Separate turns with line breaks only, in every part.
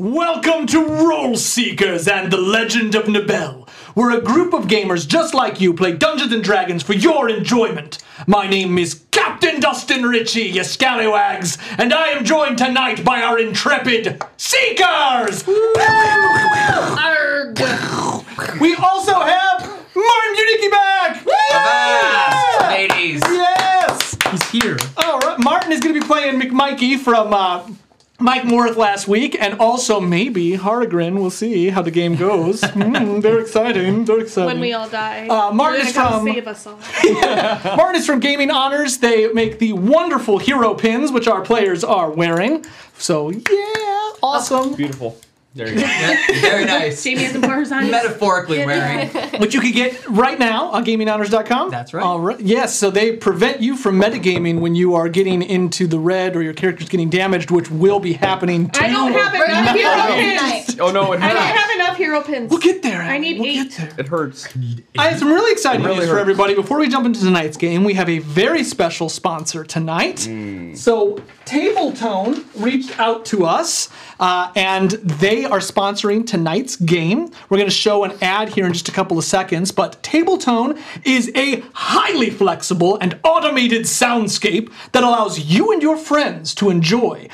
Welcome to Role Seekers and the Legend of Nibel. We're a group of gamers just like you play Dungeons and Dragons for your enjoyment. My name is Captain Dustin Ritchie, you scallywags, and I am joined tonight by our intrepid Seekers!
Arg!
We also have Martin Uniki back!
Ah,
Yeah!
Ladies.
Yes!
He's here.
All right, Oh, Martin is going to be playing McMikey from uh, Mike Morith last week, and also maybe Hardigren. We'll see how the game goes. mm, very exciting. Very exciting.
When we all die.
Uh, Martin
You're
is
gonna come
from-
Save us all.
Martin is from Gaming Honors. They make the wonderful hero pins, which our players are wearing. So yeah, awesome.
Beautiful. There you go.
Yeah, Very nice.
Jamie has the bars on.
Metaphorically wearing.
Which you can get right now on GamingHonors.com.
That's right.
All right. Yes. So they prevent you from metagaming when you are getting into the red or your character's getting damaged, which will be happening. To
I don't have enough
We're gonna be
hero
here all
pins.
Oh no, it
I don't
hurts.
have enough hero pins.
We'll get there.
I need
We'll get
eight.
there.
It hurts.
I have some really exciting
It really
news for
hurts.
everybody. Before we jump into tonight's game, we have a very special sponsor tonight.
Hmm.
So, Tabletone reached out to us, uh, and they are sponsoring tonight's game. We're going to show an ad here in just a couple of seconds, but Tabletone is a highly flexible and automated soundscape that allows you and your friends to enjoy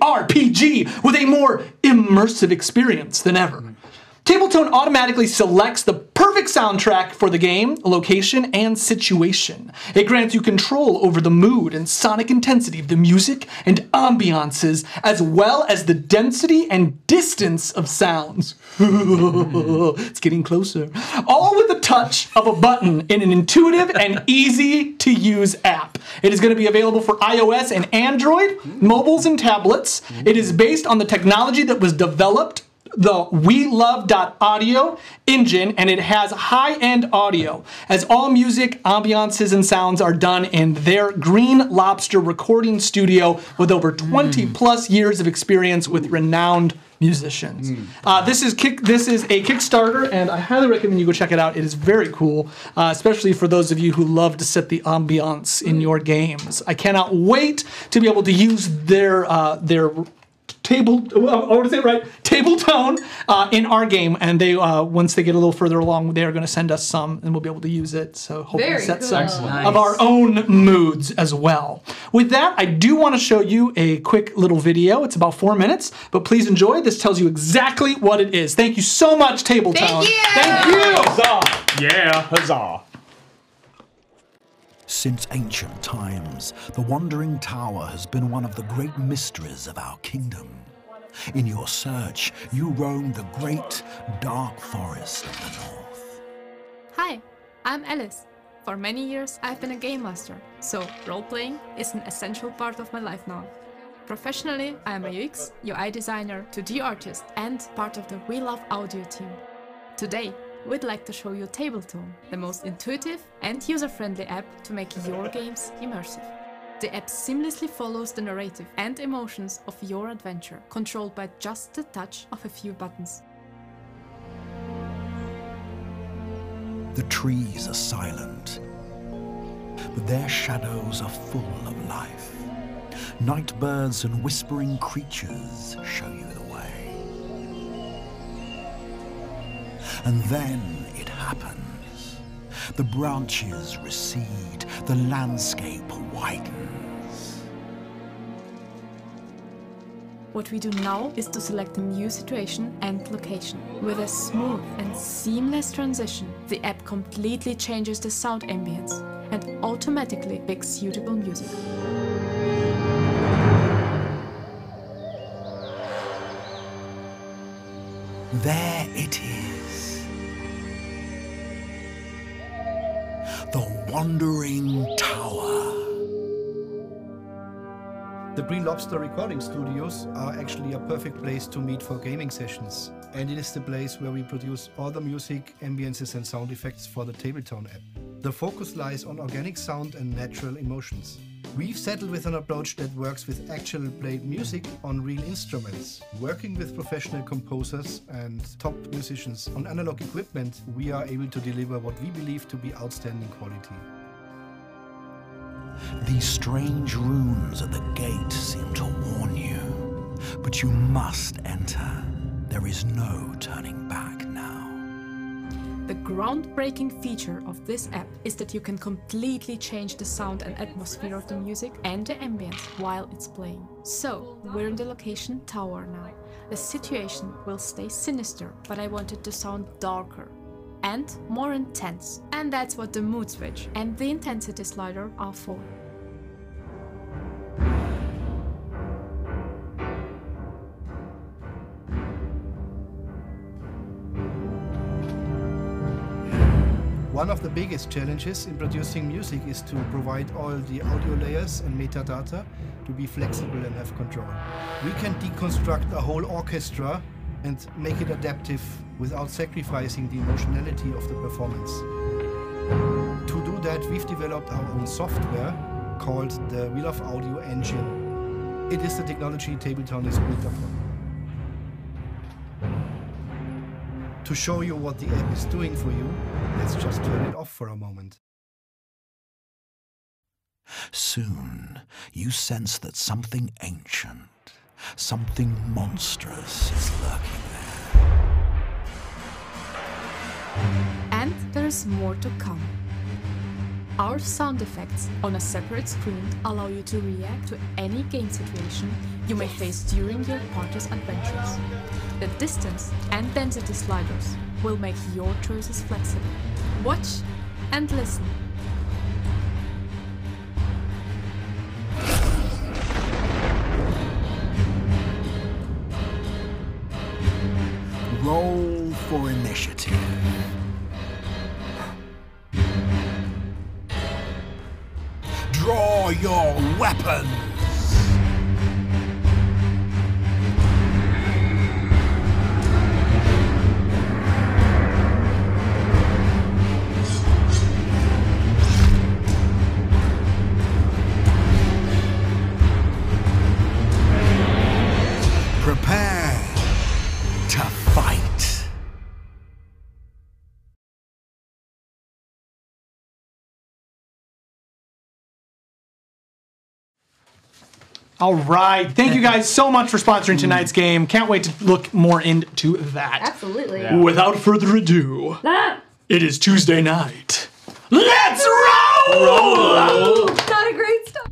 TTRPG with a more immersive experience than ever. Tabletone automatically selects the perfect soundtrack for the game, location, and situation. It grants you control over the mood and sonic intensity of the music and ambiances, as well as the density and distance of sounds. it's getting closer. All with the touch of a button in an intuitive and easy to use app. It is going to be available for iOS and Android, mobiles, and tablets. It is based on the technology that was developed the we love.audio engine and it has high-end audio as all music ambiances and sounds are done in their green lobster recording studio with over 20 plus years of experience with renowned musicians uh, this is kick this is a kickstarter and i highly recommend you go check it out it is very cool uh, especially for those of you who love to set the ambiance in your games i cannot wait to be able to use their uh, their table uh, what is it right table tone uh, in our game and they uh, once they get a little further along they are going to send us some and we'll be able to use it so hopefully
Very
set
cool.
some
Excellent.
of our own moods as well with that i do want to show you a quick little video it's about four minutes but please enjoy this tells you exactly what it is thank you so much table
Thank
tone
you.
thank you
Huzzah! Yeah, huzzah!
Since ancient times, the Wandering Tower has been one of the great mysteries of our kingdom. In your search, you roam the great, dark forest of the north.
Hi, I'm Alice. For many years, I've been a game master, so role playing is an essential part of my life now. Professionally, I am a UX, UI designer, 2D artist, and part of the We Love Audio team. Today, we'd like to show you Tabletone, the most intuitive and user friendly app to make your games immersive. The app seamlessly follows the narrative and emotions of your adventure, controlled by just the touch of a few buttons.
The trees are silent, but their shadows are full of life. Night birds and whispering creatures show you the way. And then it happens. The branches recede, the landscape widens.
What we do now is to select a new situation and location. With a smooth and seamless transition, the app completely changes the sound ambience and automatically picks suitable music.
There it is. The Wandering Tower.
The Brie Lobster recording studios are actually a perfect place to meet for gaming sessions. And it is the place where we produce all the music, ambiences, and sound effects for the Tabletone app. The focus lies on organic sound and natural emotions. We've settled with an approach that works with actual played music on real instruments. Working with professional composers and top musicians on analog equipment, we are able to deliver what we believe to be outstanding quality.
These strange runes at the gate seem to warn you. But you must enter. There is no turning back now.
The groundbreaking feature of this app is that you can completely change the sound and atmosphere of the music and the ambience while it's playing. So, we're in the location tower now. The situation will stay sinister, but I want it to sound darker and more intense. And that's what the mood switch and the intensity slider are for.
One of the biggest challenges in producing music is to provide all the audio layers and metadata to be flexible and have control. We can deconstruct a whole orchestra and make it adaptive without sacrificing the emotionality of the performance. To do that, we've developed our own software called the Wheel of Audio Engine. It is the technology Tabletown is built upon. To show you what the app is doing for you, let's just turn it off for a moment.
Soon, you sense that something ancient, something monstrous is lurking there.
And there's more to come. Our sound effects on a separate screen allow you to react to any game situation you may face during your party's adventures. The distance and density sliders will make your choices flexible. Watch and listen.
Roll for initiative. Draw your weapons. Prepare to fight.
All right. Thank you guys so much for sponsoring tonight's game. Can't wait to look more into that.
Absolutely.
Without further ado,
Ah,
it is Tuesday night. Let's roll!
not a great start.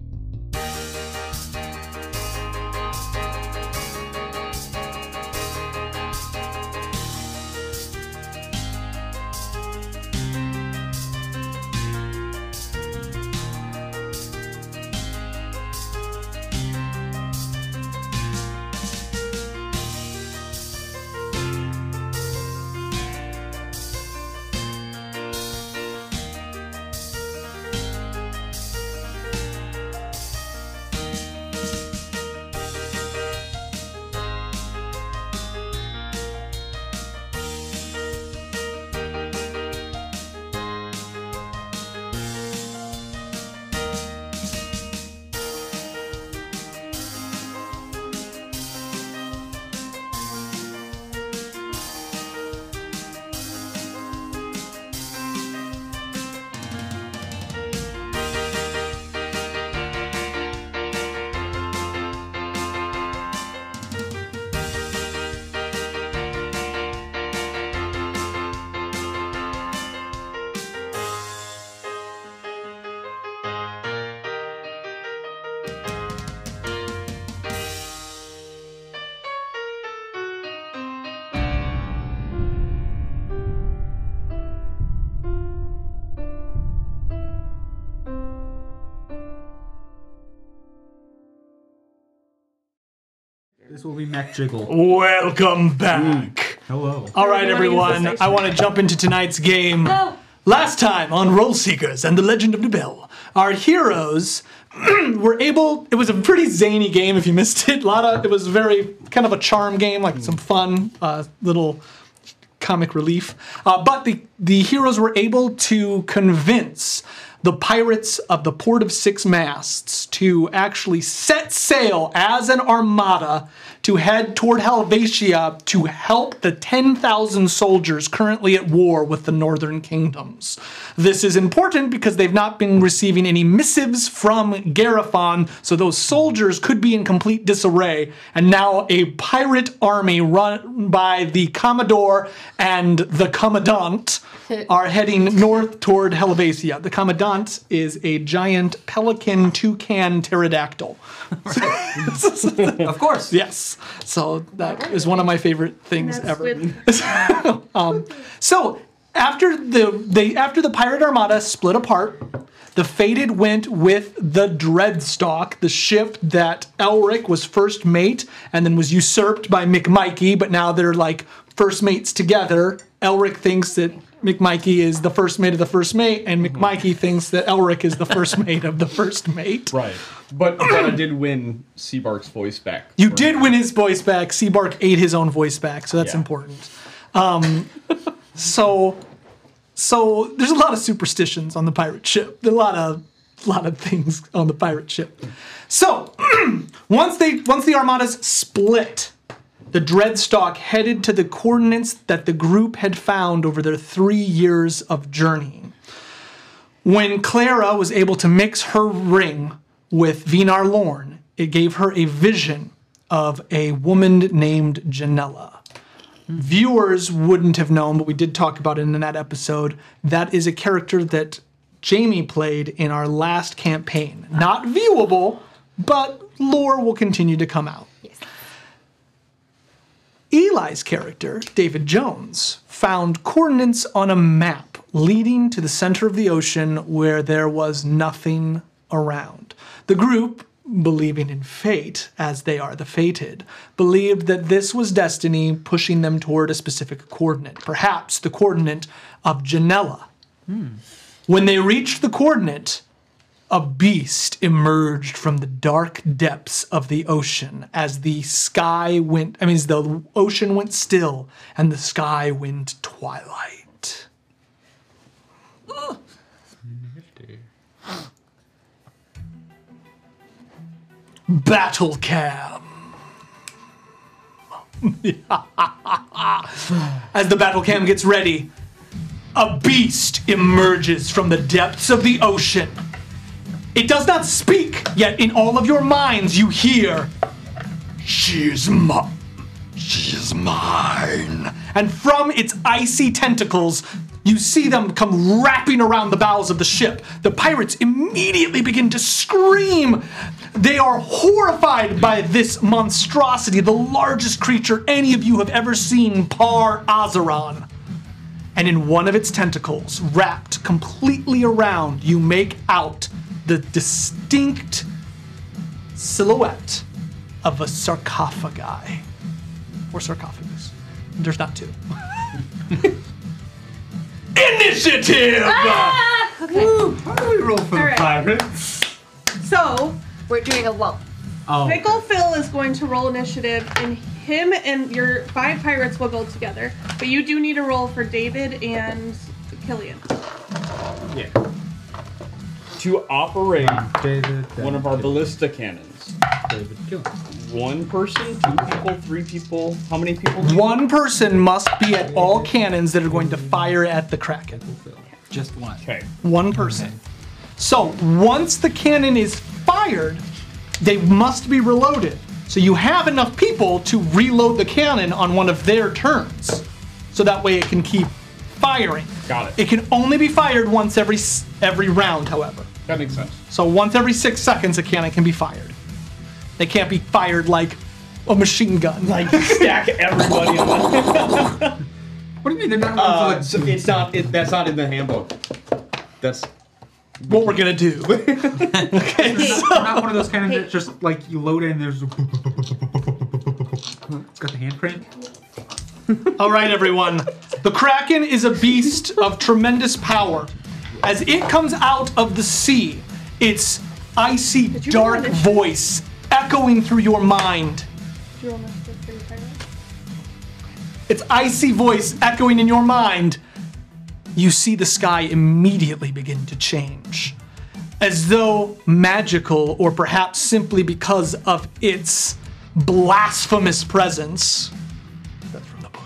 This will be Mac Jiggle.
Welcome back.
Hmm.
Hello.
All right,
Morning,
everyone. I want to jump into tonight's game. Last time on Roll Seekers and the Legend of the Bell, our heroes were able. It was a pretty zany game. If you missed it, a lot of it was very kind of a charm game, like some fun uh, little comic relief. Uh, but the the heroes were able to convince the pirates of the Port of Six Masts to actually set sail as an armada to head toward Helvetia to help the 10,000 soldiers currently at war with the northern kingdoms. This is important because they've not been receiving any missives from Garifon, so those soldiers could be in complete disarray. And now a pirate army run by the Commodore and the Commandant are heading north toward Helvetia. The Commandant is a giant pelican toucan pterodactyl.
Of course.
Yes. So that is one of my favorite things
That's
ever. Um,
with- uh,
So after the they after the pirate armada split apart, the Faded went with the Dreadstock, the ship that Elric was first mate and then was usurped by McMikey, but now they're like first mates together. Elric thinks that McMikey is the first mate of the first mate, and McMikey thinks that Elric is the first mate of the first mate.
Right. But, but I did win Seabark's voice back.
You did win his voice back. Seabark ate his own voice back, so that's
Yeah.
important. Um, so, so there's a lot of superstitions on the pirate ship. There are a lot of lot of things on the pirate ship. So once they once the armadas split, the dreadstock headed to the coordinates that the group had found over their three years of journeying when Clara was able to mix her ring with Vinar Lorn, it gave her a vision of a woman named Janella. Viewers wouldn't have known, but we did talk about it in that episode. That is a character that Jamie played in our last campaign. Not viewable, but lore will continue to come out. Eli's character, David Jones, found coordinates on a map leading to the center of the ocean where there was nothing around. The group, believing in fate, as they are the fated, believed that this was destiny pushing them toward a specific coordinate, perhaps the coordinate of Janella. When they reached the coordinate, a beast emerged from the dark depths of the ocean as the sky went, I mean, as the ocean went still and the sky went twilight. Battle cam. as the battle cam gets ready, a beast emerges from the depths of the ocean. It does not speak, yet in all of your minds you hear, She is my. She is mine. And from its icy tentacles, you see them come wrapping around the bows of the ship. The pirates immediately begin to scream. They are horrified by this monstrosity, the largest creature any of you have ever seen, Par Azeron and in one of its tentacles, wrapped completely around, you make out the distinct silhouette of a sarcophagi. Or sarcophagus. There's not two. Initiative!
How do we roll for
Ah! All right.
the pirates?
So,
We're doing a lump.
Oh,
Pickle Phil is going to roll initiative, and him and your five pirates will go together. But you do need a roll for David and Killian.
yeah.
To operate
David.
one of our ballista cannons.
David Killen.
One person, two people, three people. How many people?
One person must be at all cannons that are going to fire at the Kraken.
Just one.
Okay.
One person. So once the cannon is fired, they must be reloaded. So you have enough people to reload the cannon on one of their turns. So that way it can keep firing.
Got it.
It can only be fired once every s- every round, however.
That makes sense.
So once every six seconds, a cannon can be fired. They can't be fired like a machine gun. Like
Stack everybody on.
What do you mean they're not
Uh,
uh,
so it's not. It, that's not in the handbook. That's uh,
what we're gonna do.
not one of those kind of that's just like you load it and there's. It's got the handprint.
All right, everyone. The Kraken is a beast of tremendous power. As it comes out of the sea, its icy,
you
dark
roll initiative?
voice echoing through your mind.
Did you roll initiative for your pirates?
Its icy voice echoing in your mind. You see the sky immediately begin to change. as though magical, or perhaps simply because of its blasphemous presence. That's from the book.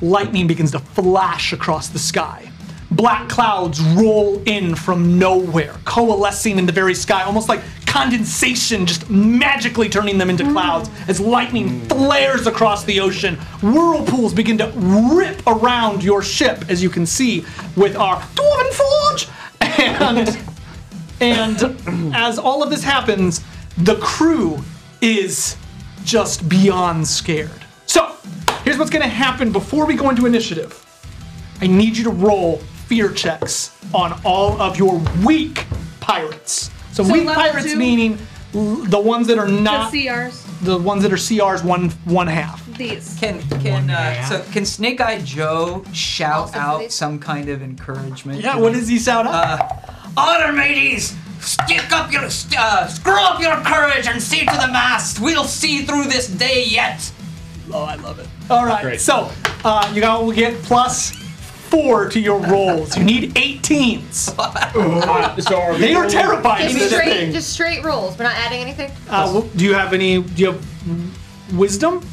Lightning begins to flash across the sky. Black clouds roll in from nowhere, coalescing in the very sky, almost like condensation just magically turning them into clouds as lightning flares across the ocean. Whirlpools begin to rip around your ship, as you can see with our Dwarven Forge! And, and as all of this happens, the crew is just beyond scared. So, here's what's gonna happen before we go into initiative. I need you to roll fear checks on all of your weak pirates. So,
So
weak
level
pirates
two?
meaning l- the ones that are
The
not
CRs,
the ones that are CRs one one half.
these.
Can can uh, so can Snake Eye Joe shout out some kind of encouragement?
Yeah,
to
what
them?
does he sound up?
Honor mateys, stick up your uh, screw up your courage and see to the mast. We'll see through this day yet.
Oh, I love it. All right.
Great.
So uh, you all will get plus four to your rolls. You need 18s.
So are we
They are
rolling-
terrified.
Just
of this
straight,
thing.
just straight rolls. We're not adding anything.
Uh, well, do you have any? Do you have wisdom?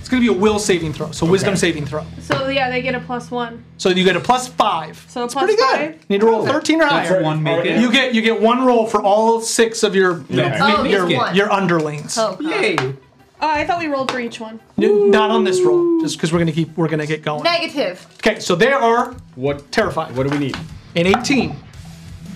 It's going to be a will saving throw. So wisdom saving throw.
So yeah, they get a plus one.
So you get a plus five.
So
That's
plus
pretty good.
five?
You need to roll 13 or higher.
right. one make it?
You get you get one roll for all six of your
Yeah.
Oh,
your,
just one.
your underlings.
Oh, God.
Hey,
Uh, I thought we rolled for each one.
N- Not on this roll, just because we're gonna keep we're gonna get going.
Negative.
Okay, so there are
What?
terrified.
What do we need?
An 18.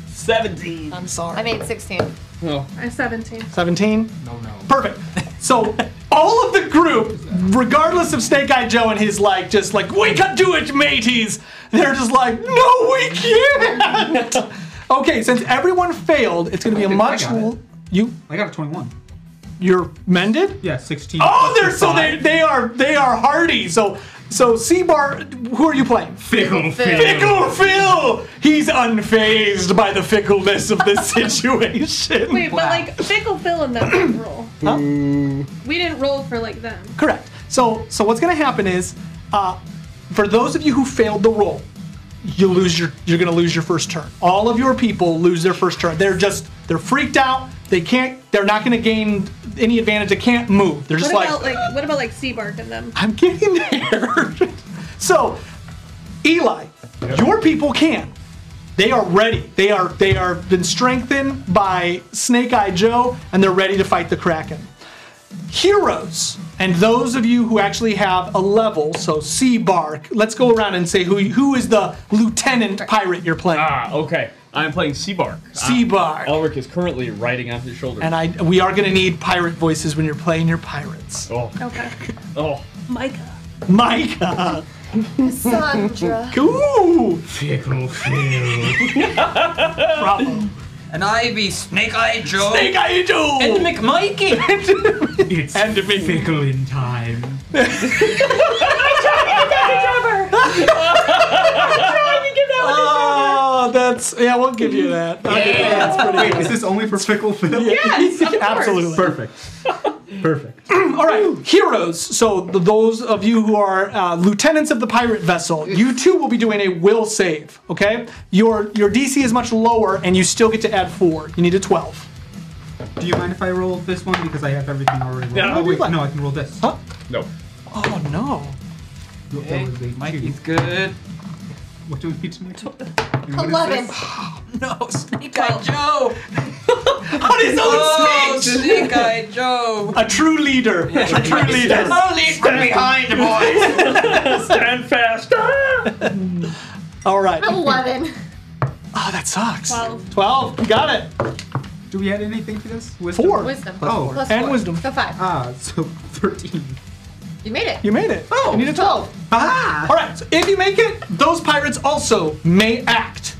17.
I'm sorry.
I made 16.
Oh.
I have 17.
17?
no no.
Perfect. So all of the group, regardless of Snake Eye Joe and his like, just like, we can do it, mateys. They're just like, no, we can't. okay, since everyone failed, it's going to be a
think I
much.
got it.
l- You
I got a 21.
you're mended.
Yeah, 16.
Oh,
plus
they're
the
so they
five.
they are they are hardy. So so Seabar, who are you playing?
Fickle
Fickle Phil. He's unfazed by the fickleness of this situation.
Wait,
Wow.
but like Fickle Phil and them didn't roll. We didn't roll for like them.
Correct. So so what's gonna happen is, uh, for those of you who failed the roll, you lose your you're gonna lose your first turn. All of your people lose their first turn. They're just they're freaked out. They can't. They're not gonna gain any advantage. They can't move. They're
What
just
about like, what about like Seabark and them?
I'm getting there. so, Eli, your people can. They are ready. They are they are been strengthened by Snake Eye Joe, and they're ready to fight the Kraken. Heroes, and those of you who actually have a level, so Sea Bark. Let's go around and say who who is the lieutenant pirate you're playing.
Ah, okay. I'm playing Seabark.
Sea Bark.
Elric is currently riding on his shoulder.
and I we are gonna need pirate voices when you're playing your pirates.
oh,
Okay.
oh.
Micah.
Micah.
Sandra.
Ooh.
Fickle
Bravo.
And I be Snake Eye Joe
Snake Eye Joe.
and McMikey.
It's
And to me.
fickle in time.
Oh, that's yeah. We'll give you that. I'll give you that. That's pretty
Wait, is this only for fickle Phil?
Yes, absolutely.
Perfect. Perfect.
All right, heroes. So th- those of you who are uh, lieutenants of the pirate vessel, you too will be doing a will save. Okay, your your DC is much lower, and you still get to add four. You need a twelve.
Do you mind if I roll this one because I have everything already rolled?
Yeah.
oh wait,
What?
no, I can roll this.
Huh?
No.
Oh no.
That was a two.
Mikey's good.
What do we pizza make?
Eleven.
No, Snake Eye Joe.
On his
Oh,
own speech.
Snake Eye Joe.
A true leader. A true leader.
Only from behind, boys.
Stand fast.
All right.
Eleven.
Oh, that sucks.
Twelve.
Twelve. Got it.
Do we add anything to this? Wisdom?
Four.
Wisdom.
Oh.
Plus
And
four.
wisdom.
So five.
Ah, so 13.
You made it.
You made it. Oh, you need a twelve.
Ah!
All right, so if you make it, those pirates also may act.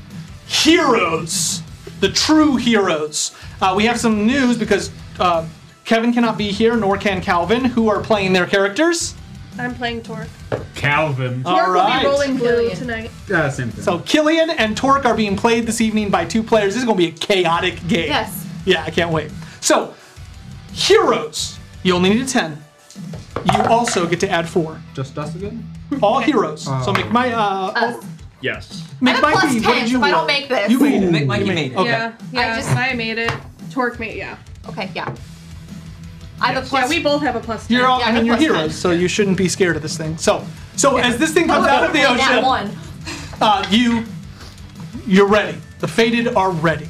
Heroes, the true heroes. Uh, we have some news because uh, Kevin cannot be here, nor can Calvin, who are playing their characters.
I'm playing Torque.
Calvin.
All
Torque will
right.
be rolling blue
Brilliant.
tonight.
Ah, same thing.
So Killian and Torque are being played this evening by two players. This is going to be a chaotic game.
Yes.
Yeah, I can't wait. So, heroes. You only need a 10. You also get to add four.
Just us again?
All heroes. So
Oh.
make my uh,
Us.
Yes.
I have plus 10, so if I don't make this.
You made it.
Make Mikey made it.
Okay.
Yeah,
I
yeah. I
just-
just I made it. Torque made yeah.
Okay, yeah. I have a plus.
Yeah, we both have a plus. 10.
You're all,
Yeah,
I mean, you're
plus
heroes,
ten.
so you shouldn't be scared of this thing. So, so as this thing comes out of the
Nat
ocean,
Oh, one.
uh, you, you're ready. The fated are ready.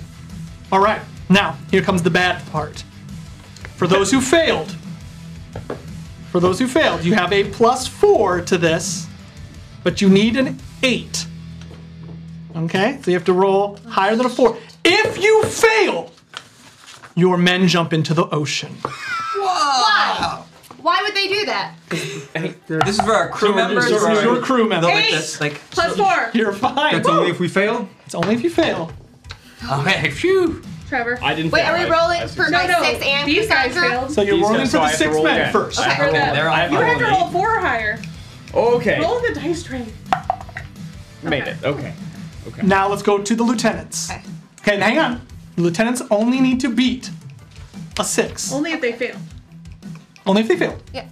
All right, now here comes the bad part. For those who failed, for those who failed, you have a plus four to this, but you need an eight. Okay, so you have to roll higher than a four. If you fail, your men jump into the ocean.
Why? Why would they do that?
This is for our crew members.
So
or-
your crew member.
Like this, like.
Plus four.
You're fine.
That's only if we fail.
It's only if you fail.
Okay, phew.
Trevor.
I didn't.
Wait,
fail.
are we
I-
rolling
I
for
succeeded.
my
no, no.
six and
these guys
Cassandra?
failed.
So you're
These
rolling
guys-
for
so
the
I have to
six
roll
men
again.
first.
I have to
Okay.
roll.
Okay.
There I
You have to roll
rolled
four higher.
eight. Okay.
Roll the dice tray.
Made it. Okay. Okay.
Now let's go to the lieutenants.
Okay.
Okay, now hang on. Lieutenants only need to beat a six.
Only if they fail.
Only if they fail.
Yeah.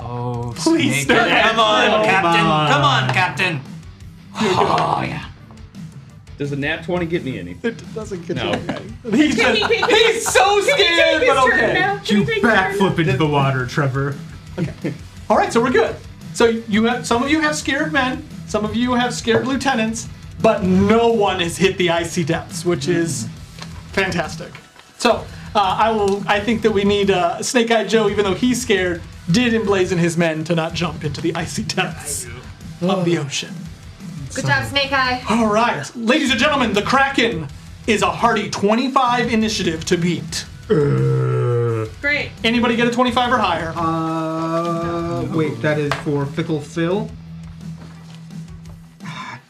Oh,
Please,
snake.
don't.
Come on,
Oh,
Captain.
my.
Come on, Captain. Oh, yeah.
Does the nat twenty get me anything?
It doesn't get
No.
you. He's,
Can he-
just-
can he-
he's so scared,
Take his
but
turn
okay.
now. Can you take his turn now?
into the water, Trevor.
All right, so we're good. So you have some of you have scared men, some of you have scared lieutenants, but no one has hit the icy depths, which is fantastic. So uh, I will. I think that we need uh, Snake Eye Joe, even though he's scared, did emblazon his men to not jump into the icy depths of the ocean.
Good job, Snake Eye.
All right, ladies and gentlemen, the Kraken is a hearty 25 initiative to beat.
Great.
Anybody get a 25 or higher?
Uh, wait, that is for Fickle Phil.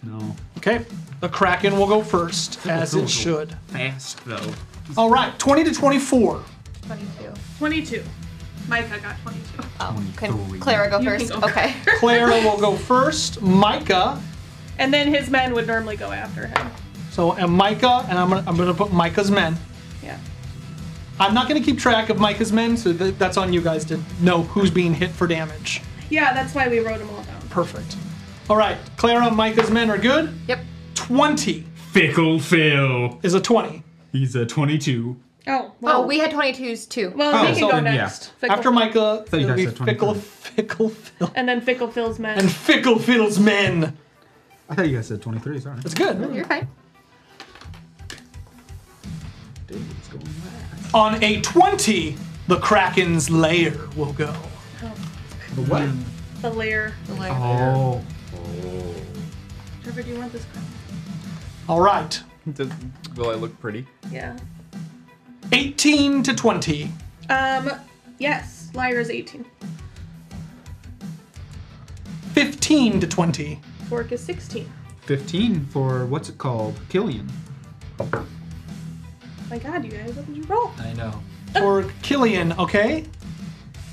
No.
Okay, the Kraken will go first, as it should.
Fast though.
All right, 20 to 24.
22.
Twenty-two. Micah got twenty-two.
Oh, can Clara go
You
first?
can go
Okay.
Clara will go first. Micah.
And then his men would normally go after him.
So, and Micah, and I'm gonna, I'm gonna put Micah's men.
Yeah.
I'm not gonna keep track of Micah's men, so th- that's on you guys to know who's being hit for damage.
Yeah, that's why we wrote them all down.
Perfect. All right, Clara, Micah's men are good.
Yep.
20
Fickle Phil.
is a 20.
He's a 22.
Oh. Well,
Oh, we had 22s too.
Well,
Oh,
he can
so
go
then, yeah.
next. Fickle.
After Micah,
you
it'll
guys
be
said
Fickle,
25.
Fickle, Phil.
And then Fickle Phil's men.
Oh. And Fickle Phil's men.
I thought you guys said 23. Sorry.
That's good.
You're fine.
On a 20, the Kraken's lair will go.
What?
Oh, the lair.
Oh.
Trevor, do you want this crown?
All right,
Does, will I look pretty?
Yeah.
18 to 20.
Um, yes. Liar is 18.
15 to 20.
Fork is 16.
15 for what's it called? Killian.
My god, you guys, what did you roll?
I know.
Or Killian, okay?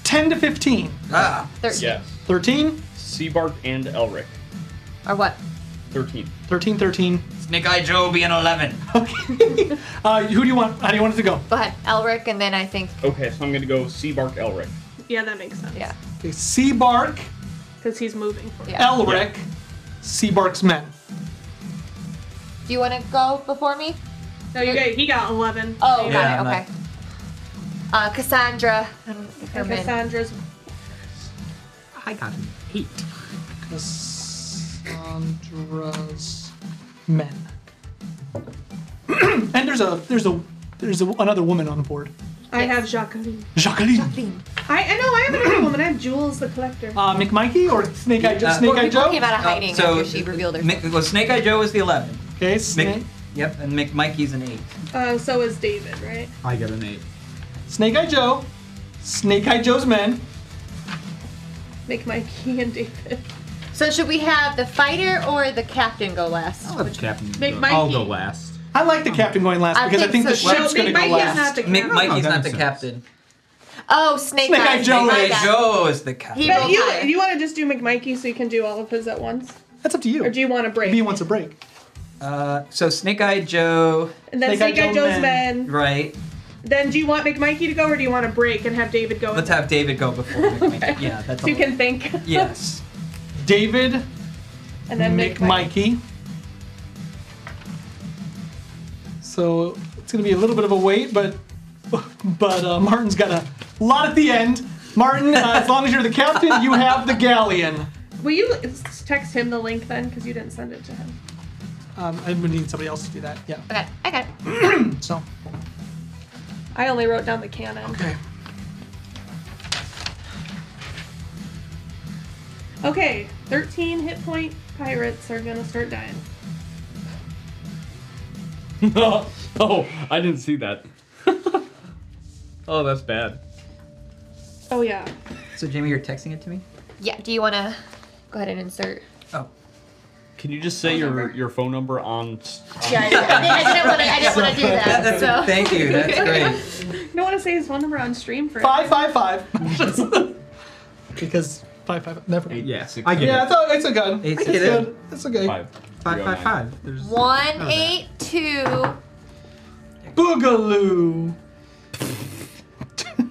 10 to 15.
Ah,
13.
Yes.
13?
Seabark and Elric.
Or what?
Thirteen.
13, 13.
Snake Eye Joe being 11.
Okay. uh, who do you want? How do you want it to go?
Go ahead. Elric, and then I think.
Okay, so I'm gonna go Seabark Elric.
Yeah, that makes sense.
Yeah.
Okay, Seabark,
Because he's moving for
Yeah.
Elric, Seabark's men.
Do you want to go before me?
No, you guys, he got 11.
Oh,
yeah.
Yeah, I'm
got it.
not-
Okay. Uh, Cassandra. and
And
Herman.
Cassandra's.
I got an 8.
Cassandra's men. and there's a there's a there's a, another woman on board.
I have Jacqueline.
Jacqueline.
I, I know, I have another woman. I have Jules the collector.
Uh, McMikey or Snake Eye, Jo-
Uh,
Snake
We're
Eye Joe?
talking Oh, about a hiding
so-
after she revealed herself.
Mick, well, Snake Eye Joe is the 11.
okay, Snake,
Mick, yep, and Mick Mikey's an 8.
Uh, so is David, right?
I got an 8.
Snake Eye Joe, Snake Eye Joe's men.
Make Mikey and David.
So should we have the fighter or the captain go last?
I'll let Captain
Make
go.
Mikey.
I'll go last.
I like the captain going last
I
because
think
I think
so,
the
too.
ship's
Well,
going to
Mikey
go
is
last.
not the
Mick
captain.
Mikey's
that
not
makes
the
sense.
captain.
Oh, Snake,
Snake
Eye.
Eye Joe is-
My
Snake Eye
bad.
Joe is the captain.
He
But
rolled
you,
higher.
you want to just do McMikey so you can do all of his at once?
That's up to you.
Or do you want to break?
Maybe he wants a break.
Uh, so Snake Eye Joe,
and then
Snake Eye
Snake Eye
Joe
Joe's
men.
men.
right?
Then do you want McMikey to go or do you want to break and have David go?
Let's have David go before Mick Mikey. Yeah, that's
so you
all.
can think.
Yes.
David
And then
Mick
Mick
Mikey. So it's going to be a little bit of a wait, but but uh, Martin's got a lot at the end. Martin, uh, as long as you're the captain, you have the galleon.
Will you text him the link then? Because you didn't send it to him.
Um, I'm going to need somebody else to do that. Yeah.
Okay, I got it.
So
I only wrote down the cannon. Okay. Okay, 13 hit point pirates are gonna start dying.
oh, I didn't see that. oh, that's bad.
Oh, yeah.
So Jamie, you're texting it to me.
Yeah, do you want to go ahead and insert?
Can you just say your your phone number on? s-
Yeah, I, I didn't want to. I didn't want to do that.
That's-
so.
thank you, that's
great.
you don't want to say his phone number on stream for
five five five. because five five never. Eight,
yeah, six,
I
I
get
get
yeah,
it.
it's a- it's a gun.
Eight,
it's
six,
good.
seven.
It's okay.
Five,
Five five five. There's
One
Oh,
eight two.
Boogaloo.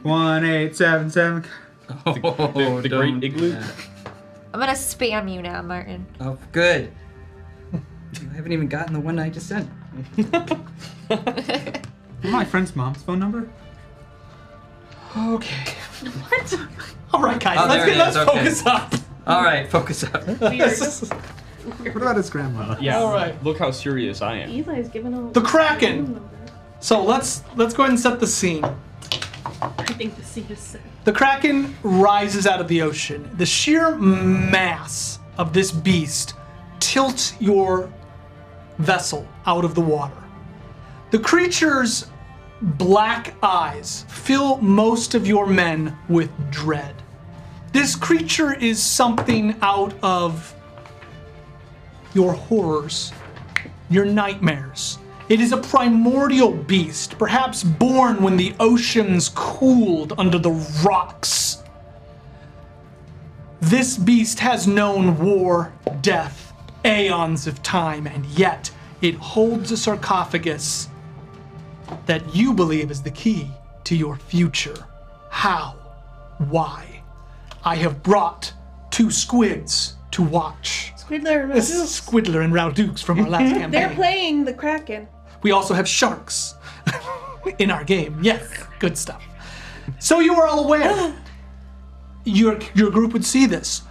one eight seven seven.
The, the- the great igloo.
I'm gonna spam you now, Martin.
Oh, good. I haven't even gotten the one I just sent.
My friend's mom's phone number.
Okay. What? All right, guys.
Oh,
let's
there
get
it
let's
is, okay.
focus up.
All right, focus up.
What about his grandma?
Yeah.
All right.
Look how serious I am.
Eli's giving a.
The Kraken. So let's let's go ahead and set the scene.
I think the sea is set.
The Kraken rises out of the ocean. The sheer mass of this beast tilts your vessel out of the water. The creature's black eyes fill most of your men with dread. This creature is something out of your horrors, your nightmares. It is a primordial beast, perhaps born when the oceans cooled under the rocks. This beast has known war, death, aeons of time, and yet it holds a sarcophagus that you believe is the key to your future. How? Why? I have brought two squids to watch.
Squiddler and
This is
Radooks.
Squiddler and Raudukes from our last campaign.
They're playing the Kraken.
We also have sharks in our game. Yes, good stuff. So you are all aware. Your your group would see this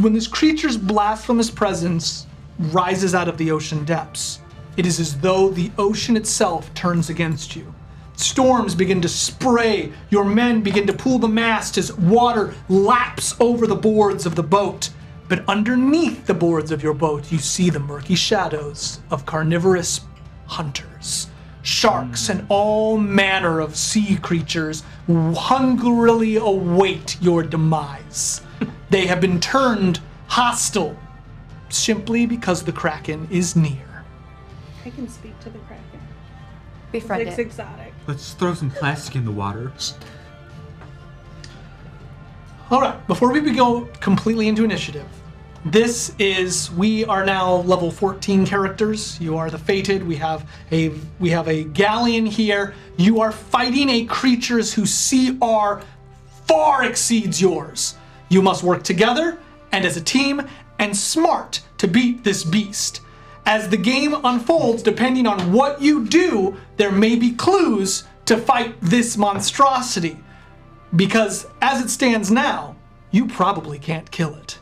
when this creature's blasphemous presence rises out of the ocean depths. It is as though the ocean itself turns against you. Storms begin to spray. Your men begin to pull the mast as water laps over the boards of the boat. But underneath the boards of your boat, you see the murky shadows of carnivorous hunters, sharks,
Hmm.
and all manner of sea creatures hungrily await your demise. they have been turned hostile simply because the kraken is near.
I can speak to the Kraken.
Befriend
it's
it.
exotic.
Let's throw some plastic in the water.
All right, before we go completely into initiative, this is we are now level 14 characters. You are the fated. We have a we have a galleon here. You are fighting a creatures whose CR far exceeds yours. You must work together and as a team and smart to beat this beast. As the game unfolds, depending on what you do, there may be clues to fight this monstrosity. Because as it stands now, you probably can't kill it.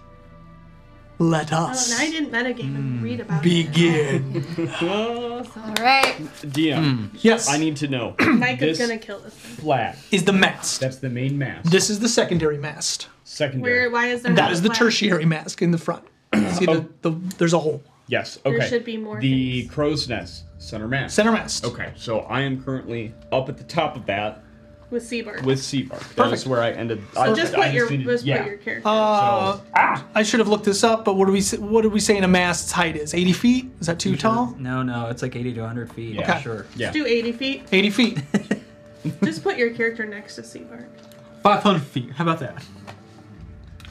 Let
Oh,
us
and I didn't metagame and read about
begin.
it.
All right.
DM.
Yes.
I need to know.
Mike is
this
gonna kill us.
flag.
Is the mast.
That's the main mast.
This is the secondary mast.
Secondary.
Where? Why is there?
That
not
is
a
the
flag?
tertiary mask in the front. See, the, the, there's a hole.
Yes.
There
Okay.
should be more
The crow's nest center mast.
Center mast.
Okay. So I am currently up at the top of that
With Seabird.
with Seabart. That's where I ended. I,
So just
I
put your
needed-
just
yeah.
put your character.
Uh, I should have looked this up, but what do we say- what do we say in a mast's height is? 80 feet? Is that too tall?
No, no, it's like 80 to 100 feet.
Okay.
sure.
Just do 80 feet.
80 feet.
Just put your character next to Seabird.
Five hundred feet. How about that?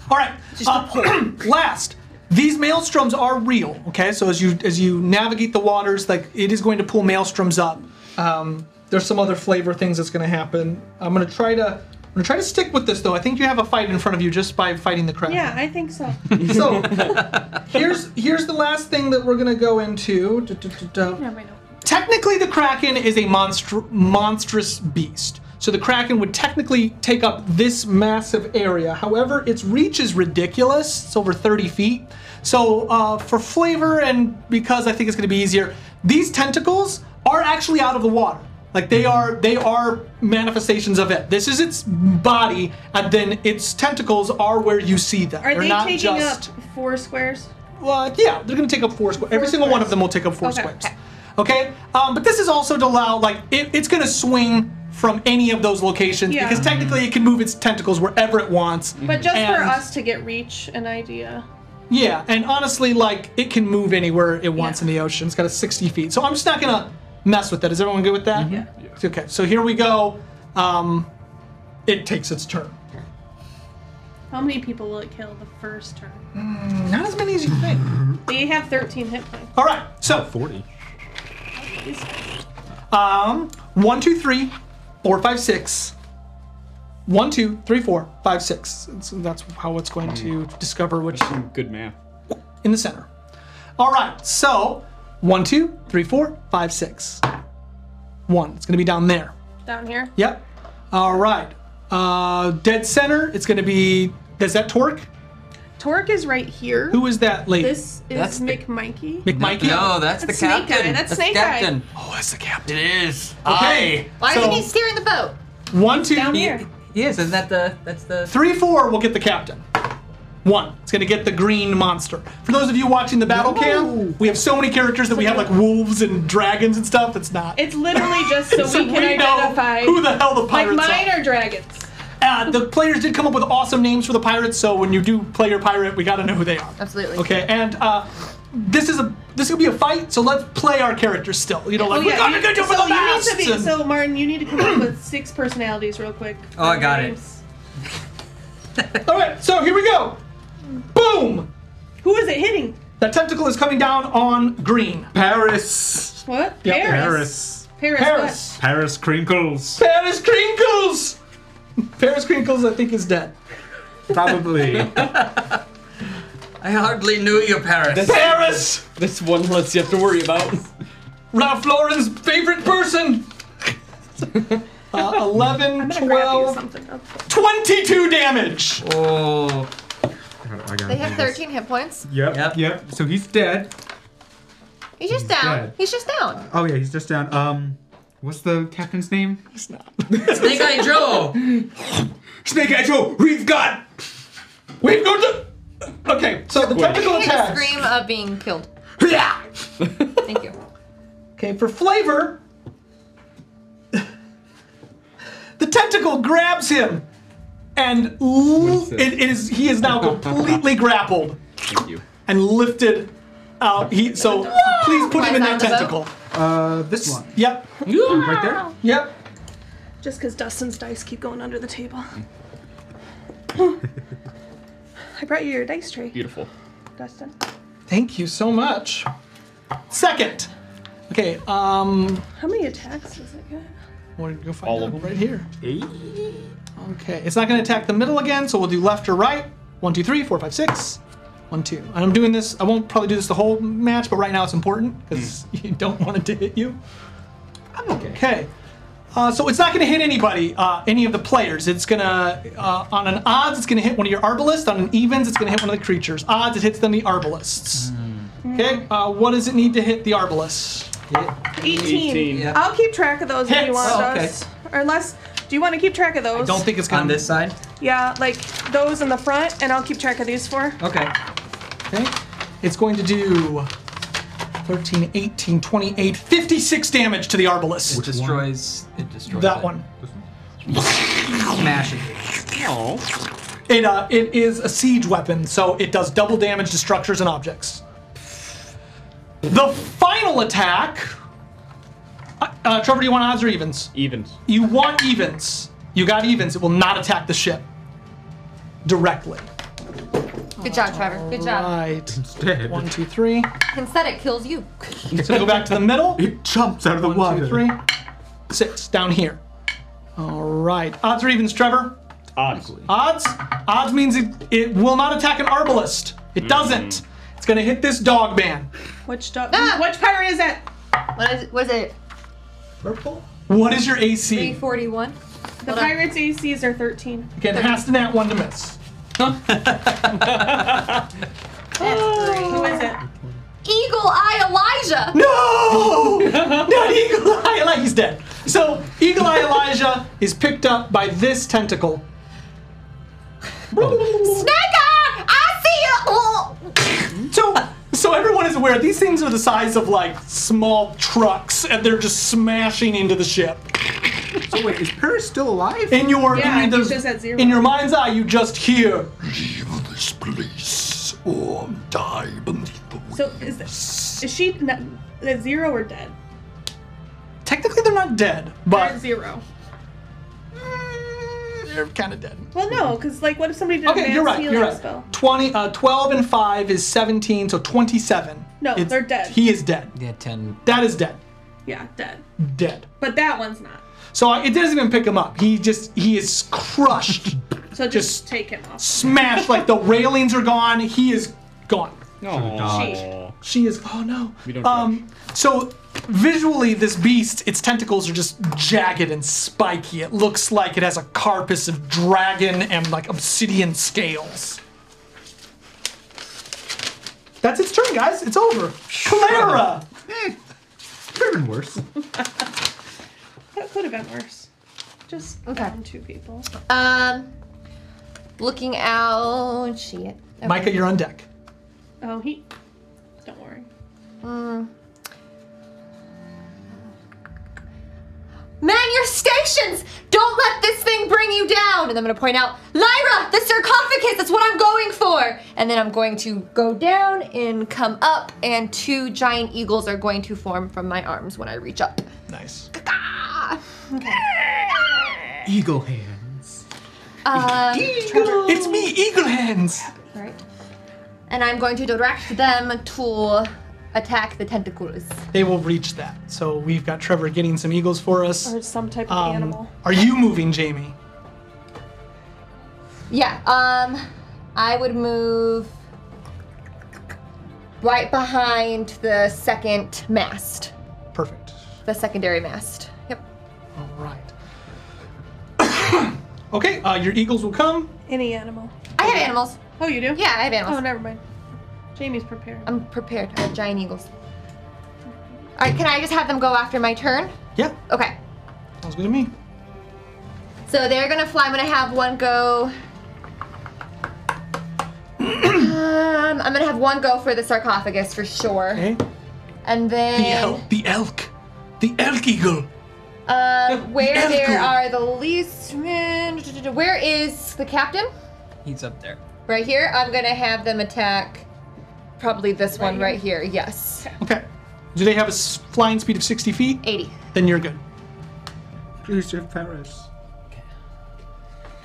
All right. uh, last, these maelstroms are real. Okay, so as you as you navigate the waters, like it is going to pull maelstroms up. Um, there's some other flavor things that's going to happen. I'm going to try to I'm gonna try to stick with this though. I think you have a fight in front of you just by fighting the crowd.
Yeah, I think so.
so here's here's the last thing that we're gonna go into. Du- du- du- du. Technically, the kraken is a monstr monstrous beast. So the kraken would technically take up this massive area. However, its reach is ridiculous. It's over 30 feet. So uh, for flavor and because I think it's gonna be easier, these tentacles are actually out of the water. Like they are they are manifestations of it. This is its body, and then its tentacles are where you see them.
Are
They're
they
not
taking
just
up four squares?
well, Uh, yeah, they're gonna take up four squares. Every single one of them will take up four
Okay.
squares. Okay, um, but this is also to allow like it, it's gonna swing from any of those locations
Yeah.
because technically it can move its tentacles wherever it wants.
But just for
And-
us to get reach and idea.
yeah, and honestly, like it can move anywhere it wants in the ocean. It's got a 60 feet, so I'm just not gonna mess with that. Is everyone good with that? Yeah.
Mm-hmm.
Okay, so here we go. Um, it takes its turn.
How many people will it kill the first turn?
Mm, Not as many as you think.
They have 13 hit points.
All right, so 40. Um, one, two, three, four, five, six. One, two, three, four, five, six. It's- That's how it's going to discover which.
Hmm. Good math.
In the center. All right, so one, two, three, four, five, six. One. It's going to be down there.
Down here.
Yep. All right. Uh, dead center. It's going to be. Is that Torque?
Torque is right here.
Who is that lady?
This is
That's the-
McMikey.
McMikey?
No, that's,
That's
the
Snake Eye,
captain.
that's Snake Eye.
captain.
Oh, that's the captain.
It is.
Okay.
Why
so
isn't he steering the boat?
one, two,
down here.
Yes, isn't that the? That's the.
Three, four will get the captain. One. It's going to get the green monster. For those of you watching the battle cam, we have so many characters that we have like wolves and dragons and stuff. It's not.
It's literally just so,
So
we can
we know
identify
who the hell the pirates
Like mine
are.
are dragons.
Uh, the players did come up with awesome names for the pirates, so when you do play your pirate, we got to know who they are.
Absolutely.
Okay, and uh, this is a this could be a fight, so let's play our characters still. You know, like
Oh,
we
yeah,
gotta
you-
go do it for
so
the
you need
last.
to be-
and-
So Martin, you need to come up with six personalities real quick.
Oh, I got it.
Names.
All right, so here we go. Boom!
Who is it hitting?
That tentacle is coming down on green.
Paris.
What?
Yep.
Paris.
Paris.
Paris.
Paris crinkles.
Paris Crinkles! Paris Crinkles, I think, is dead.
Probably.
I hardly knew you, Paris.
Paris!
This one less you have to worry about.
Ralph Lauren's favorite person! Uh, 11, 12,
Something else.
22 damage!
Oh.
I got
They have 13 hit points.
Yep, yep. So he's dead.
He's just down.
dead.
He's just down.
Oh yeah, he's just down. Um, what's the captain's name?
Snake Eye Joe.
Snake Eye Joe. We've got.
We've got the. Okay, so the tentacle
He had a
attack.
scream of being killed.
Yeah!
Thank you.
Okay, for flavor, the tentacle grabs him, and l- it, it is he is now completely grappled
Thank you.
and lifted out. He so please put him in that
Flies out the boat.
tentacle.
Uh, this one.
Yep,
Right there.
yep.
Just because Dustin's dice keep going under the table. I brought you your dice tray,
Beautiful.
Dustin.
Thank you so much. Second. Okay, um,
How many attacks does it get?
we're gonna go find
All
out
of them?
right here. Okay, it's not gonna attack the middle again, so we'll do left or right. One, two, three, four, five, six. One, two. And I'm doing this, I won't probably do this the whole match, but right now it's important because
Hmm.
you don't want it to hit you. I'm okay. Okay. Uh, so it's not going to hit anybody, uh, any of the players. It's going to, uh, on an odds, it's going to hit one of your arbalists. On an evens, it's going to hit one of the creatures. Odds, it hits them the arbalists.
Hmm.
Okay, uh, what does it need to hit the arbalist?
18.
18. Yeah.
I'll keep track of those if
Hits.
you want
Oh,
okay.
us. Or unless, do you want to keep track of those?
Don't think it's going
On this side.
Yeah, like those in the front, and I'll keep track of these four.
Okay.
Okay. It's going to do 13, 18, 28, 56 damage to the arbalist.
It destroys. It destroys.
that
it.
one.
Smash it.
It uh, it is a siege weapon, so it does double damage to structures and objects. The final attack. Uh, uh, Trevor, do you want odds or evens?
Evens.
You want evens. You got evens. It will not attack the ship directly.
Good job, Trevor. Good job.
Right.
It's dead.
One, two, three.
Kinesthetic kills you.
It's gonna go back to the middle.
It jumps out of the
One,
water.
two, three, six down here. All right. Odds or evens, Trevor?
Odds.
Odds? Odds means it, it will not attack an arbalist. It doesn't. It's gonna hit this dog man.
Which do- which pirate is it?
Ah! What is was it?
Purple? What is your AC?
341.
The pirate's ACs are 13.
Again, has to nat one to miss.
Who is it?
Eagle Eye Elijah.
No! Not Eagle Eye Elijah. He's dead. So Eagle Eye Elijah is picked up by this tentacle.
Oh.
Snake I see you. Oh.
So so everyone is aware these things are the size of like small trucks, and they're just smashing into the ship. So wait, is Paris still alive? In your
Yeah,
in,
he's
those-
just at zero.
in your mind's eye, you just hear.
This place or die beneath the
So is is she not, is zero or dead?
Technically, they're not dead, but Mm,
They're at zero.
they're kind of dead.
Well, no, because like, what if somebody did a
Okay,
mass
you're right.
healing
You're right.
spell?
Twenty, uh, twelve, and five is seventeen, so twenty-seven.
No, they're dead.
He is dead.
Yeah, ten.
That is dead.
Yeah, dead.
Dead.
But that one's not.
So I, it doesn't even pick him up. He just he is crushed,
So just, take him off.
smashed. Like the railings are gone. He is gone.
No.
She is. Oh no.
We don't
Um. So visually, this beast, its tentacles are just jagged and spiky. It looks like it has a carapace of dragon and like obsidian scales. That's its turn, guys. It's over. Clara.
Could have been worse.
That could have been worse. Just
Okay.
down two people.
Um, looking out. Shit. Okay.
Micah, you're on deck.
Oh, he. Don't worry.
Mm. Man your stations! Don't let this thing bring you down! And I'm gonna point out, Lyra, the sarcophagus, that's what I'm going for! And then I'm going to go down and come up, and two giant eagles are going to form from my arms when I reach up.
Nice.
Eagle hands.
Um,
It's me, Eagle Hands!
Right. And I'm going to direct them to attack the tentacles.
They will reach that. So we've got Trevor getting some eagles for us.
Or some type of
Um,
animal.
Are you moving, Jamie?
Yeah, um, I would move right behind the second mast,
Perfect.
the secondary mast. Yep.
All right. okay, uh, your eagles will come.
Any animal.
I have animals.
Oh, you do?
Yeah, I have animals.
Oh, never mind. Jamie's prepared.
I'm prepared. I have giant eagles. All right, can I just have them go after my turn?
Yeah.
Okay.
Sounds good to me.
So they're gonna fly. I'm gonna have one go. um, I'm gonna have one go for the sarcophagus for sure.
Okay.
And then.
the elk, the elk eagle.
Uh, where
Elko.
there are the least men. Where is the captain?
He's up there.
Right here. I'm gonna have them attack. Probably this one right here. Yes.
Okay. Do they have a s- flying speed of 60 feet?
80.
Then you're good.
Joseph Paris.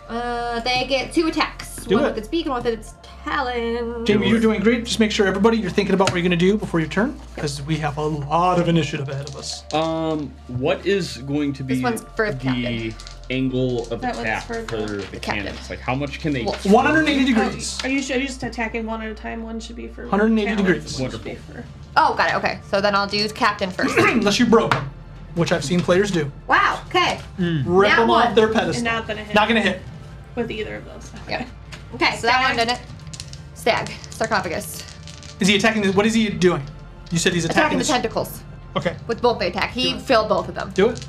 Uh, they get two attacks.
Do
one
it.
with its beak and one with its talon.
Jamie, you're doing great. Just make sure everybody you're thinking about what you're gonna do before your turn, because we have a lot of initiative ahead of us.
Um, what is going to be
This one's for
the
captain.
angle of
That one's
attack
for
for, the
captain.
cannons? Like, how much can they?
Well,
180 degrees.
Are you, sure- are you just attacking one at a time? One should be for.
180
talent,
degrees.
one should be for-
Oh, got it. Okay. So then I'll do captain first.
Unless you broke them, which I've seen players do.
wow. Okay.
Rip
That
them
one.
off their
And
pedestal.
not gonna hit.
Not gonna hit.
With either of those.
Yep. Okay. So that one did it. Stag. Sarcophagus.
Is he attacking? The, what is he doing? You said he's attacking.
Attacking the tentacles
the okay,
with both the attack. He failed both of them.
do it.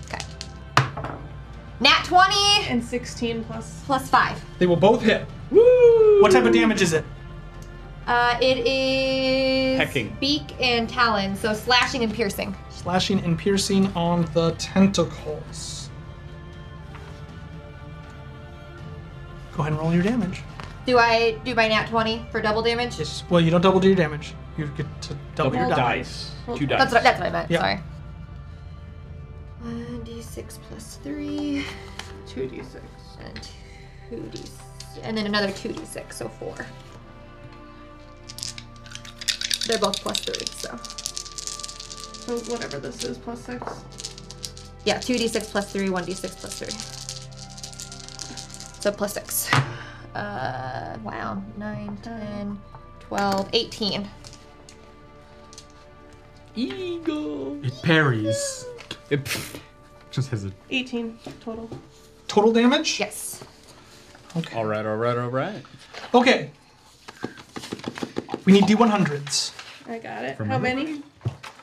Nat 20
And 16 plus.
plus five.
They will both hit. What type of damage is it?
Uh, it is
Hecking.
beak and talon, so slashing and piercing.
Slashing and piercing on the tentacles. Go ahead and roll your damage.
Do I do my nat twenty for double damage?
Yes. Well, you don't double do your damage. You get to double,
Double
your
your
damage.
dice. Two dice.
That's what, that's what I meant.
Yeah.
Sorry. One d six plus three,
2d6.
and two d, and then another two d six, so four. They're both plus three, so
So whatever this is, plus 6.
yeah, two d six plus three, one d six plus three. So plus six. Uh, wow. Nine, ten, twelve, eighteen.
Eagle.
It parries. It just has a.
18 total.
Total damage?
Yes.
All right, all right, all right.
Okay. We need D100s.
I got it.
From
How
where?
many?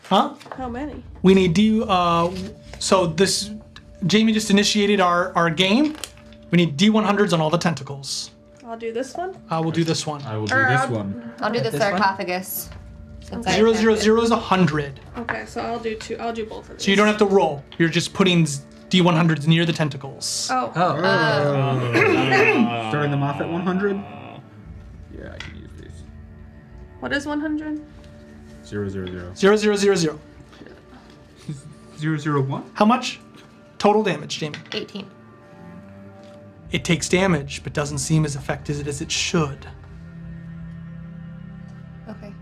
Huh?
How many?
We need D. Uh, so this. Jamie just initiated our, our game. We need D100s on all the tentacles.
I'll do this one.
I will do this one. I will
do Or this I'll-
one.
I'll do the
This one?
sarcophagus. since I
Zero
have
zero
it.
zero is a hundred,
Okay, so I'll do two. I'll do both of these.
so you don't have to roll. You're just putting D100s near the tentacles.
Oh. Uh, Um,
Oh. Starting them off at 100. Yeah, I can use these.
What is 100?
Zero zero zero.
Zero zero zero zero.
Zero zero one.
How much total damage, Jamie?
18.
It takes damage, but doesn't seem as effective as it should.
Okay.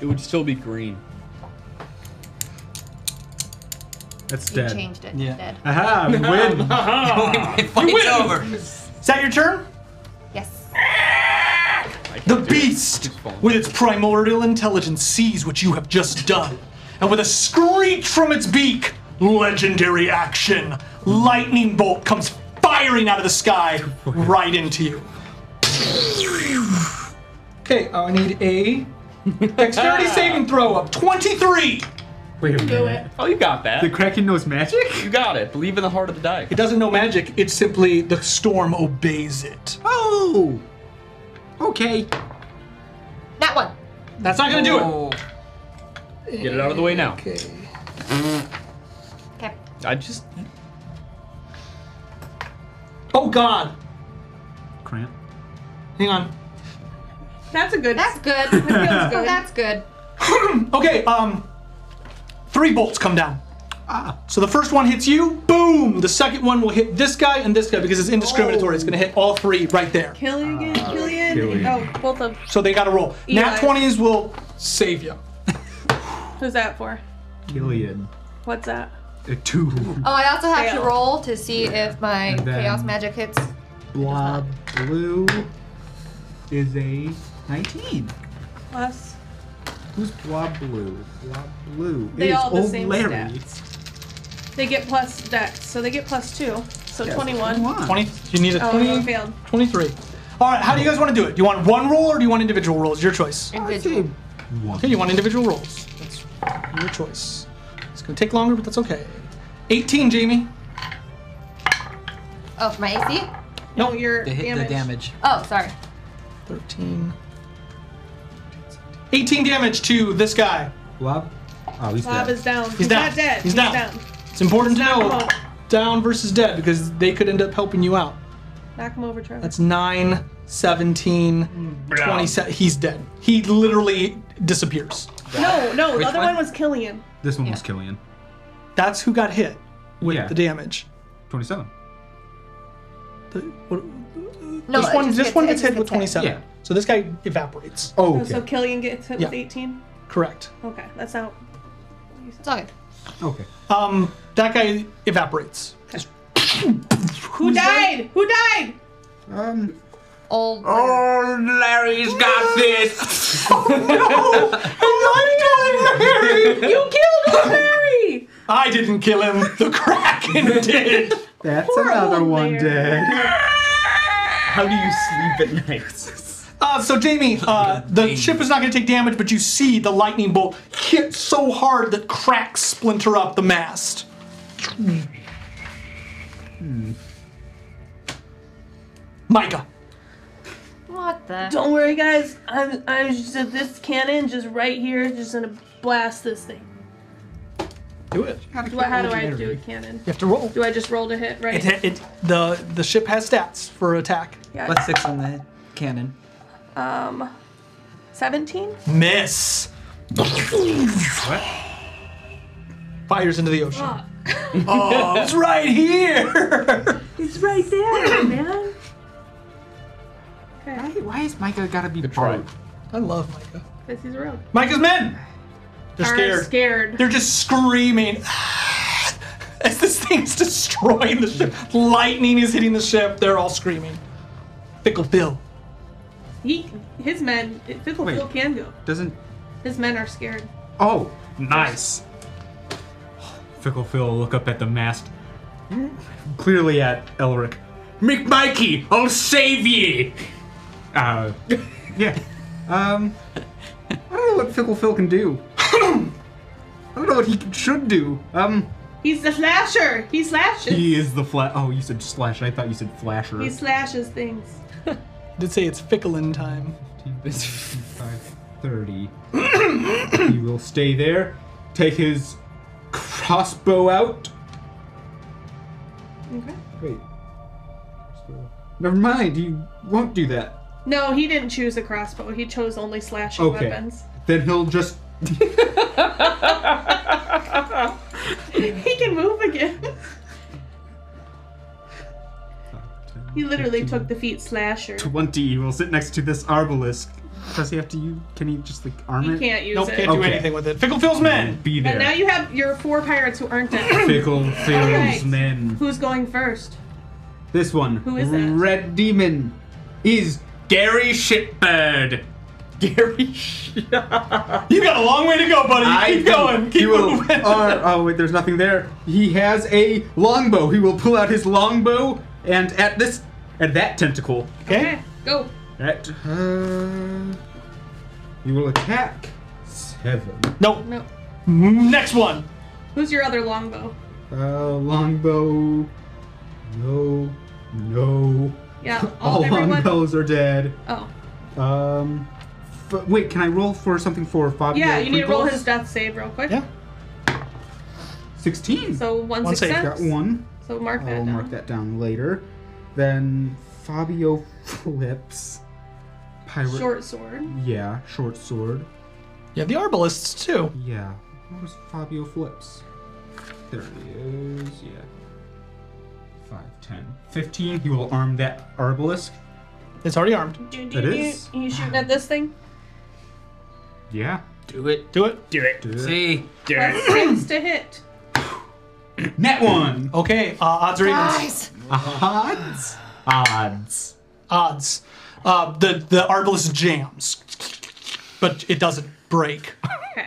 It would still be green.
That's
You
dead.
changed it.
Yeah.
Dead.
Aha, we win.
you win. Is that your turn?
Yes.
The beast, with its primordial intelligence, sees what you have just done, and with a screech from its beak, legendary action, lightning bolt comes firing out of the sky right into you. Okay, I need a dexterity saving throw of 23.
Wait a minute.
Oh, you got that.
The Kraken knows magic?
You got it. Believe in the heart of the die.
It doesn't know magic, it's simply the storm obeys it.
Oh! Okay. Oh.
That one.
That's not gonna do it.
it. Get it out of the way now.
Okay.
Okay.
I just.
Oh god.
Cramp.
Hang on.
That's a good.
That's good.
That feels good.
That's good.
okay, um, three bolts come down. Ah. So the first one hits you, boom! The second one will hit this guy and this guy because it's indiscriminatory. It's gonna hit all three right there.
Killian, Killian.
Uh, Killian.
Oh, both of.
So they gotta roll. Nat
Eli.
20s will save you.
Who's that for?
Killian.
What's that?
A two.
Oh, I also have
Fail.
to roll to see if my
And then-
chaos magic hits.
Blob blue is a 19.
Plus.
Who's blob blue? Blob blue.
They
is
all the
old
same
Larry.
They get plus dex, so they get plus two. So
Yeah, so
21.
20, you need a
Oh,
20,
I failed.
23. All right, how do you guys want to do it? Do you want one roll or do you want individual rolls? Your choice.
Individual.
Okay, you want individual rolls. That's your choice. It's gonna take longer, but that's okay. 18, Jamie.
Oh, for my AC?
No, your
They hit the damage.
Oh, sorry.
13. 18 damage to this guy.
Blob? Oh, he's
Bob is down.
He's down.
not dead.
He's down. It's important to know down versus dead because they could end up helping you out.
Knock him over, Trevor.
That's 9, 17, 27. He's dead. He literally disappears.
no, no.
Which
the other
one?
one? was Killian.
This one was Killian.
That's who got hit with
Yeah.
the damage.
27.
The- what-
No,
this
it
one,
just
this
gets-
one
it
gets
just
hit with
gets hit.
27.
Yeah.
So this guy evaporates.
Oh,
So Killian gets hit with
Yeah.
18.
Correct.
Okay, that's out. It's
okay.
Okay.
Um, that guy evaporates.
Who died? Who died?
Um.
Old.
Oh, Larry's got this.
You killed him, Larry!
I didn't kill him. The Kraken did.
That's another one dead.
How do you sleep at night?
Uh, so Jamie, uh, the ship is not going to take damage, but you see the lightning bolt hit so hard that cracks splinter up the mast.
Hmm.
Micah.
What the?
Don't worry, guys. I'm I'm just this cannon just right here, just gonna blast this thing.
Do it.
Do I- how do I do a cannon?
You have to roll.
Do I just roll to hit? Right.
It, it, the the ship has stats for attack.
Yeah.
What's six on the cannon?
Um, seventeen.
Miss. What? Fires into the ocean. oh, it's right here.
It's right there, man.
Why, why is Micah gotta be broke?
I love Micah.
This is real.
Micah's men. They're
Are
scared.
scared.
They're just screaming. As this thing's destroying the ship, lightning is hitting the ship. They're all screaming. Fickle Phil.
He, his men, Fickle Phil can go.
Doesn't.
His men are scared.
Oh, nice. Fickle Phil will look up at the mast, Hmm? clearly at Elric.
McMikey, I'll save ye!
Uh, yeah. Um, I don't know what Fickle Phil can do. I don't know what he should do. Um,
He's the slasher. He slashes.
he is the flat. Oh, you said slash. I thought you said flasher.
He slashes things.
Did say it's fickle in time.
It's 530. he will stay there, take his crossbow out.
Okay.
Wait. Never mind, he won't do that.
No, he didn't choose a crossbow. He chose only slashing
Okay.
weapons.
Then he'll just.
he can move again. he literally took the feet slasher.
20 he will sit next to this arbalist. Does he have to use. Can he just, like, arm
He
it?
can't use
Nope,
it.
can't do anything with it. Fickle Phil's men!
Be
But now
there.
you have your four pirates who aren't dead.
Fickle Phil's
Alright.
men.
Who's going first?
This one.
Who is that?
Red Demon is Gary Shitbird. Gary
You got a long way to go, buddy.
I
Keep going. Keep
he will,
moving.
Or, oh wait, there's nothing there. He has a longbow. He will pull out his longbow and at this, at that tentacle,
Okay.
Go.
at uh, you will attack seven.
Nope.
No.
Next one.
Who's your other longbow?
Uh, longbow. No, no.
Yeah, all,
All
everyone.
longbows are dead.
Oh,
Um, f- wait, can I roll for something for Fabio?
yeah. You need to roll
Frickles?
his death save real quick.
Yeah.
Sixteen.
So one,
One save.
success.
Got one.
So mark that
I'll
down.
mark that down later. Then Fabio flips. Pirate.
Short sword.
Yeah, short sword.
You have the arbalists too.
Yeah. What was Fabio flips? There he is. Yeah. 5, 10, 15. He will arm that arbalist.
It's already armed.
Do,
That is.
You shooting at this thing?
Yeah.
Do it.
Do it.
Do it.
Do it.
See? Do
Plus six to hit.
Net one.
Okay, uh, odds or evens?
Odds. Odds.
Odds. Uh, the the arbalist jams, but it doesn't break.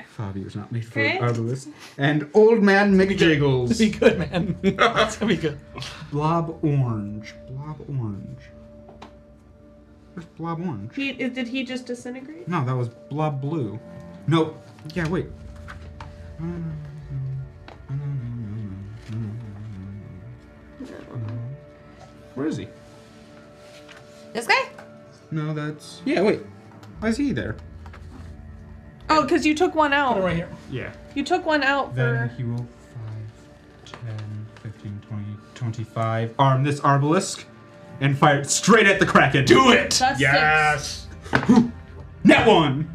Fabio's not made for
Okay.
arbalist. And old man McJiggles.
Be good, man. That's gonna be good.
Blob orange. Blob orange. Where's blob orange?
He, is- did he just disintegrate?
No, that was blob blue. No. Yeah, wait. Where is he?
This guy?
No, that's. Yeah, wait. Why is he there?
Oh, because you took one out.
Right here.
Yeah.
You took one out
Then
for.
he will 5, 10, 15, 20, 25. Arm this arbalisk and fire it straight at the kraken. Do it!
Plus six.
Net one!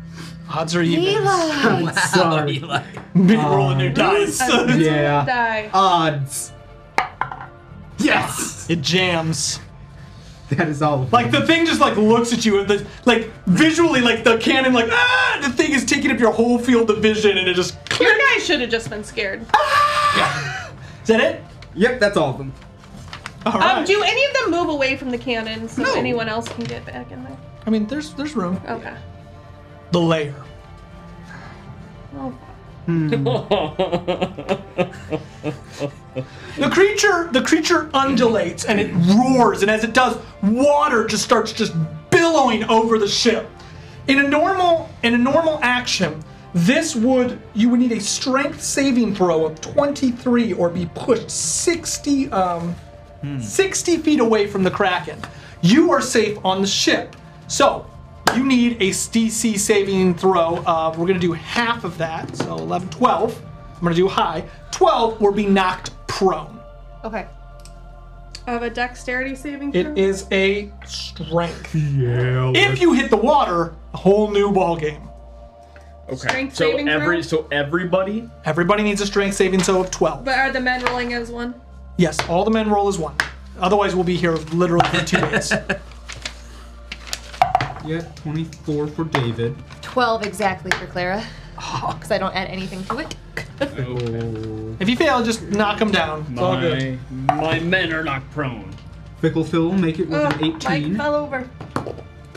Odds or evens?
Eli.
Sorry.
Big roll of new dice.
yeah.
Die.
Oh,
Odds. Yes!
it jams.
That is all. of
Like
them.
the thing just like looks at you and the like visually like the cannon like ah the thing is taking up your whole field of vision and it just
Your guy should have just been scared.
is that it?
Yep, that's all of them.
All right.
Um, do any of them move away from the cannon so
No.
anyone else can get back in there?
I mean, there's there's room.
Okay.
The layer.
Oh,
Hmm. The creature, the creature undulates and it roars, and as it does, water just starts just billowing over the ship. In a normal, in a normal action, this would you would need a strength saving throw of 23 or be pushed 60 um, 60 feet away from the kraken. You are safe on the ship, so you need a DC saving throw. Of, we're gonna do half of that, so 11, 12. I'm gonna do high 12 or be knocked prone.
Okay.
Of a dexterity saving throw?
It is a strength.
Yeah.
If you hit the water, a whole new ball game.
Okay.
Strength
so
saving
every
throw?
so everybody.
Everybody needs a strength saving throw of 12.
But are the men rolling as one?
Yes, all the men roll as one. Otherwise, we'll be here literally for two days.
Yeah, 24 for David.
Oh.
12 exactly for Clara. Because I don't add anything to it.
Oh,
If you fail, just knock him down. It's all good.
My, my men are not prone.
Fickle Phil, make it with an 18.
fell over.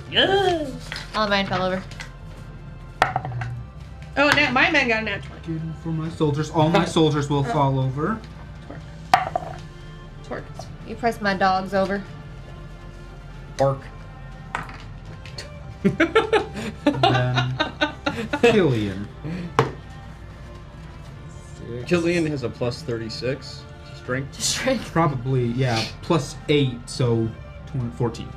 Yes.
All of mine fell over.
Oh, na- my man got a natural.
For my soldiers, all my soldiers will fall over.
Twerk.
You pressed my dogs over.
Bark. then Killian.
Killian has a plus 36 to strength.
strength.
Probably, yeah, plus 8, so 20 14.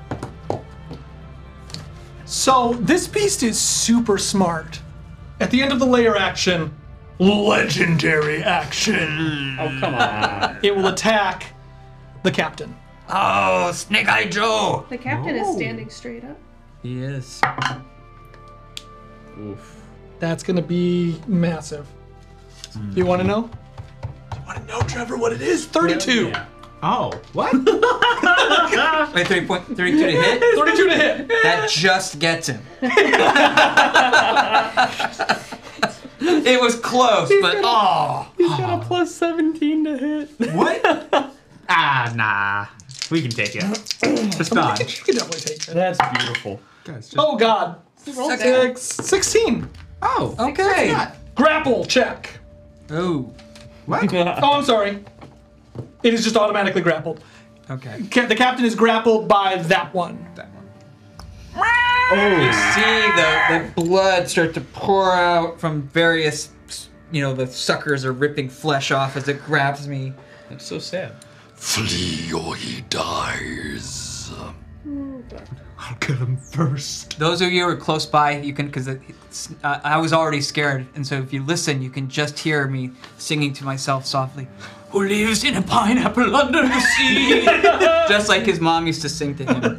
So this beast is super smart. At the end of the layer action, legendary action. Oh
come on!
it will attack the captain.
Oh, Snake Eye
Oh,
Joe!
The captain is standing straight up.
He is.
Oof.
That's gonna be massive. Do you want to know? I want to know, Trevor, what it is. Thirty-two.
Oh, what?
Wait, 3 point, 32 to hit?
32 to hit.
That just gets him. it was close, but oh.
He's got a plus 17 to hit.
Ah, nah. We can take it. It's dodge.
You can definitely take that.
That's beautiful.
Oh God.
rolled
Six, Sixteen.
Oh,
okay.
Grapple check.
Oh.
What?
oh, I'm sorry. It is just automatically grappled.
Okay.
Ca- the captain is grappled by that one.
You see the, the blood start to pour out from various, you know, the suckers are ripping flesh off as it grabs me.
That's so sad.
Flee or he dies.
I'll kill him first.
Those of you who are close by, you can, because uh, I was already scared, and so if you listen, you can just hear me singing to myself softly, Who lives in a pineapple under the sea? just like his mom used to sing to him.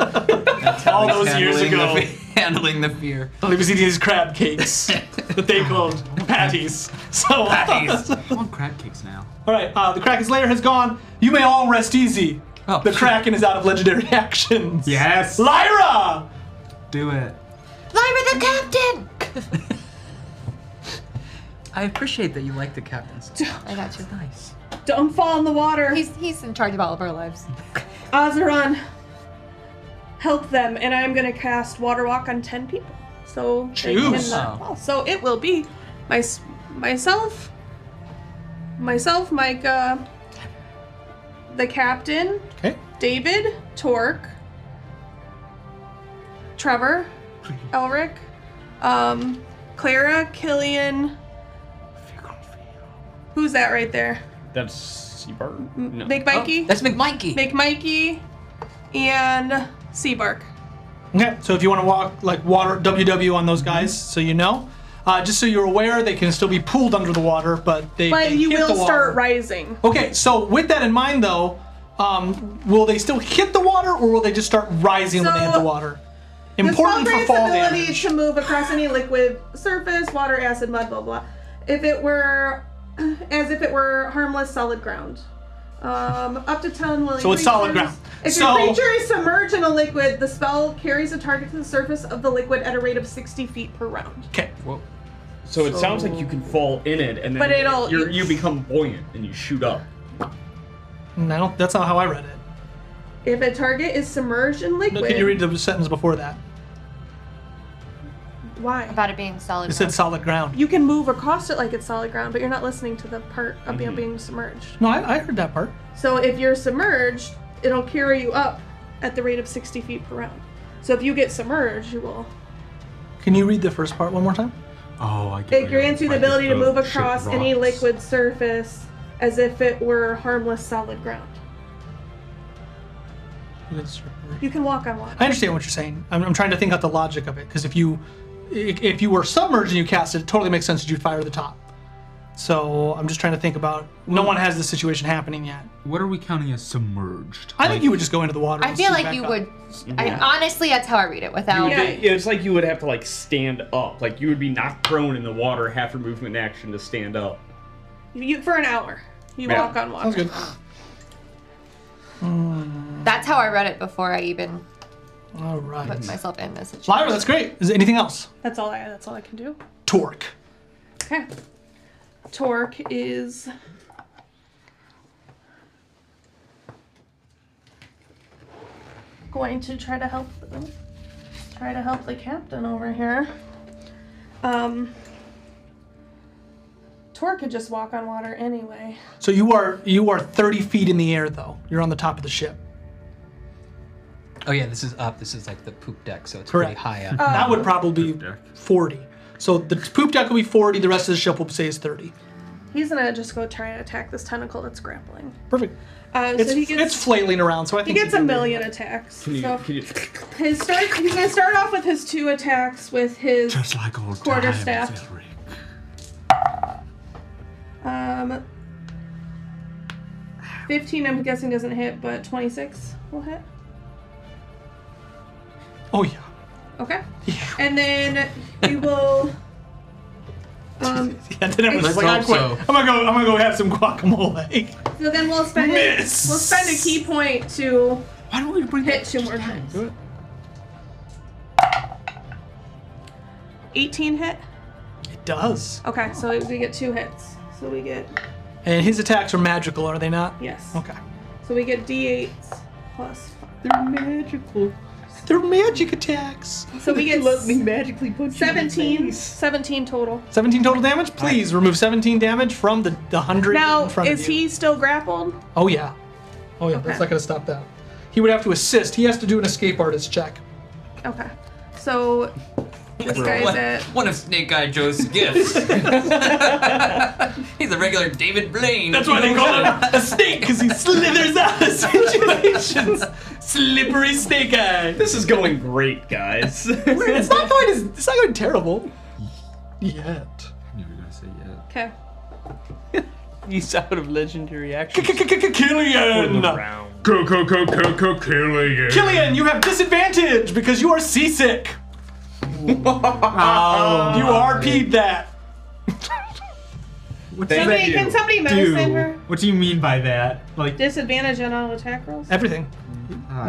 That's how
All
he's
those years
handling the
ago.
fe- handling the fear.
Well, he was eating his crab cakes that they called patties. So
Patties.
I want crab cakes now.
All right, uh, the Kraken's lair has gone. You may all rest easy.
Oh,
the Kraken is out of legendary actions.
Yes.
Lyra.
Do it.
Lyra the captain!
I appreciate that you like the captains.
I got you.
Nice.
Don't fall in the water.
He's he's in charge of all of our lives.
Azeron, help them, and I'm gonna cast Water Walk on ten people. So they
Juice.
cannot fall. So it will be my myself, myself, Micah, the captain,
Okay.
David, Torque, Trevor, Elric, um, Clara, Killian. Who's that right there?
That's Seabird? No.
Oh,
McMikey.
That's McMikey.
McMikey and Seabark.
Okay, so if you want to walk like water WW on those guys,
Mm-hmm.
so you know, uh, just so you're aware, they can still be pulled under the water, but they.
But
they
you
hit the
will
water.
start rising.
Okay, so with that in mind, though, um, will they still hit the water, or will they just start rising when they hit the
So-
water? Important for
This
fall
ability
damage.
to move across any liquid surface, water, acid, mud, blah blah. If it were, as if it were harmless solid ground. Um, up to ten willing.
So it's solid
creatures-
ground.
If
So-
your creature is submerged in a liquid, the spell carries the target to the surface of the liquid at a rate of sixty feet per round.
Okay.
So it sounds like you can fall in it and then
But it'll-
you're, you become buoyant and you shoot up.
No, that's not how Mm, I read it.
If a target is submerged in
No,
liquid,
Can you read the sentence before that?
why?
About it being solid.
It said solid ground.
You can move across it like it's solid ground, but you're not listening to the part of
Mm-hmm.
you being submerged.
No, I, I heard that part.
So if you're submerged, it'll carry you up at the rate of 60 feet per round. So if you get submerged, you will.
Can you read the first part one more time?
Oh, I
It grants you the ability to move
boat shit
across any
rocks.
liquid surface as if it were harmless solid ground. You can walk on water.
I understand what you're saying. I'm, I'm trying to think out the logic of it because if you i- if you were submerged and you cast it, it totally makes sense that you'd fire the top. So I'm just trying to think about. No one has this situation happening yet.
What are we counting as submerged?
I think you would just go into the water.
I
and
feel
scoot
like
back
you
up.
would. I honestly, that's how I read it.
You
Without
would be- it's like you would have to like stand up. Like you would be knocked prone in the water, half your movement action to stand up.
You, for an hour, you
Yeah.
walk on water.
Sounds good.
that's how I read it before I even
Hmm, All right.
put myself in this situation.
Lyra, that's great. Is there anything else?
That's all I. That's all I can do.
Torque.
Okay. Torque is going to try to help them. Try to help the captain over here. Um, Tor could just walk on water anyway.
So you are you are 30 feet in the air though. You're on the top of the ship.
Oh yeah, this is up. This is like the poop deck, so it's
Correct.
pretty high up.
that would probably be 40. So the poop deck will be 40. The rest of the ship will say is 30.
He's gonna just go try and attack this tentacle that's grappling.
Perfect.
Uh,
it's,
so he gets
it's flailing around, so I
he
think
gets a million attacks.
Can you-
so
can you-
his start he's gonna start off with his two attacks with his
Just like old
quarter
times,
staff. Um, fifteen. I'm guessing doesn't hit, but twenty-six will hit.
Oh yeah.
Okay. And then we will. Um,
Yeah, then it was
Let's
like I
hope
quit.
so.
I'm gonna go. I'm gonna go have some guacamole.
so then we'll spend a, we'll
Miss.
spend a key point to Why don't we bring hit two more times. Eighteen hit.
It does.
Okay, so we get two hits. So we get
And his attacks are magical, are they not?
yes.
Okay.
So we get d8s plus. Five. They're magical.
They're magic attacks.
So we get
Let me
magically punch 17, 17 total.
17 total damage. Please remove 17 damage from the, the hundred
Now
in front
is
of you.
he still grappled?
Oh yeah. Oh yeah. That's not gonna stop that. He would have to assist. He has to do an escape artist check.
Okay. So this guy's
one,
at
one of Snake Eye Joe's gifts. He's a regular David Blaine.
That's why they call him a snake, because he slithers out of situations. Slippery snake eye.
This is going great, guys.
it's not going. As, it's not going terrible. Yet.
I'm never gonna say yet.
Okay.
He's out of legendary action.
Killian.
Go, go, go, go, go, Killian.
Killian, you have disadvantage because you are seasick.
Oh.
you RP'd that.
What
Thank
Somebody- you. can somebody medicine her?
What do you mean by that? Like Ah,
disadvantage on all attack rolls.
Everything.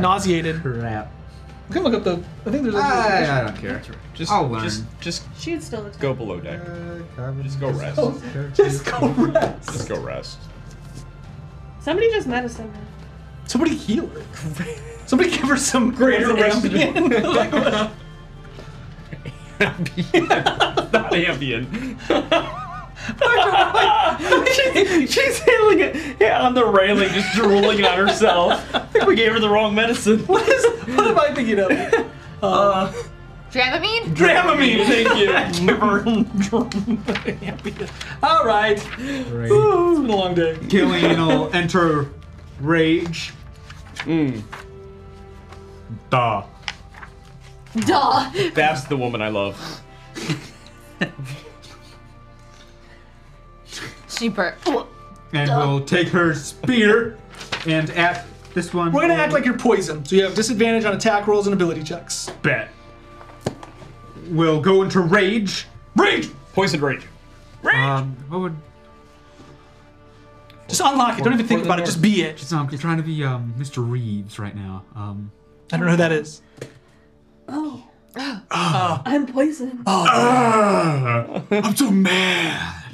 Nauseated. Crap. We can look up the. I think there's. a
I- I don't care.
Just,
I'll learn.
Just, just
She'd still attack.
go below deck. just go rest.
Just go rest.
Just go rest.
Somebody just medicine her.
Somebody heal her. Somebody give her some greater ambien. Like, what?
Not ambient.
She- She's handling it yeah, on the railing, just drooling on herself. I think we gave her the wrong medicine. What
is? What am I thinking of?
Uh,
Dramamine?
Dramamine, thank you. give her All right. Ooh, it's been a long day.
Killian will enter rage.
Hmm.
Mm.
Duh.
Duh.
That's the woman I love.
She burped.
And we'll take her spear and at this one.
We're gonna act like you're poisoned, so you have disadvantage on attack rolls and ability checks.
Bet. We'll go into rage. Rage!
Poison rage.
Rage! Um, what would.
Just unlock it. Don't even think about it. Just be it.
Just, um, I'm trying to be um, Mr. Reeves right now. Um,
I don't know who that is.
Oh. I'm poisoned.
Ah.
Ah.
I'm so mad.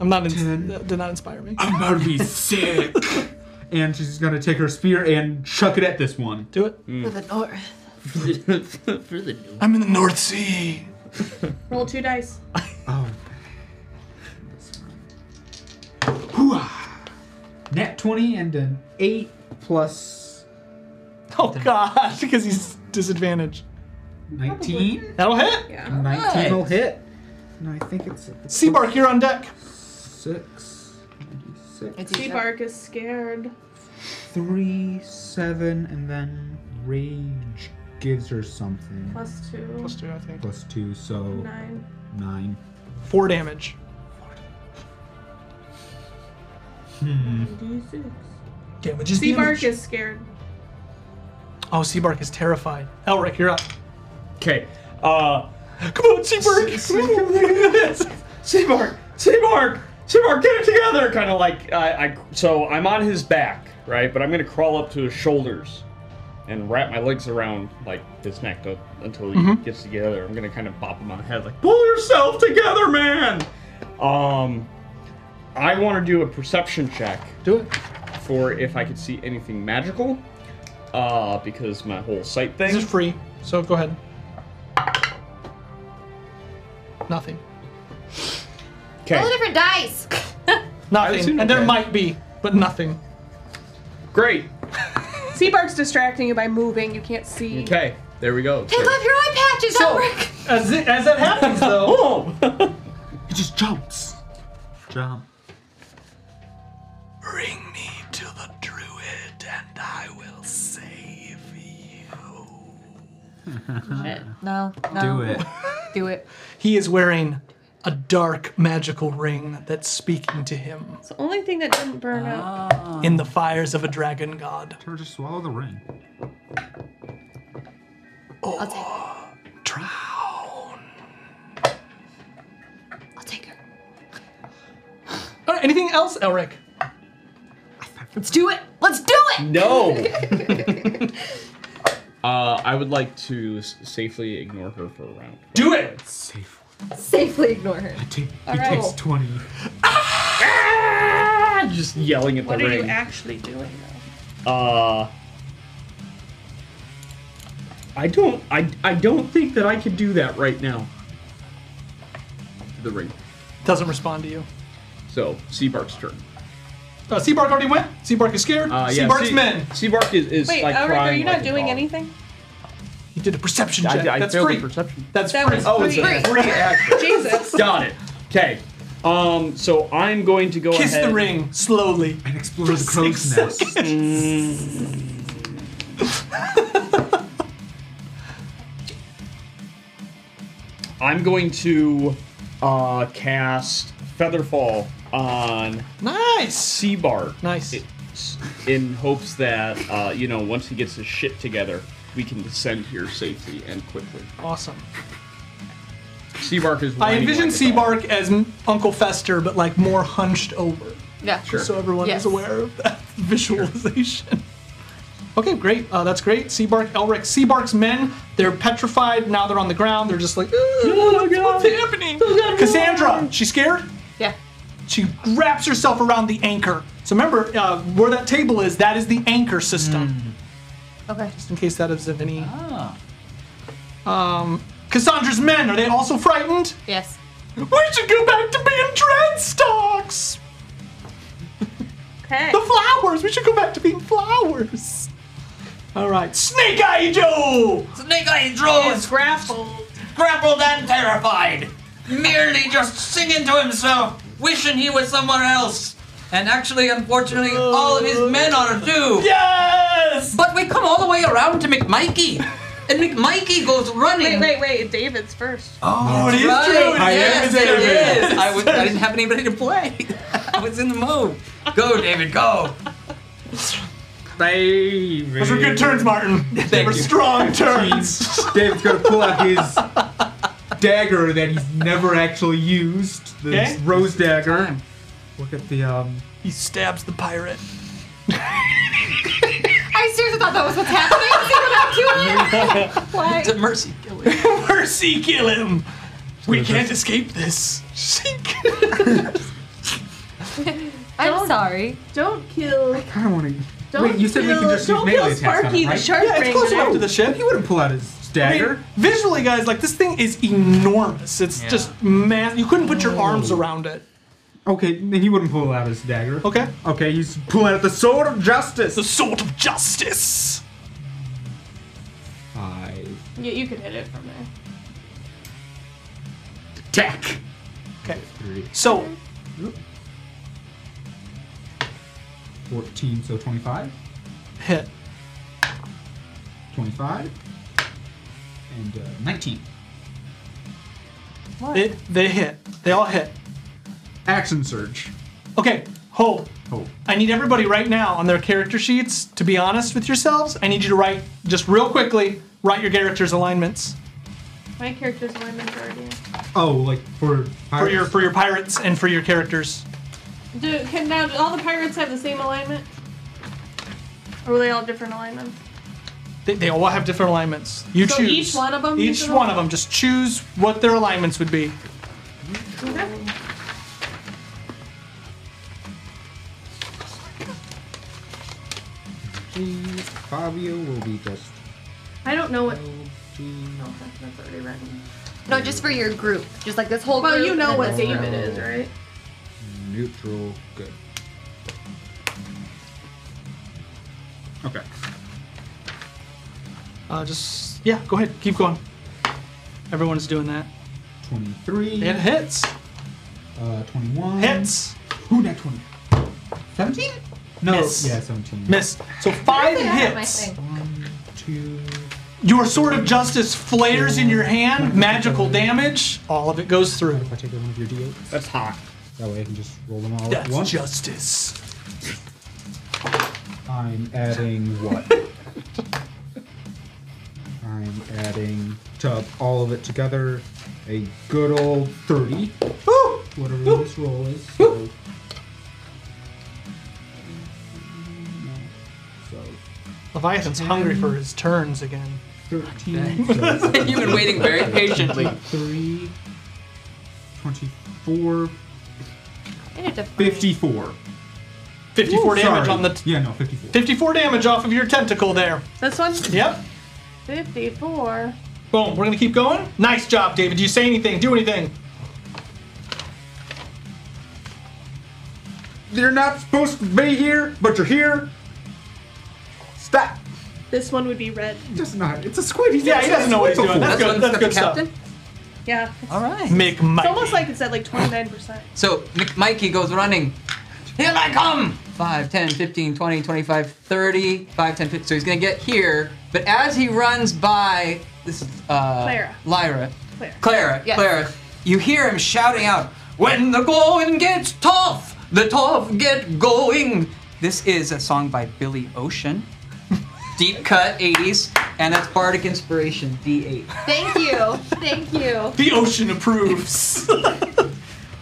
I'm not. In, that did not inspire me.
I'm about to be sick. and she's gonna take her spear and chuck it at this one.
Do it.
the north.
Hmm. For the new.
I'm in the North Sea.
Roll two dice.
Oh. Net 20 and an 8 plus
Oh god, because he's disadvantaged.
19?
That'll hit.
Yeah.
19 will hit. And I think it's
Seabark, you're on deck.
Six. Six.
Seabark is scared.
Three, seven, and then rage gives her something.
Plus two. Plus
two, I think.
Plus two, so
Nine.
nine.
Four damage.
Hmm.
D6.
Damage is
Seabark
damage.
is scared.
Oh, Seabark is terrified. Elric, you're up.
Okay. Uh,
come on, Seabark.
Seabark. Seabark. Seabark, get it together. Kind of like I, I. So I'm on his back, right? But I'm gonna crawl up to his shoulders, and wrap my legs around like his neck to, until he
Mm-hmm.
Mhm.
gets together. I'm gonna kind of bop him on the head, like pull yourself together, Um, man. Um, I want to do a perception check.
Do it.
for if I could see anything magical, uh, because my whole sight thing.
This is free, so go ahead. Nothing.
All the different dice.
Nothing. And there might be, but nothing.
Great.
Seabark's distracting you by moving. You can't see.
Okay, there we go.
Take off your eye patches,
So-
Elric.
As, it, as that happens, though,
It just jumps.
Jump.
Bring me to the druid and I will save
No, no.
Do it.
Do it.
he is wearing a dark magical ring that's speaking to him
It's the only thing that didn't burn out.
in the fires of a dragon god.
Or just swallow the ring.
Oh.
I'll take her. I'll take her.
All right, Uh, anything else, Elric?
Let's do it. Let's do it.
No. uh, I would like to s- safely ignore her for a round.
Do it.
Safe.
Safely ignore her. All right.
twenty. Ah! Just yelling at the
What are
ring.
you actually doing?
Uh, I don't. I, I don't think that I could do that right now. The ring.
Doesn't respond to you.
So Seabark's turn.
Uh, Seabark already went. Seabark is scared.
Uh, yeah,
Seabark's
Se-
men.
Seabark is, is
Wait,
like
Elric,
crying.
are you
like
not
a
doing
dog.
anything?
He did a perception
I-
check.
I
That's
failed
free.
the perception.
That's
That
free.
was
Oh, it's a free action.
Jesus.
Got it. Okay. Um. So I'm going to go
Kiss the
ahead-
ring slowly and
explore the crow's nest.
I'm going to uh, cast Featherfall on
Nice
Seabar.
Nice.
In hopes that uh, you know, once he gets his shit together, we can descend here safely and quickly.
Awesome.
Seabark is.
I
whining
envision
like a dog.
Seabark as M- Uncle Fester, but like more hunched over.
Yeah.
Sure. So everyone is aware of that visualization. Okay, great. Uh, that's great. Seabark, Elric, Seabark's men, they're petrified. Now they're on the ground. They're just like, "Ugh, what's, what's happening? Cassandra, she's scared?
Yeah.
She wraps herself around the anchor. So remember, uh, where that table is, that is the anchor system.
Okay.
Just in case that is of any. Um, Cassandra's men, are they also frightened?
Yes.
We should go back to being dreadstocks! The flowers! We should go back to being flowers! Alright, Snake Eye Joe!
Snake Eye Joe is grappled, grappled and terrified, merely just singing to himself, wishing he was somewhere else.
And actually, unfortunately, all of his men are too.
Yes!
But we come all the way around to McMikey. And McMikey goes running.
Wait, wait, wait. David's first.
Oh,
it is
right.
true. I am
Yes,
David.
it is. I, was, I didn't have anybody to play. I was in the mode. Go, David, go.
Baby.
Those were good turns, Martin. They were strong turns.
David's gonna pull out his dagger that he's never actually used. The
Okay.
rose dagger. Look at the um.
He stabs the pirate.
I seriously thought that was what's happening. See what I'm doing? Why?
It's a mercy.
Mercy, kill him! We can't escape this.
I'm sorry.
Don't kill. I
kind of want to.
Don't
Wait, you said we can
kill-
just use
don't kill
melee attacks on
Sparky,
him,
the
right?
shark
yeah, it's
brain
close
guy.
enough to the ship. He
wouldn't pull out his dagger.
visually, guys, like this thing is enormous. It's
Yeah.
just man. You couldn't put your arms
Oh.
around it.
Okay, then he wouldn't pull out his dagger.
Okay.
Okay, he's pulling out the sword of justice. The
sword of justice.
Five.
Yeah, you could hit it from there.
Attack.
Okay.
Three.
So.
14, so 25.
Hit.
25. And uh, 19.
They, they hit. They all hit.
Action surge.
Okay, hold.
Hold.
I need everybody right now on their character sheets to be honest with yourselves. I need you to write, just real quickly, write your character's alignments.
My character's alignment already.
Oh, like for
For your for your pirates and for your characters.
Do can now do all the pirates have the same alignment? Or are they all different alignments?
They, they all have different alignments. You
So
choose.
each one of 'em
Each
needs an
one of them. Just choose what their alignments would be.
Okay.
Fabio will be just.
I don't know what.
that's
already written.
No, just for your group. Just like this whole
Well,
group.
you know
and
what
this
David
group.
is, right?
Neutral. Good. Okay.
Uh, just yeah, go ahead, keep going. Everyone's doing that.
Twenty-three.
It hits.
Uh, 21.
Hits.
Who that 20? 17? No.
Miss.
Yeah, 17.
Miss. So five hits. Your sword of justice flares in your hand. Magical damage. All of it goes through. If
I take one of your d8s.
That's hot.
That way I can just roll them all
That's
at once.
justice.
I'm adding what? I'm adding to all of it together a good old 30. Whatever this roll is. So,
Leviathan's hungry for his turns again.
13.
You've been waiting very patiently.
3, 24,
It is definitely-
54.
54 damage on the
yeah, no, 54.
54 damage off of your tentacle there.
This one?
Yep.
54.
Boom. We're gonna keep going. Nice job, David. You say anything? Do anything?
You're not supposed to be here, but you're here. Stop.
This one would be red.
Does not. It's a squid.
Yeah, he doesn't know what he's doing. That's good. That's good stuff.
Yeah.
All right.
Make
It's almost like it's at like 29%.
So Mc- Mikey goes running. Here I come! 5, 10, 15, 20, 25, 30, 5, 10, 15. So he's going to get here. But as he runs by this uh,
Clara.
Lyra,
Clara.
Clara,
Yes.
Clara, you hear him shouting out, When the going gets tough, the tough get going. This is a song by Billy Ocean. Deep cut 80s, and that's Bardic Inspiration D8.
Thank you. Thank you.
The ocean approves.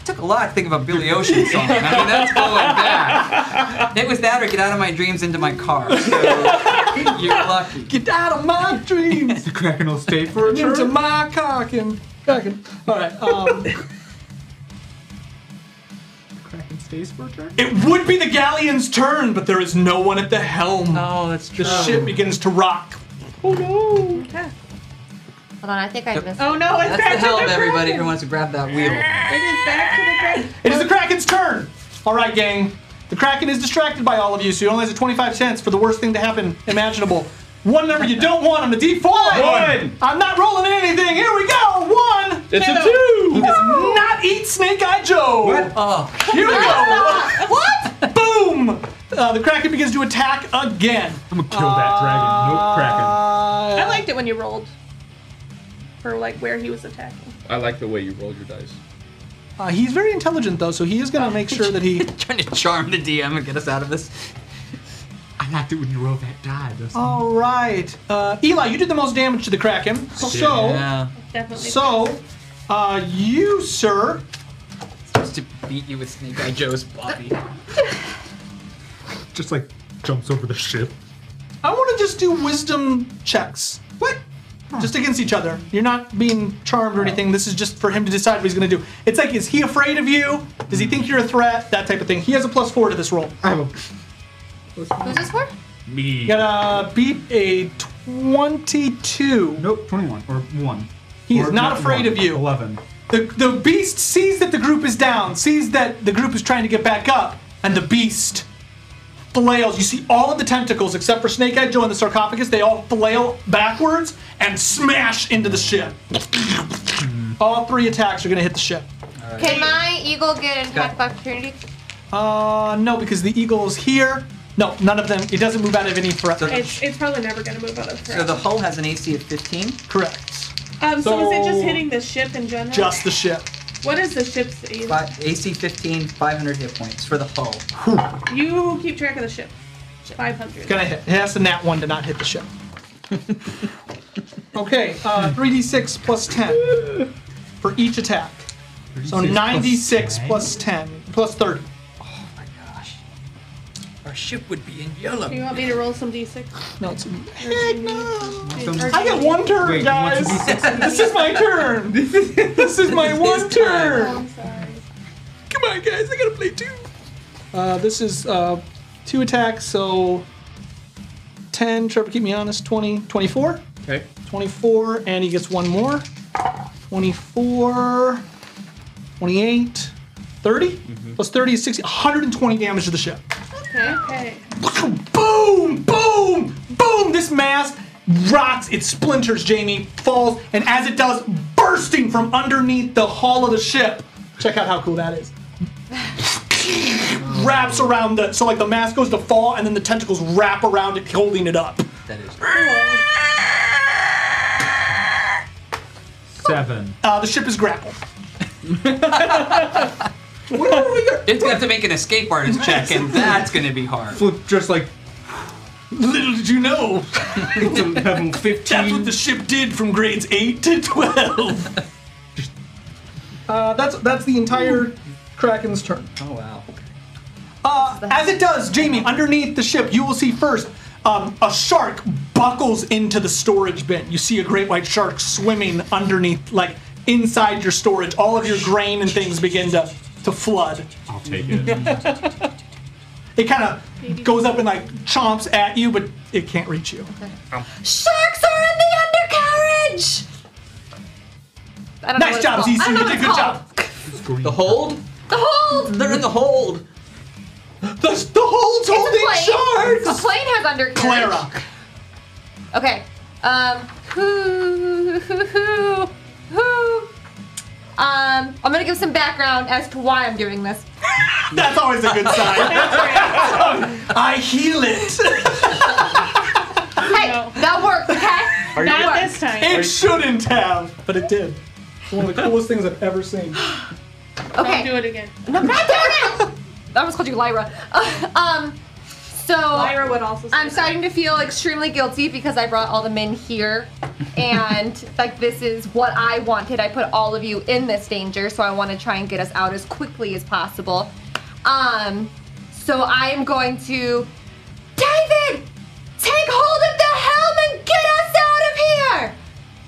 Took a lot to think of a Billy Ocean song. I mean, that's going back. It was that or get out of my dreams into my car. So you're lucky.
Get out of my dreams.
the Kraken will stay for a
Into
turn.
my cock and Kraken. All right. Um,
Kraken stays for a turn.
it would be the galleon's turn, but there is no one at the helm.
Oh, that's
true. The
true.
ship begins to rock.
Oh no. Okay.
Hold on, I think I missed
Oh no, it's
That's
back
the help,
to the
everybody.
Kraken.
Everyone wants to grab that wheel.
It is back to the
It is the Kraken's turn. All right, gang. The Kraken is distracted by all of you, so he only has a 25 cents for the worst thing to happen imaginable. One number you don't want on the D4.
One.
I'm not rolling anything. Here we go. One.
It's a
And
two.
He does not eat Snake Eye Joe. What?
Oh.
Here we go. what? Boom. Uh, the Kraken begins to attack again.
I'm gonna kill that dragon. Nope,
Uh,
Kraken.
I liked it when you rolled for like where he was attacking.
I like the way you rolled your dice.
Uh, he's very intelligent though, so he is gonna make sure that he.
Trying to charm the DM and get us out of this.
I liked it when you rolled that die. That's
All right, uh, Eli, you did the most damage to the Kraken, so
Yeah.
Definitely.
so uh, you, sir,
Supposed to beat you with Snake Eye Joe's body.
just like jumps over the ship.
I want to just do wisdom checks. What? Just against each other. You're not being charmed or anything. This is just for him to decide what he's gonna do. It's like, is he afraid of you? Does he think you're a threat? That type of thing. He has a plus four to this roll.
I have a
Who's this for?
You gotta beat a 22.
Nope, 21 or 1.
He is
Or
not afraid
one,
of you.
11.
The, the beast sees that the group is down, sees that the group is trying to get back up, and the beast flails. You see all of the tentacles, except for Snake Eye Joe and the sarcophagus, they all flail backwards and smash into the ship. all three attacks are going to hit the ship.
Can my eagle get an attack of opportunity?
Uh, no, because the eagle is here. No, none of them. It doesn't move out of any threat.
It's, it's probably never gonna move out of
So
threat.
the hull has an AC of 15.
Correct.
um, so, is it just
so-
hitting the ship in general?
Just the ship.
What is the ship's AC?
Five, AC 15, 500 hit points for the hull.
You keep track of the ship. 500.
It's gonna hit. It has to nat one to not hit the ship. okay, uh, 3d6 plus 10 for each attack.
36
So
plus
96 plus 10 plus 30.
Our ship would be in
Do you
yellow.
want me to roll some d6?
No, it's.
Heck no!
I get one turn,
Wait, you want
guys.
to be six?
This is my turn. this is my one turn.
I'm sorry.
Come on, guys. I gotta play two. Uh, this is uh, two attacks, so 10, Trevor, keep me honest, 20, 24.
Okay.
24, and he gets one more. 24, 28, 30. Plus 30 is 60, 120 damage to the ship.
Okay, okay.
Boom, boom, boom! This mass rocks, it splinters, Jamie, falls, and as it does, bursting from underneath the hull of the ship. Check out how cool that is. Wraps around the, so like the mass goes to fall, and then the tentacles wrap around it, holding it up.
Seven.
Uh, the ship is grappled.
It's gonna have to make an escape artist check, and that's gonna be hard.
Flip just like.
Little did you know.
level 15.
That's what the ship did from grades 8 to 12. uh, that's, that's the entire Kraken's turn.
Oh wow.
Uh, as it does, Jamie, underneath the ship, you will see first um, a shark buckles into the storage bin. You see a great white shark swimming underneath, like inside your storage. All of your grain and things begin to, to flood.
I'll take it.
It kind of goes up and like chomps at you, but it can't reach you.
Oh.
Sharks are in the undercarriage! I don't know
Nice
what it's
job,
called.
ZZ.
I don't know
You
what
did
it's
good
called.
The hold?
The hold!
They're in the hold!
The, the hold's
It's a plane. The plane has undercarriage.
Clara.
Okay. Um. Who? Who? Who? Who? Um. I'm gonna give some background as to why I'm doing this.
That's always a good sign. I heal it.
Hey, that worked. Okay.
Are you-
that
Not this
worked.
time. It shouldn't have, but it did. It's one of the coolest things I've ever seen.
Okay.
do it again.
No, I'm not doing it. I almost called you Lyra. um. So
Lyra would also.
I'm starting to feel extremely guilty because I brought all the men here, and like this is what I wanted. I put all of you in this danger, so I want to try and get us out as quickly as possible. Um, so I am going to, David, take hold of the helm and get us out of here.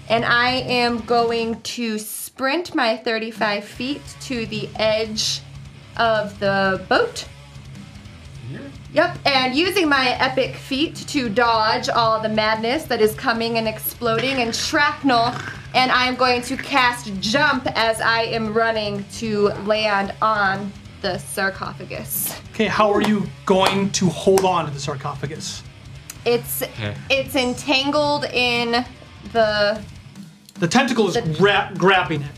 And I am going to sprint my 35 feet to the edge of the boat. Yep, and using my epic feat to dodge all the madness that is coming and exploding and shrapnel, and I am going to cast jump as I am running to land on the sarcophagus.
Okay, how are you going to hold on to the sarcophagus?
It's it's entangled in the
The tentacle is gra- grabbing it.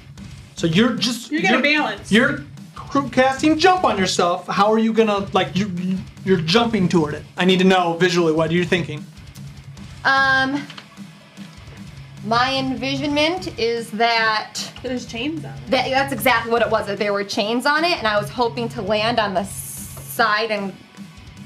So you're just you're
gonna balance.
You're cr- casting jump on yourself. How are you gonna like you you're jumping toward it? I need to know visually what you're thinking.
um my envisionment is that
there's chains on it.
That, that's exactly what it was. That there were chains on it, and I was hoping to land on the s- side and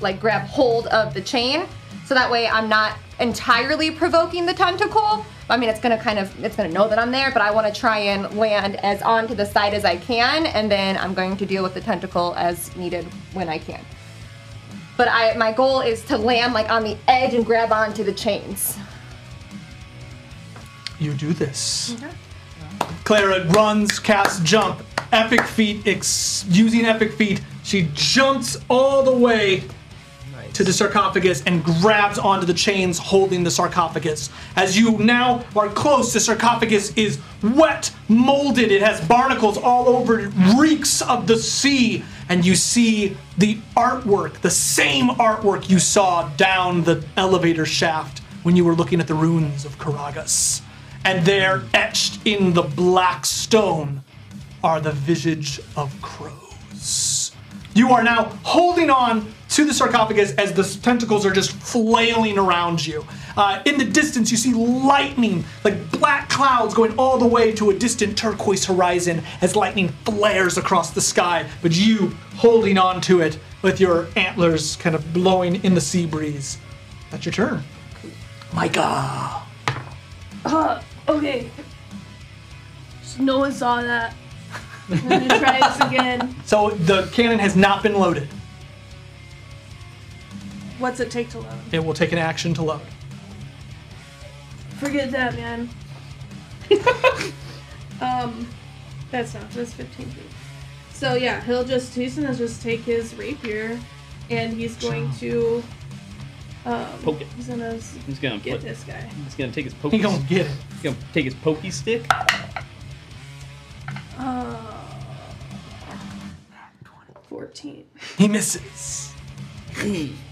like grab hold of the chain, so that way I'm not entirely provoking the tentacle. I mean, it's gonna kind of, it's gonna know that I'm there, but I want to try and land as onto the side as I can, and then I'm going to deal with the tentacle as needed when I can. But I, my goal is to land like on the edge and grab onto the chains.
You do this. Clara runs, casts jump, epic feat, ex- using epic feat. She jumps all the way to the sarcophagus and grabs onto the chains holding the sarcophagus. As you now are close, the sarcophagus is wet, molded, it has barnacles all over, it reeks of the sea, and you see the artwork, the same artwork you saw down the elevator shaft when you were looking at the ruins of Karagas. And there, etched in the black stone, are the visage of crows. You are now holding on to the sarcophagus as the tentacles are just flailing around you. Uh, in the distance, you see lightning, like black clouds going all the way to a distant turquoise horizon as lightning flares across the sky, but you holding on to it with your antlers kind of blowing in the sea breeze. That's your turn. Micah.
Uh, okay. So Noah saw that. I'm gonna try this again.
So the cannon has not been loaded.
What's it take to load?
It will take an action to load.
Forget that, man. um, that's not. That's 15 feet. So yeah, he'll just he's gonna just take his rapier, and he's going to Um,
Poke it.
He's gonna s-
He's gonna
get
put-
this guy.
He's gonna take his pokey. He's gonna
get it.
He's gonna take his pokey stick.
Uh, 14.
He misses.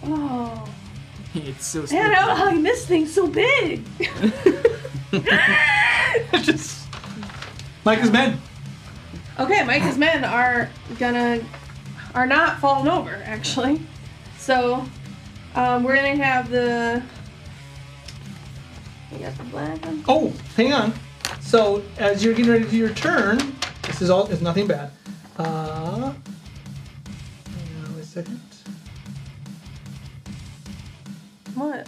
Oh.
it's so
I don't know how you miss things so big.
Like his men.
Okay, Micah's men are gonna are not falling over actually. So um, we're gonna have the. We got the black one.
Oh, hang on. So as you're getting ready to do your turn, this is all. It's nothing bad. Uh, hang on a second.
What?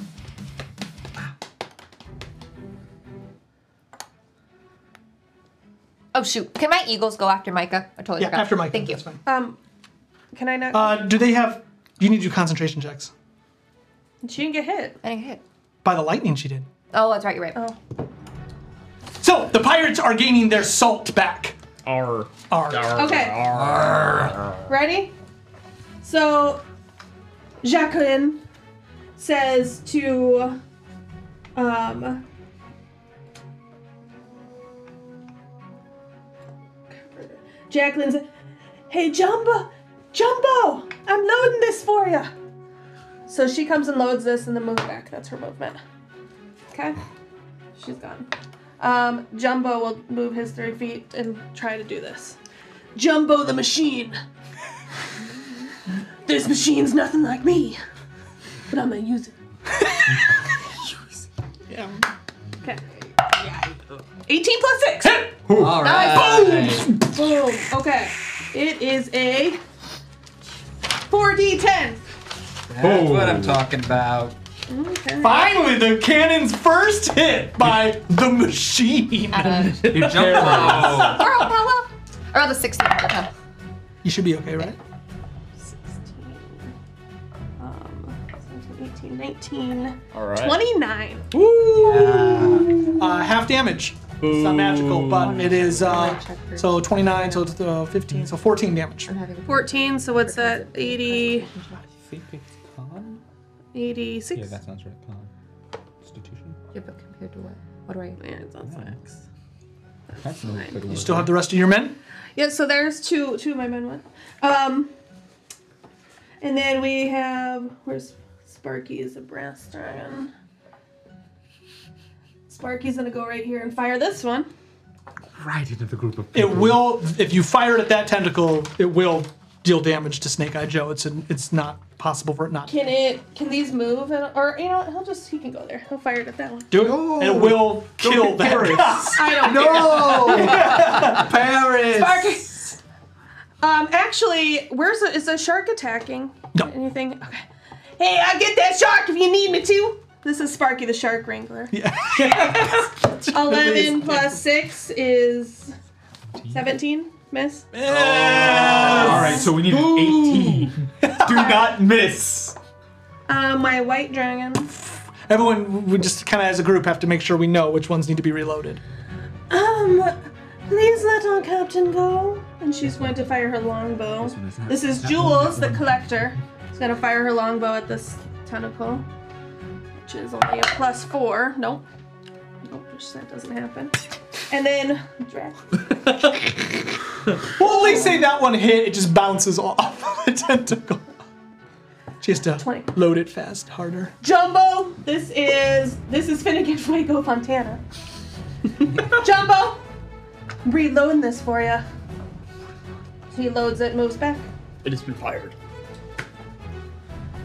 Oh shoot! Can my eagles go after Micah? I totally
Yeah,
forgot.
after Micah,
Thank you.
Um, can I not?
Uh, do they have? You need to do concentration checks.
she didn't get hit.
I didn't get hit.
By the lightning, she did.
Oh, that's right. You're right.
Oh.
So the pirates are gaining their salt back.
R.
R.
Okay. Ready? So, Jacqueline says to, um, Jacqueline's, hey Jumbo, Jumbo, I'm loading this for you. So she comes and loads this and then moves back. That's her movement. Okay, she's gone. Um, Jumbo will move his three feet and try to do this. Jumbo the machine. This machine's nothing like me, but I'm gonna use it.
Yeah.
Okay. 18 plus 6!
All
Oh!
Nice. Boom! Okay. It is a 4d10.
That's what I'm talking about.
Okay.
Finally, the cannon's first hit by the machine.
You jump
Girl power. Around the 16. Okay.
You should be okay, right?
18, 19,
All right.
29.
Woo! Uh, half damage. It's not magical, but it is uh, so 29, so it's, uh, 15, so 14 damage.
14, so what's that? 80,
think it's con?
86?
Yeah, that sounds right. Con. Institution.
Yeah, but compared to what? What do I?
Yeah, it's on six.
That's no good
You
word.
still have the rest of your men.
Yeah, so there's two two of my men went. Um and then we have where's Sparky is a brass dragon. Sparky's gonna go right here and fire this one.
Right into the group of
It will, if you fire it at that tentacle, it will deal damage to Snake Eye Joe. It's an, it's not possible for it not.
Can it can these move and or you know, he'll just he can go there. He'll fire it at that one.
Do it.
Oh.
and it will kill that. guy.
I don't
No! Paris.
Sparky. Um, actually, where's the, is the shark attacking? No. Anything? Okay. Hey, I get that shark if you need me to. This is Sparky the shark wrangler. Yeah. Eleven plus six is seventeen. Miss.
All right, so we need an 18.
Do not miss.
Uh, my white dragon.
Everyone, we just kind of as a group have to make sure we know which ones need to be reloaded.
Um, please let our captain go. And she's going to fire her longbow. This is Jules, the collector. She's going to fire her longbow at this tentacle, which is only a plus four. Nope. Nope, just that doesn't happen. And then, Drac-
Well, at least say that one hit, it just bounces off the tentacle. She has to load it fast, harder.
Jumbo, this is this is Finnegan Fuego Fontana. Jumbo, reloading this for you. He loads it, moves back.
It has been fired.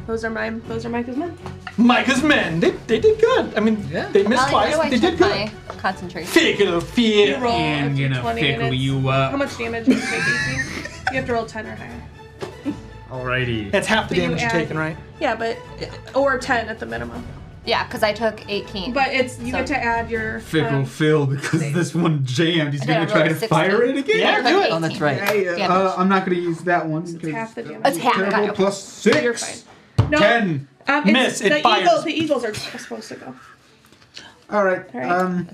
Those are my those are Micah's men.
Micah's men, they, they did good. I mean, they missed
Allie,
twice,
how do I
but they did
check
good.
my concentration?
Figure fear.
roll
I'm
Twenty minutes. How much damage is it? 18? You have to roll ten or higher.
Alrighty.
That's half the
But you
damage you're
add-
taking, right?
Yeah, but uh, or ten at the minimum.
Yeah, because I took 18.
But it's you get to add your
Fickle
um,
Phil, because this one jammed. He's
I
going
gotta
to try
roll
to fire
a 16.
it again.
Yeah, do it. Oh, that's right.
Yeah, yeah.
Damage.
Uh, I'm not going to use that one. It's
half the damage.
It's half, got
Terrible
it.
plus six. You're fine.
No,
Ten.
um, it's- the Eagle, the eagles are supposed to go.
All right.
All right.
Um,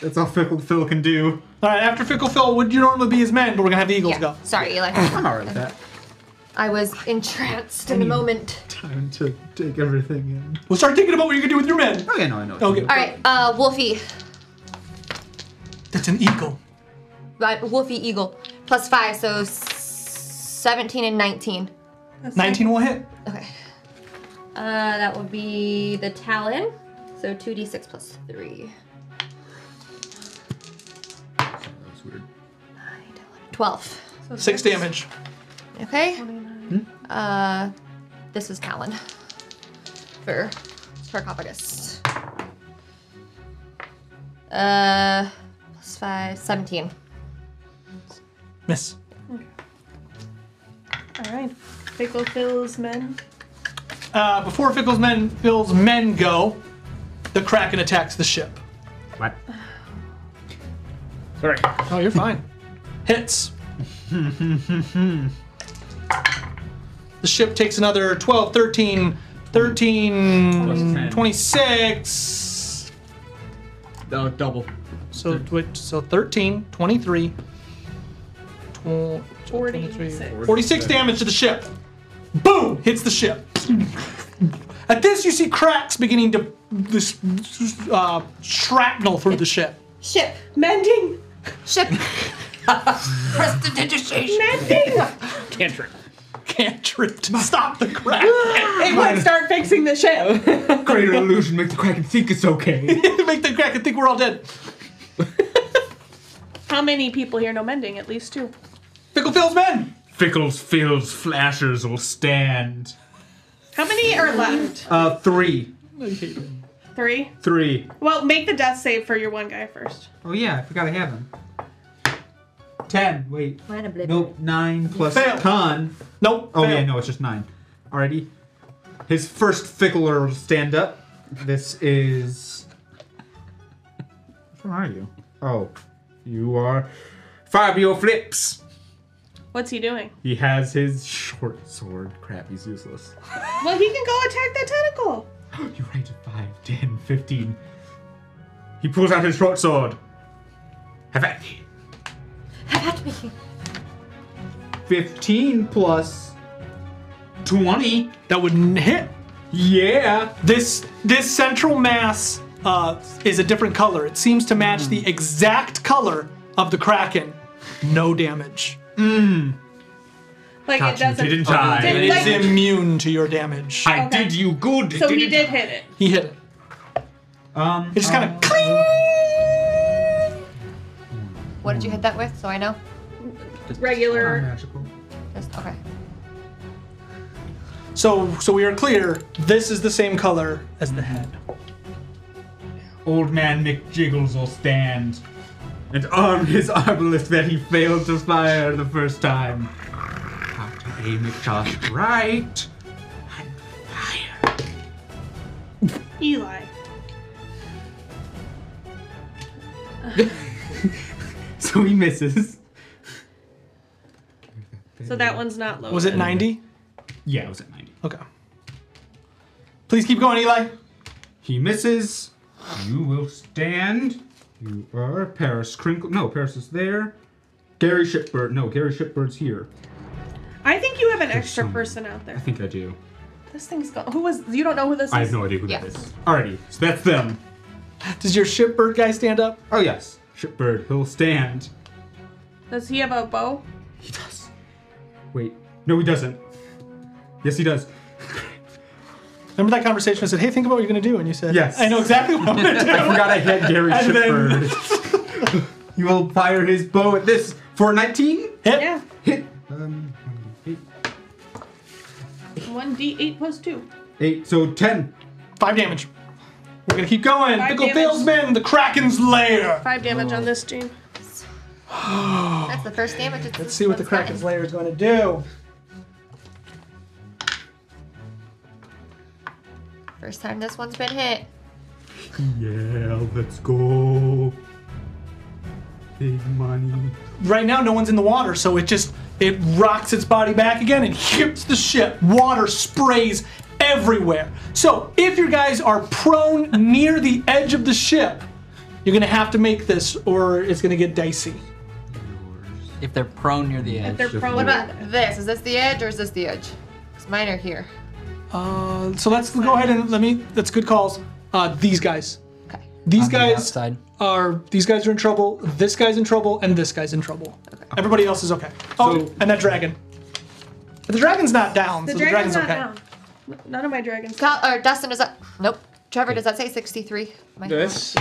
that's all Fickle Phil can do.
All right, after Fickle Phil would you normally be his men, but we're gonna have the Eagles go.
Sorry, Eli.
I'm all right with that.
I was entranced in the moment.
Time to take everything in.
We'll start thinking about what you can do with your men.
Oh yeah, no, I know.
Okay.
All right, uh, Wolfie.
That's an eagle.
Right, uh, Wolfie Eagle. Plus five, so s- 17 and 19.
19 will hit.
Uh, that would be the Talon. So 2d6 plus 3.
That's weird.
12.
Six damage.
Okay. Uh, this is Talon. For sarcophagus. Uh, plus 5, 17.
Miss.
All right. Fickle Phil's men.
Uh, before Fickle's men, Phil's men go, the Kraken attacks the ship.
What?
Sorry.
Oh, you're fine. Hits. the ship takes another 12, 13, 13, 26.
No, double.
So, tw- so 13, 23, tw-
46.
46 damage to the ship. Boom! Hits the ship. At this, you see cracks beginning to this uh, shrapnel through the ship.
Ship.
Mending.
Ship.
Prestidigitation.
Mending.
Cantrip.
Cantrip. Stop the crack.
it would start fixing the ship.
Greater illusion, make the Kraken think it's okay.
Make the Kraken think we're all dead.
How many people here know mending? At least two.
Fickle Phil's men.
Fickles, fills, flashers will stand.
How many are left?
Uh, three.
Three.
Three.
Well, make the death save for your one guy first.
Oh yeah, I forgot I have him. Ten. Wait.
Mine
Nope.
Nine plus
Fail.
con.
Nope.
Oh
fail.
yeah, no, it's just nine. Alrighty. His first fickler will stand up. This is. Which one are you? Oh, you are Fabio Flips.
What's he doing?
He has his short sword. Crap, he's useless.
Well, he can go attack that tentacle.
You're right. 5, 10, 15. He pulls out his short sword. Have at thee.
Have at me.
15 plus 20.
That would n- hit.
Yeah.
This this central mass uh, is a different color. It seems to match
Mm-hmm.
the exact color of the Kraken. No damage.
Mmm.
Like
Got
it
you,
doesn't.
didn't I?
Did-
It
like-
is immune to your damage.
I did you good.
so he did hit it.
He hit it.
Um,
it just kind of
What did you hit that with? So I know.
Regular.
Magical.
Just, okay.
So, so we are clear. This is the same color as the head.
Old man McJiggles will stand and arm his arbalist that he failed to fire the first time. How to aim it just right.
Eli.
So he misses.
So that one's not low.
Mm.
Was it 90?
Yeah, it was at 90.
Okay. Please keep going, Eli.
He misses. You will stand. You are Paris Crinkle. No, Paris is there. Gary Shipbird. No, Gary Shipbird's here.
I think you have an extra person out
I
there.
think I do.
This thing's gone. Who was? You don't know who this is.
I have no idea who that is. Alrighty, so that's them.
Does your shipbird guy stand up?
Oh, yes. Shipbird, he'll stand.
Does he have a bow?
Wait. No, he doesn't. Yes, he does.
Remember that conversation? I said, "Hey, think about what you're gonna do," and you said,
Yes.
I know exactly what I'm gonna do."
I forgot I had Gary
And then-
Shipbird. he will fire his bow at this for 19.
Hit.
Yeah.
Hit. Um, eight.
One D eight plus two.
Eight, so 10.
Five damage. We're gonna keep going.
Five
Pickle
damage.
Phil's men, the Kraken's lair.
Five damage on this team.
That's the first damage. It's
Let's see what the Kraken's lair is gonna do.
First time this one's been hit.
Yeah, let's go. Big money.
Right now, no one's in the water, so it just it rocks its body back again and hits the ship. Water sprays everywhere. So if your guys are prone near the edge of the ship, you're gonna have to make this, or it's gonna get dicey.
If they're prone near the edge.
If they're prone. What about this? Is this the edge or is this the edge? Because mine are here.
Uh, so let's go ahead and let me. That's good calls. Uh, these guys. Okay. These guys are. These guys are in trouble. This guy's in trouble, and this guy's in trouble. Everybody else is okay. Oh, and that dragon. But the dragon's not down,
The
Um, so
dragon's,
the dragon's
not
okay.
down. None of my dragons.
Cal- or Dustin, does that? Nope. Trevor, does that say 63? My
This.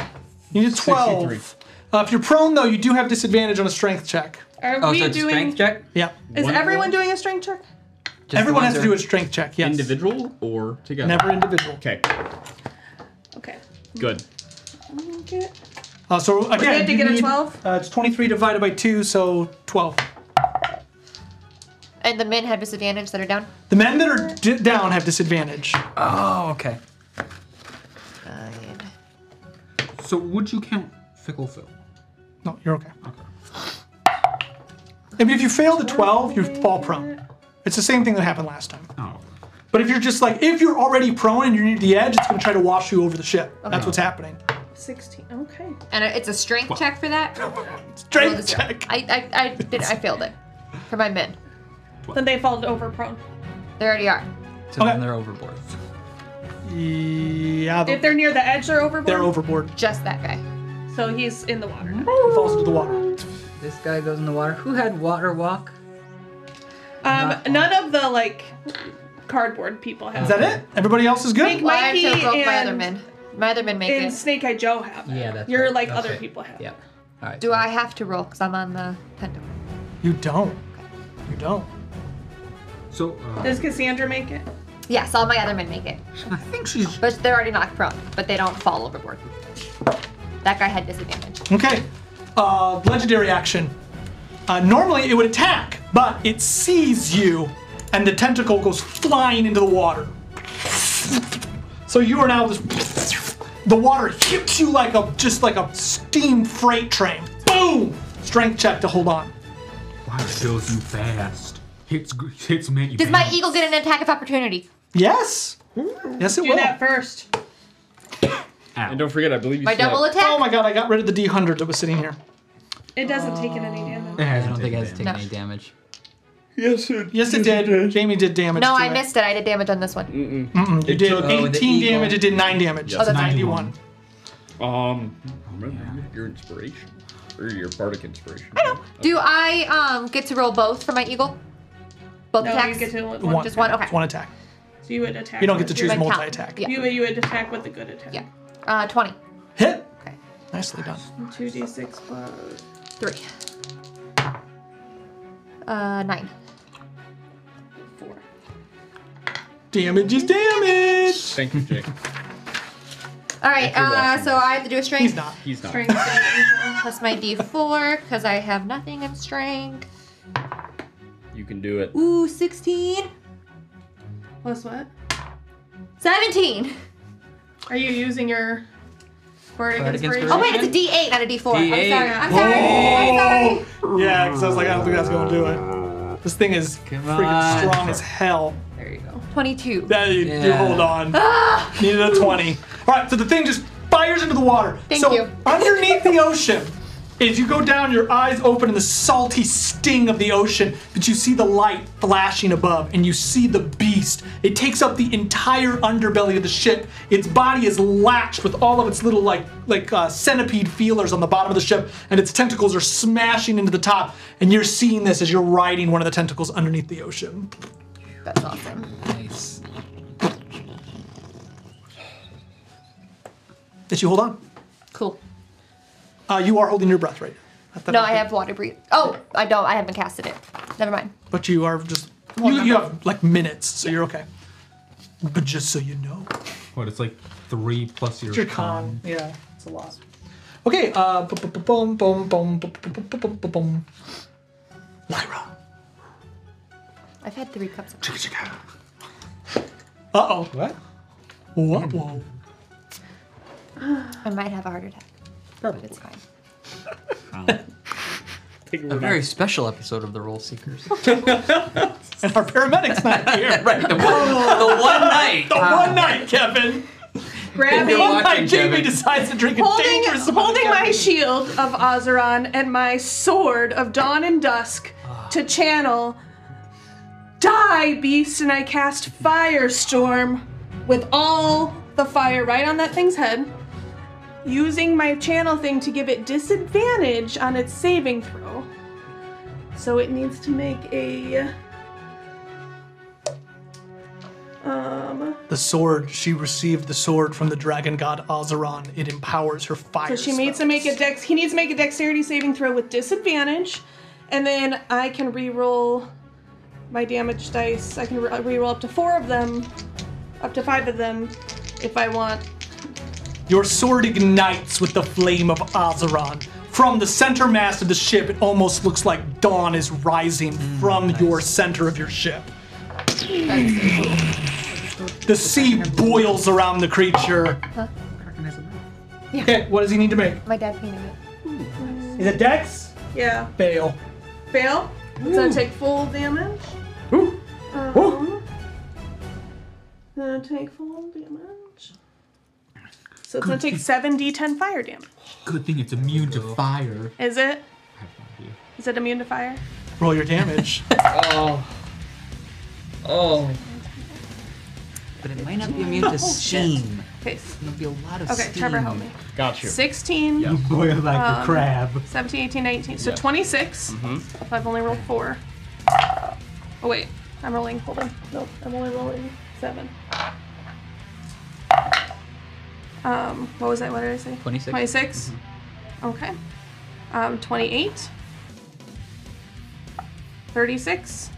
You need 12. Uh, if you're prone, though, you do have disadvantage on a strength check.
Are
Oh,
we doing?
check?
Yeah.
Is everyone doing a strength check?
Everyone
the
has
ones
to
that
do
are
a strength check, yes.
Individual or together?
Never individual.
Okay,
Okay.
good.
Mm-hmm.
Okay.
Uh, so
We're
again,
good to
you
get a
need-
12?
Uh, it's 23 divided by 2, so 12.
And the men have disadvantage that are down?
The men that are d- down have disadvantage.
Oh, okay.
So would you count Fickle Phil?
No, you're okay. I mean, if you fail the 12, you fall prone. It's the same thing that happened last time.
Oh.
But if you're just like, if you're already prone and you're near the edge, it's going to try to wash you over the ship. That's what's happening.
16. Okay.
And it's a strength check for that?
Strength
check. I, I, I, did, I failed it. For my men.
Then they fall over prone.
They already are.
So then they're overboard.
Yeah.
If they're near the edge, they're overboard.
They're overboard.
Just that guy.
So he's in the water.
falls into the water.
This guy goes in the water. Who had water walk?
Um, none of the like cardboard people have.
Is that it? Everybody else is
Big
good?
Well, I have
Mikey
to vote
and
my other men. My other men make
and
it.
Snake Eye Joe have. it.
Yeah, that's
You're
right.
like
That's
other
right.
people have.
Yeah.
Do I have to roll? Because I'm on the pentacle.
You don't. You don't.
So, uh,
Does Cassandra make it?
Yes, all my other men make it.
I think she's.
But they're already knocked prone, but they don't fall overboard. That guy had disadvantage.
Okay. Uh, legendary action. Uh, normally it would attack, but it sees you, and the tentacle goes flying into the water. So you are now just. The water hits you like a just like a steam freight train. Boom! Strength check to hold on.
Water fills you fast. Hits gr- hits make you.
Does my
bad.
eagle get an attack of opportunity?
Yes. Yes, it
Do
will.
that
first.
And don't forget, I believe you
My
still
double
have-
attack?
Oh my god, I got rid of the D100 that was sitting here.
It doesn't take in any damage.
I don't think it has taken any damage.
Yes, it. Yes, it did. Jamie did damage.
No,
to
I
it.
missed it. I did damage on this one.
Mm-mm, you
It
did
took- Oh, the
18
eagle.
damage. It did 9 damage.
Oh, that's right.
91.
Um, remember your inspiration or your bardic inspiration.
Do I um get to roll both for my eagle? Both
No, you
attacks?
get to roll one.
Just one? Okay.
One attack.
So you would attack.
You don't get
with
to choose
your-
multi-attack.
Yeah.
You would you would attack with a good attack. Yeah.
Uh, 20.
Hit. Nicely done.
Two d six plus.
3. Uh, 9.
Damage is damage.
Thank you, Jake.
Alright,
If you're
uh,
watching
so I have to do a strength. He's
not.
He's not.
Strength saving throw plus my d4, because I have nothing in strength.
You can do it.
Ooh, 16.
Plus what?
17.
Are you using your bardic
Bardic
inspiration?
Oh, wait, it's a d8, not a d4. I'm sorry. I'm sorry. I'm
sorry. Yeah, because I was like, I don't think that's going to do it. This thing is freaking
on.
strong as hell.
There you go. 22.
That, you, you
Yeah.
hold on.
Ah!
Needed a 20. All right, so the thing just fires into the water.
Thank
so
you.
underneath the ocean, as you go down, your eyes open in the salty sting of the ocean, but you see the light flashing above, and you see the beast. It takes up the entire underbelly of the ship. Its body is latched with all of its little like like uh, centipede feelers on the bottom of the ship, and its tentacles are smashing into the top. And you're seeing this as you're riding one of the tentacles underneath the ocean.
That's awesome.
Nice.
Did you hold on?
Cool.
Uh, you are holding your breath right now.
No, I have water breathe. Oh, I don't. I haven't casted it. Never mind.
But you are just. You, you have like minutes, so you're okay. But just so you know.
What? It's like three plus your.
It's your con. Yeah, it's a lot. Okay, uh. bu- bu- bu- Boom, boom, boom, bu- bu- bu- bu- bu- bu- boom.
I've had three cups of
coffee. Uh oh. What? What? Whoa.
I might have a heart attack. But it's fine.
A very special episode of the Roll Seekers.
and our paramedic's not here.
right, the one, the one night.
The one night, Kevin.
Grabbing-
One night, Jamie
Kevin.
decides to drink a
holding,
dangerous amount of
holding my
caffeine.
shield of Azeron and my sword of Dawn and Dusk to channel Die, Beast, and I cast Firestorm with all the fire right on that thing's head, using my channel thing to give it disadvantage on its saving throw. So it needs to make a. Um,
The sword, she received the sword from the dragon god Azeron. It empowers her fire.
So she needs to make a dex. He needs to make a dexterity saving throw with disadvantage, and then I can re-roll my damage dice. I can re- uh, re-roll up to four of them, up to five of them, if I want.
Your sword ignites with the flame of Azeron. From the center mast of the ship, it almost looks like dawn is rising from your center of your ship. The sea boils around the creature. Okay, what does he need to make?
My dad painted it.
Is it dex?
Yeah.
Fail.
Fail. So I take full damage. Um, Then I take full damage. So it's gonna take seven d10 fire damage.
Good thing it's immune to fire.
Is it? Is it immune to fire?
Roll your damage.
oh.
Oh.
But it might not be immune to
Oh, shit.
steam.
Okay.
It'll be a lot of
Okay,
steam.
Trevor, help me. Um,
Got
16.
You boil like a crab.
17, 18, 19. So
Yeah.
26.
Mhm.
If I've only rolled four. Oh, wait. I'm rolling. Hold on. Nope. I'm only rolling seven. Um, what was that? What did I say?
26.
26.
Mm-hmm.
Okay. Um, 28. 36.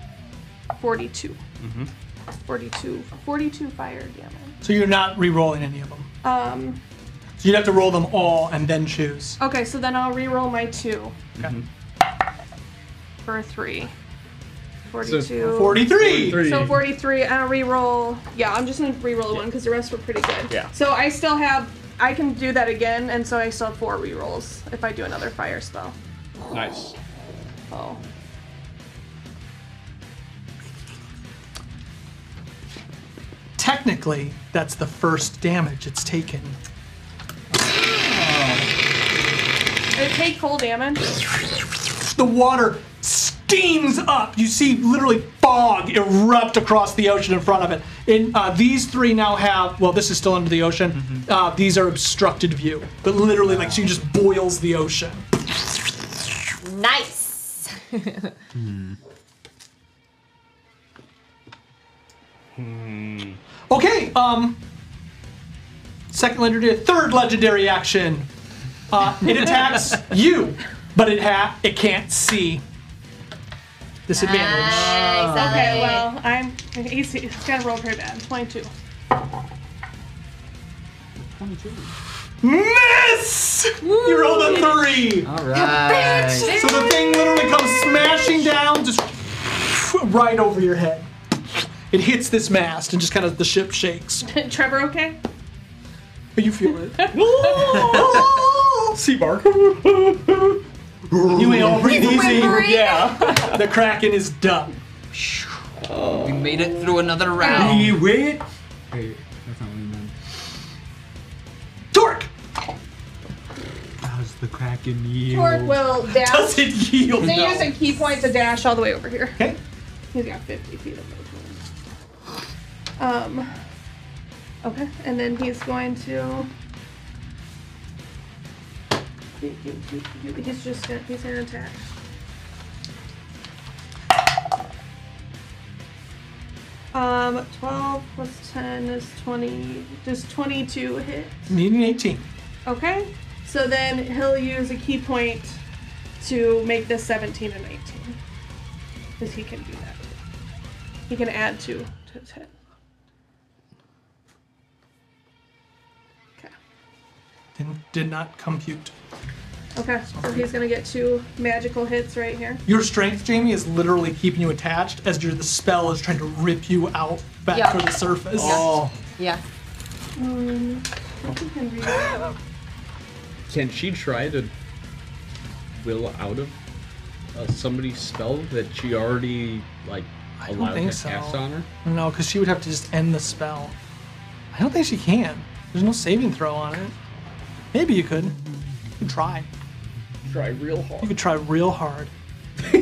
42.
Mm-hmm.
42. 42 fire damage.
So you're not re-rolling any of them.
Um,
So you'd have to roll them all and then choose.
okay, so then I'll re-roll my two.
Okay.
for a three.
So,
42.
43.
So 43. I'll reroll. Yeah, I'm just gonna reroll one because the rest were pretty good.
Yeah.
So I still have. I can do that again, and so I still have four rerolls if I do another fire spell.
Nice.
Oh.
Technically, that's the first damage it's taken.
Did it Uh, take full damage?
The water steams up. You see literally fog erupt across the ocean in front of it. And uh, these three now have, well, this is still under the ocean. Uh, these are obstructed view. But literally, like, she just boils the ocean.
Nice.
Okay, um. Second legendary, third legendary action. Uh, it attacks you, but it ha- it can't see. Disadvantage.
Okay. Well, I'm. He's, he's gotta roll pretty bad. 22.
22. Miss! You rolled a three. All
right. bitch!
So the thing literally comes smashing down, just right over your head. It hits this mast, and just kind of the ship shakes.
Trevor, okay?
You feel it.
Seabark.
You may all breathe
You
easy.
may breathe.
Yeah. The kraken is done.
Oh. We made it through another round.
We win.
Wait, that's not what he meant.
Torque!
How's the Kraken yield?
Torque will dash.
Does it yield?
They
No.
use a key point to dash all the way over here.
Okay.
He's got 50 feet of movement. Um. Okay, and then he's going to. He's just gonna, he's gonna attack. Um, 12 plus 10 is 20. Does 22 hit?
Needing 18.
Okay. So then he'll use a key point to make this 17 and 19. Because he can do that. He can add two to his hit.
Didn't, did not compute.
Okay, so he's gonna get two magical hits right here.
Your strength, Jamie, is literally keeping you attached as your the spell is trying to rip you out back
Yeah.
to the surface.
Yeah.
Oh.
Yeah.
Um, I think he can read.
Can she try to will out of uh, somebody's spell that she already like
don't
allowed
think
to
so.
cast on her?
No, because she would have to just end the spell. I don't think she can. There's no saving throw on it. Maybe you could. You could try.
Try real hard.
You could try real hard. and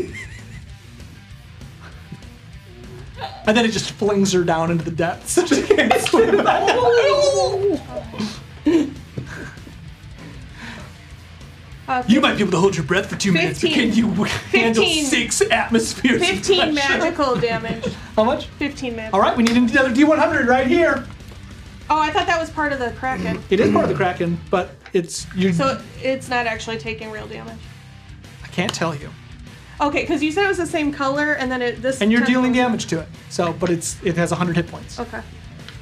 then it just flings her down into the depths. She can't swim back out.
Uh,
you might be able to hold your breath for two minutes, but can you handle
15.
six atmospheres? of
15
pressure?
magical damage.
How much?
15 magical.
All right, we need another D100 right here.
Oh, I thought that was part of the Kraken.
It is part of the Kraken, but it's you.
So it's not actually taking real damage.
I can't tell you.
Okay, because you said it was the same color, and then it this.
And you're
time-
dealing damage to it. So, but it's it has 100 hit points.
Okay.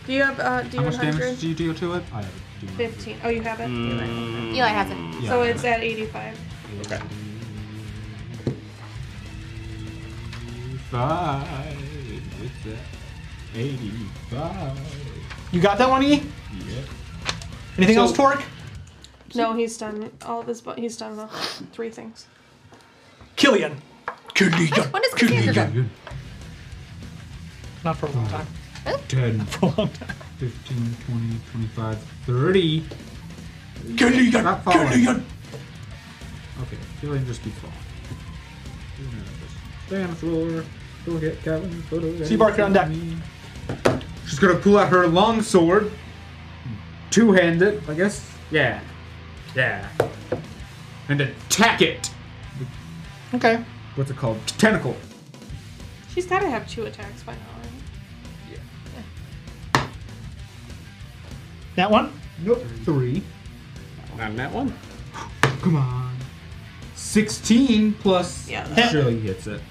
Do you have uh, D100?
How much damage do you deal to it? I have a D100.
15. Oh, you have it?
Mm.
Eli
Eli
has
has
it.
it.
So
Yeah.
it's at 85.
Okay. Five. What's that? Eighty-five.
You got that one, E?
Yeah.
Anything
So-
else, Torque?
No, he's done all of his, but he's done the three things.
Killian. Killian.
When does
Not for a long time.
10, 15, 20, 25, 30.
Killian!
Stop falling.
Killian!
Okay, Killian just keep falling. Stay on the floor. Go get Kevin. Go to
See Barker on deck.
She's gonna pull out her long sword. Hmm. Two handed, I guess. Yeah. Yeah. And attack it!
Okay.
What's it called? Tentacle.
She's got to have two attacks by now. right?
That one?
Nope. Three.
Not in that one.
Come on. 16 plus.
Yeah.
Surely hits it.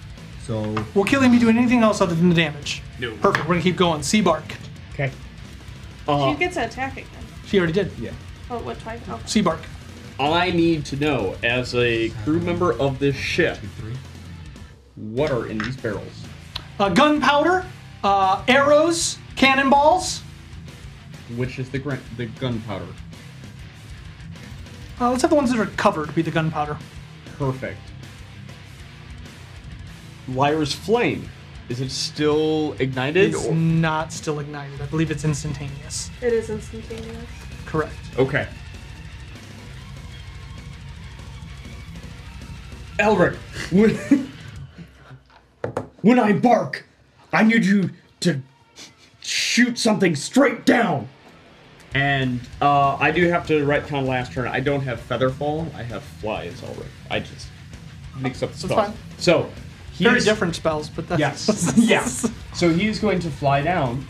So.
Will Killian be doing anything else other than the damage?
No.
Perfect. We're gonna keep going. Uh, Seabark.
Okay.
Uh.
she gets an attack again.
She already did.
Yeah.
Oh, what twice?
Mm-hmm.
Oh.
Seabark.
I need to know, as a crew member of this ship, what are in these barrels?
Uh, gunpowder, uh, arrows, cannonballs.
Which is the gran- the gunpowder?
Uh, let's have the ones that are covered be the gunpowder.
Perfect. Lyra's flame. Is it still ignited?
It's
or-
not still ignited. I believe it's instantaneous.
It is instantaneous.
Correct.
Okay. Elric, when, when I bark, I need you to shoot something straight down. And uh, I do have to retcon last turn. I don't have Featherfall. I have Fly as Elric. I just mix up the
That's
spells.
fine.
So
Very different spells, but that's
Yes. yes. So he is going to fly down,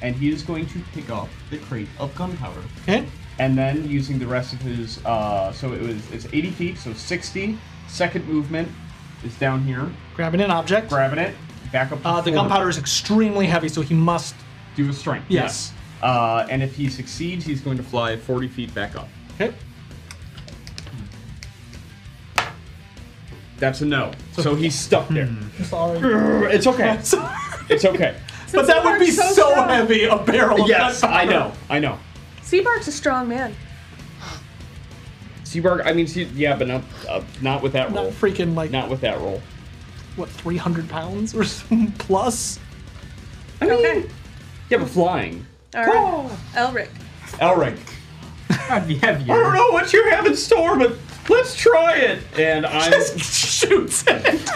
and he is going to pick up the crate of gunpowder.
Okay.
And then using the rest of his, uh, so it was it's 80 feet, so 60. Second movement is down here.
Grabbing an object.
Grabbing it. Back up. To
Uh, the
four.
gunpowder is extremely heavy, so he must.
Do a strength.
Yes.
yes. Uh, and if he succeeds, he's going to fly 40 feet back up.
Okay.
That's a no. So he's stuck there.
Hmm. Sorry.
It's okay. It's okay.
but that would be
Seabark's
so,
so strong.
heavy a barrel. of
Yes,
gunpowder.
I know. I know.
Seabark's a strong man.
Seabark, I mean, see, yeah, but not uh, not with that roll. Not
freaking like.
Not with that roll.
What, 300 pounds or some plus?
I mean, okay. yeah, but flying.
All right. Elric.
Elric. I'd be heavier. I don't know what you have in store, but let's try it. And I'm just
shoots it.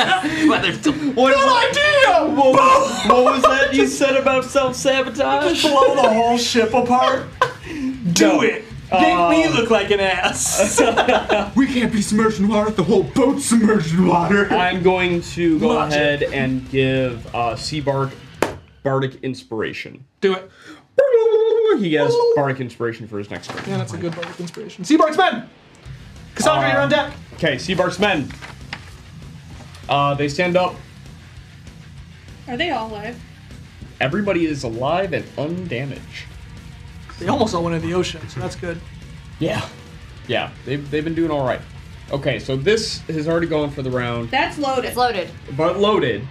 What idea! What, was- what was that you said about self sabotage?
blow the whole ship apart. Do it. Make me
Um,
look like an ass. Uh,
we can't be submerged in water. The whole boat's submerged in water.
I'm going to go
Logic.
ahead and give uh, Seabark Bardic Inspiration.
Do it.
He has Bardic Inspiration for his next turn.
Yeah, that's a good bardic inspiration. Seabark's men! Cassandra, you're on deck.
Uh, Okay, Seabark's men. Uh, they stand up.
Are they all alive?
Everybody is alive and undamaged.
They almost all went in the ocean, so that's good.
Yeah. Yeah, they've, they've been doing all right. Okay, so this has already gone for the round,
That's loaded. It's
loaded.
but loaded.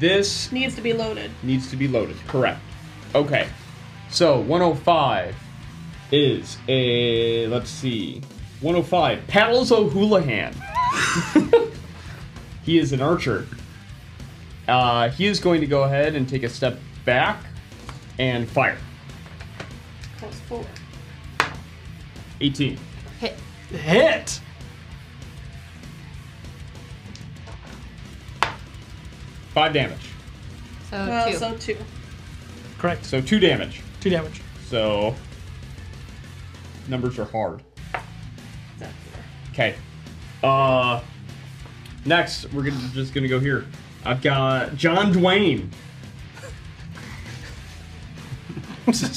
This
Needs to be loaded.
needs to be loaded. Correct. Okay. So 105 is a let's see. 105 Paddles O'Houlihan. he is an archer. Uh, he is going to go ahead and take a step back and fire.
Plus four.
18.
Hit.
Hit!
Five damage.
So
Uh,
two.
So two.
Correct.
So two damage.
Two damage.
So numbers are hard. Okay. Uh, next we're gonna, just gonna go here. I've got John Dwayne.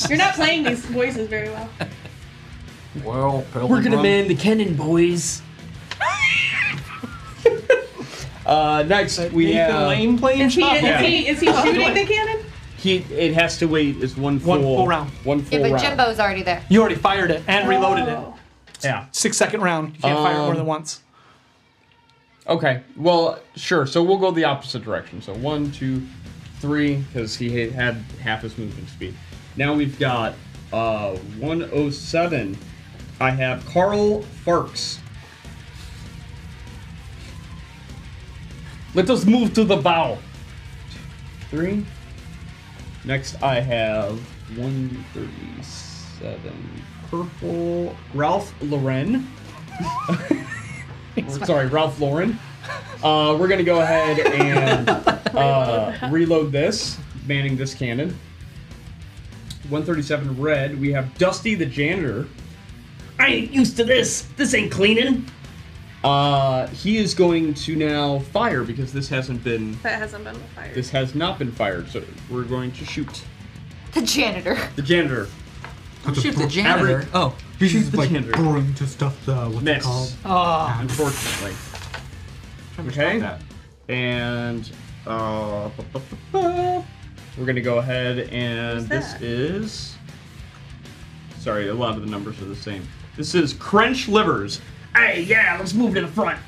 You're not playing these voices very well.
Well,
We're gonna man the cannon, boys.
Uh, next we
Nathan
have
Lane
playing
Is he, is he, is he
Oh,
shooting the cannon?
He it has to wait. It's one full, one full round. One full
Yeah, but
round.
Jimbo's already there.
You already fired it and reloaded it.
Yeah.
Six second round. You can't fire it more
Um,
than once.
Okay. Well, sure. So we'll go the opposite direction. So one, two, three, because he ha- had half his movement speed. Now we've got uh, 107. I have Carl Farks. Let us move to the bow. Three. Next, I have 137. Purple Ralph Lauren. Sorry, Ralph Lauren. Uh, we're gonna go ahead and uh, reload this, manning this cannon. 137 red. We have Dusty the janitor. I ain't used to this. This ain't cleaning. Uh, he is going to now fire because this hasn't been.
That hasn't been fired.
This has not been fired, so we're going to shoot
The janitor.
the janitor.
Shoot the janitor.
Average-
oh,
He's
Shoot
just
the
like
janitor.
boring
to stuff the what's
Miss.
it called?
Ah.
Unfortunately. Okay. And uh, bu- bu- bu- bu- we're gonna go ahead and
Who's
this is. Sorry, a lot of the numbers are the same. This is Crunch Livers. Hey, yeah, let's move to the front.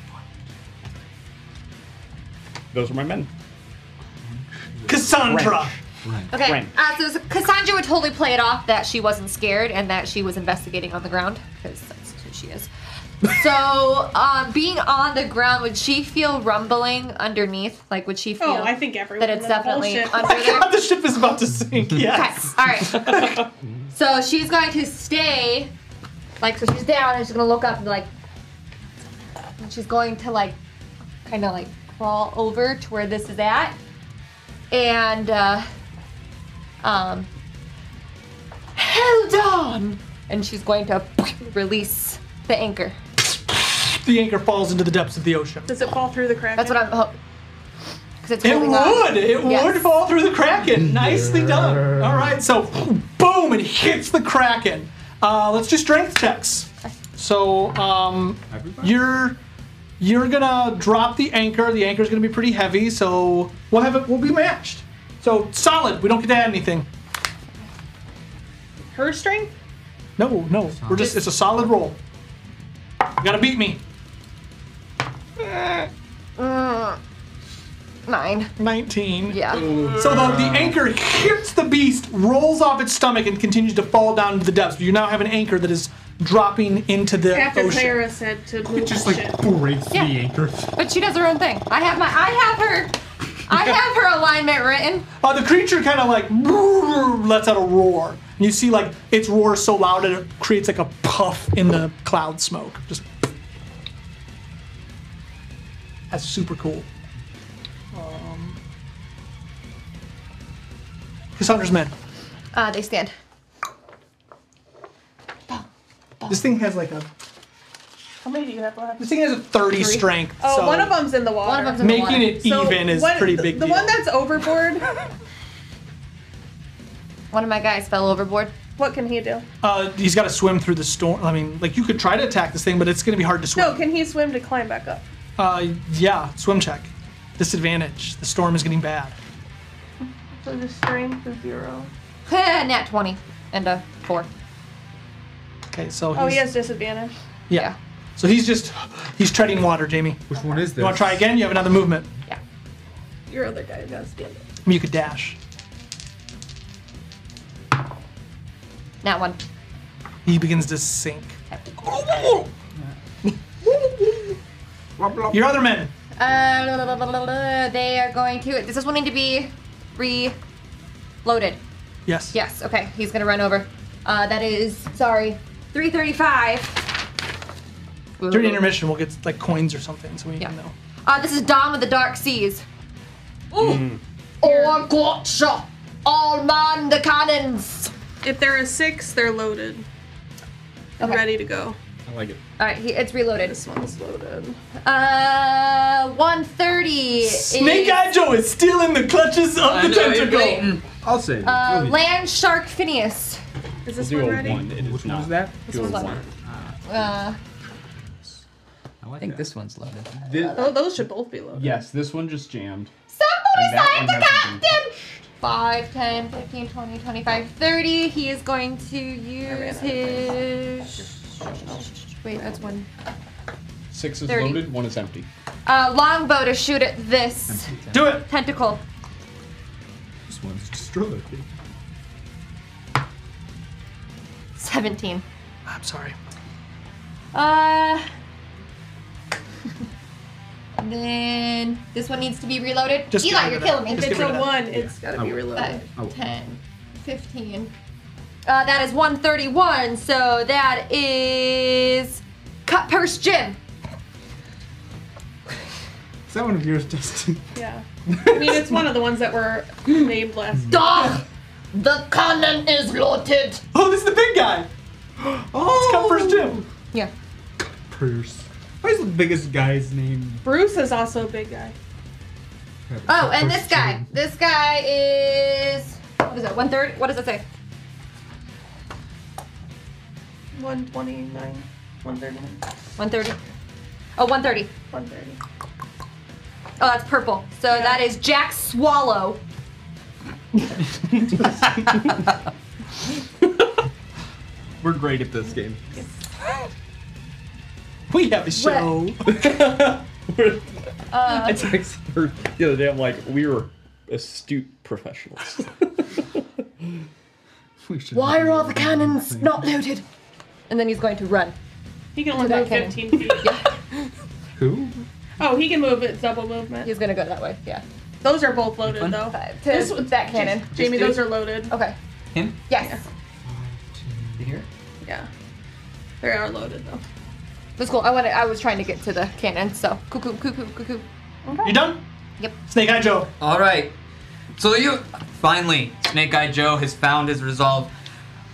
Those are my men.
Cassandra.
Okay.
Right.
Uh, so s- Cassandra would totally play it off that she wasn't scared and that she was investigating on the ground because that's who she is. so, um, being on the ground, would she feel rumbling underneath? Like, would she feel?
Oh, I think everyone.
That it's
knows
definitely
bullshit.
under there.
the ship is about to sink. Yes.
All right. so she's going to stay, like, so she's down and she's going to look up and be like, and she's going to like, kind of like crawl over to where this is at, and uh, um, held on, and she's going to release the anchor.
The anchor falls into the depths of the ocean.
Does it fall through the crack?
That's what I'm hoping. It's
It
holding on.
would. It
Yes.
would fall through the kraken. Nicely done. All right. So, boom! It hits the kraken. Uh, let's do strength checks. So, um, you're you're gonna drop the anchor. The anchor's gonna be pretty heavy, so we'll have it. We'll be matched. So solid. We don't get to add anything.
Her strength?
No, no. We're just. It's a solid roll. You gotta beat me.
Mm, Nine.
19.
Yeah.
So the, the anchor hits the beast, rolls off its stomach, and continues to fall down into the depths. You now have an anchor that is dropping into the
After
ocean.
Clara said to move
just,
the
like,
ship.
breaks
Yeah.
the anchor.
But she does her own thing. I have my, I have her, I have her alignment written.
Uh, the creature kind of like brrr, lets out a roar. And you see like its roar is so loud it creates like a puff in the cloud smoke. Just that's super cool. Um, Cassandra's men.
Uh, they stand.
This thing has like a
How many do you have left?
this thing has a 30 strength.
Oh,
so
one of them's in the water. One of
them's in the Making water. it even is pretty big
The
deal.
one that's overboard.
one of my guys fell overboard.
What can he do?
Uh, he's got to swim through the storm. I mean, like you could try to attack this thing, but it's going to be hard to swim.
No, can he swim to climb back up?
Uh, yeah, swim check. Disadvantage. The storm is getting bad.
So the strength is zero.
Nat 20 and a 4.
Okay, so
Oh,
he's,
he has disadvantage.
yeah. So he's just he's treading water, Jamie. Which one is this? You want to try again? You have another movement.
Your other guy does damage.
I mean, you could dash.
Nat 1.
He begins to sink. Your other men.
Uh, they are going to. This is wanting to be reloaded.
Yes.
Yes, okay. He's gonna run over. Uh, that is, sorry, 335.
During intermission, we'll get like coins or something, so we know.
Uh, this is Dawn with the Dark Seas.
Hmm.
Oh, gotcha! All man the cannons!
If there are six, they're loaded. and Ready to go.
I like it.
Alright, he- it's reloaded. This
one's loaded.
Uh, 130.
Snake
is,
Eye Joe is still in the clutches of
I
the
know, you're
tentacle.
blatant.
I'll say.
Uh, Land Shark Phineas. Is
We'll do a one. It is Which not. that?
This
Do a
one's
one.
loaded. Uh,
I think this one's loaded.
Oh, those should both be loaded.
yes, this one just jammed.
somebody
And that
signed
one
the
hasn't been
captain! 5, 10, 15, 20, 25, 30. He is going to use his. Wait, that's one.
Six is
30.
loaded, one is empty.
Uh, longbow to shoot at this.
Do it!
Tentacle.
This one's destroyed.
17.
I'm sorry.
Uh. and then this one needs to be reloaded.
Just
Eli,
get rid
you're
of
killing
that.
me.
If Just it's get rid a of that. one, Yeah. it's gotta
Uh,
be reloaded.
I will.
10, 15. Uh, that is 131, so that is. Cut Purse Jim.
Is that one of yours, Dustin?
Yeah. I mean, it's one of the ones that were named last.
Dog! The cannon is loaded!
Oh, this is the big guy!
Oh! It's Comfort's Jim!
Yeah.
Purse. What is the biggest guy's name?
Bruce is also a big guy.
Oh, and this guy. This guy is. What is that? One third? What does it say?
129, 139.
130. Oh, 130.
130.
Oh, that's purple. So that is Jack Swallow.
We're great at this game.
We have a show.
Uh,
I texted her the other day. I'm like, we were astute professionals.
Why are all the cannons not loaded? And then he's going to run.
He can
To
only
that
move
cannon.
15 feet.
Who?
Oh, he can move it double movement.
He's gonna go that way, yeah.
Those are both loaded, though.
to that cannon.
Jamie,
Just
those
do-
are loaded.
Okay.
Him?
Yes.
Here?
Yeah. They are loaded, though.
That's cool. I wanted, I was trying to get to the cannon, so cuckoo, cuckoo, cuckoo.
You done?
Yep.
Snake Eye Joe.
All right. So you finally, Snake Eye Joe has found his resolve.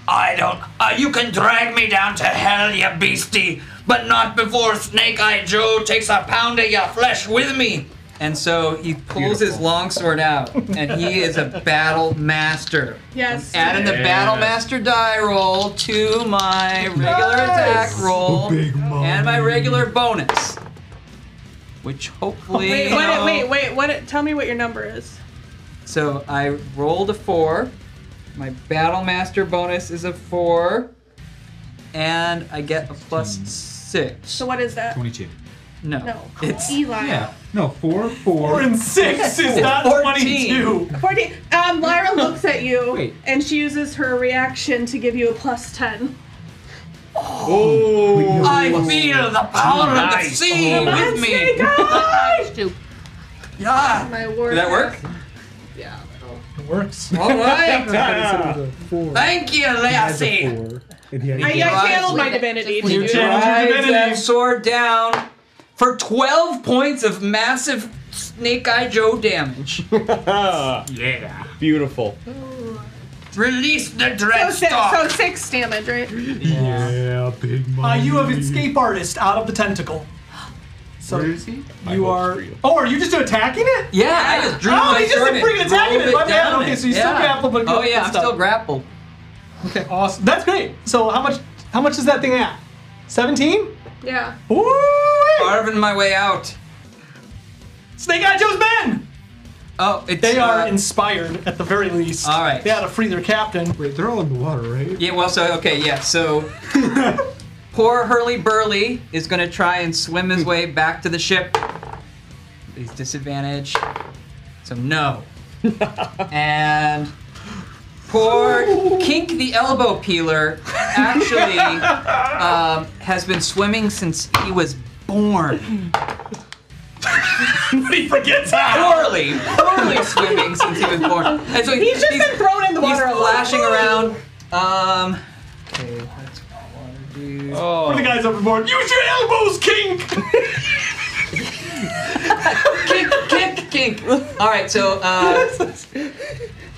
I don't. Uh, you can drag me down to hell, you beastie, but not before Snake Eye Joe takes a pound of your flesh with me.
And so he pulls his longsword out, and he is a battle master.
Yes.
Add in the battle master die roll to my regular attack
Oh,
roll and my regular bonus, which hopefully.
Oh, Wait,
you
what,
know-
wait, wait, what? Tell me what your number is.
So I rolled a four. My battle master bonus is a four, and I get a plus six.
So what is that?
Twenty-two.
No.
No.
It's
Eli.
Yeah.
No, four, four.
Four and six is not 22.
14. Um, Lyra looks at you
Wait.
and she uses her reaction to give you a plus 10.
Oh, I feel the power of the
Nice.
sea
Oh.
with
That's
me.
yeah.
Oh My word.
Did that work?
Yeah.
It works.
All right. Thank you,
He
Lassie.
has a four, and he had
I, I channeled my divinity.
You
to do it.
drive that sword down for 12 points of massive Snake Eye Joe damage.
yeah. Beautiful.
Release the
So
dread
six, so
stalk.
six damage, right?
Yeah, big money. Uh, you have escape artist out of the tentacle. So
Where
is he? You are. Oh, are you just attacking it?
Yeah, I just drew
Oh,
my
he just
sword
did freaking
and
attacking
rolled
it.
it
My bad.
down
Okay,
it.
so you still
Yeah.
grapple, but
Oh, yeah, I'm still
grappled. Okay, awesome. That's great. So how much? How much is that thing at? Seventeen.
Yeah.
Carving my way out.
Snake Eye Joe's men.
Oh,
they are inspired at the very least. All right. They had to free their captain.
Wait, they're all in the water, right?
Yeah, well, so, okay, yeah, so. Poor Hurley Burley is gonna try and swim his way back to the ship. He's disadvantaged. So, no. and. Poor Kink the Elbow Peeler actually um, has been swimming since he was born.
he forgets
how. Poorly, poorly swimming since he was born. And so
He's just been thrown in the
he's
water alone.
flashing around. Um.
Oh.
Put the
guys overboard. Use your elbows, kink!
kink, kink, kink. All right, so uh,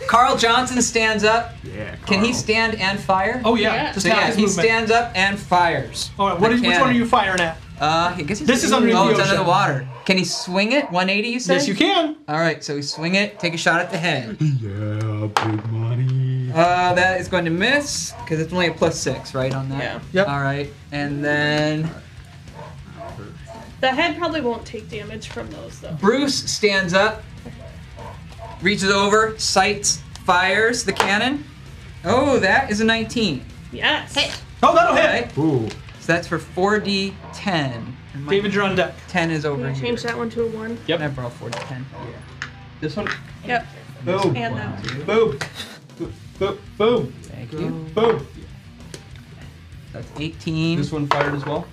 Carl Johnson stands up.
Yeah.
Can he stand and fire?
Oh, yeah. Yeah. Just
So
half
yeah,
his
he
movement.
stands up and fires.
All right, what is, which one are you firing at?
Uh, I guess he's
This is underneath
oh,
the
it's under
ocean.
the water. Can he swing it? 180, you said?
Yes, you can.
All right, so we swing it. Take a shot at the head.
Yeah, big money.
Uh, that is going to miss because it's only a plus six, right? On that. Yeah.
Yep.
All right, and then
The head probably won't take damage from those though.
Bruce stands up, reaches over, sights, fires the cannon. Oh, that is a 19.
Yes.
Oh, that'll
hit. Ooh. So that's for 4d10.
David, you're on deck.
10 is over
Can you
here.
change that one to a one?
Yep. I brought 4d10.
This one.
Yep.
Boom.
And uh,
uh,
that one.
Boom. Boom. Boom.
Thank you.
Boom.
That's 18.
This one fired as well?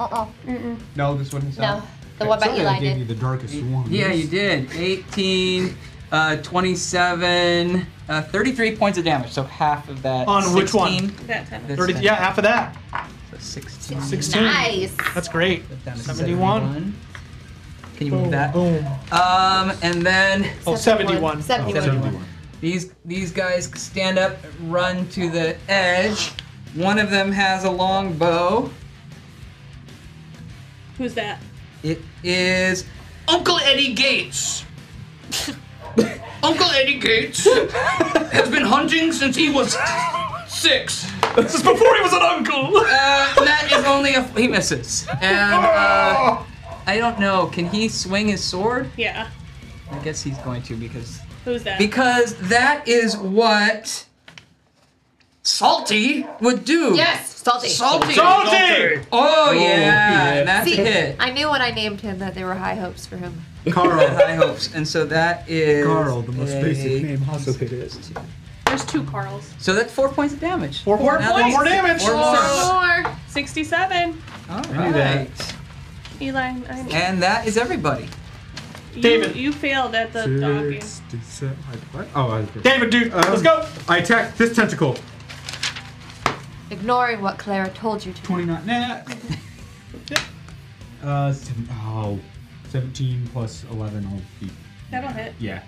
Uh-uh. Mm-mm.
No, this one is
No. The one by Eli did.
the darkest one.
Yeah, you did. 18, uh, 27, uh, 33 points of damage. So half of that.
On which one?
16.
That time.
This
Thirty-
thing.
yeah, half of that.
So 16.
16.
Nice.
That's great.
Down to
71.
Can you move that?
Boom.
Um, and then.
Oh, 71. 71. 71.
These these guys stand up, run to the edge. One of them has a long bow.
Who's that?
It is
Uncle Eddie Gates. Uncle Eddie Gates has been hunting since he was six. This is before he was an uncle.
Uh, that is only a he misses. And uh, I don't know. Can he swing his sword?
Yeah.
I guess he's going to because
Who's that?
because that is what salty would do.
Yes, salty.
Salty. Salty! Oh, yeah, that's a
See,
hit.
I knew when I named him that there were high hopes for him.
Carl high hopes, and so that is
Carl, the most basic
name.
Also, it is.
There's two Carls.
So that's four points of damage.
Four,
Four points.
Four more.
Four. Sixty-seven.
All right.
Eli, I'm.
And that is everybody.
you,
David.
You failed at the dogging.
Sixty-seven. What? Oh, I was
David, dude,
let's go. I attack this tentacle.
Ignoring what Clara told you to.
29. Nah. Uh, seven, oh, 17 plus 11 will be.
That'll hit.
Yeah.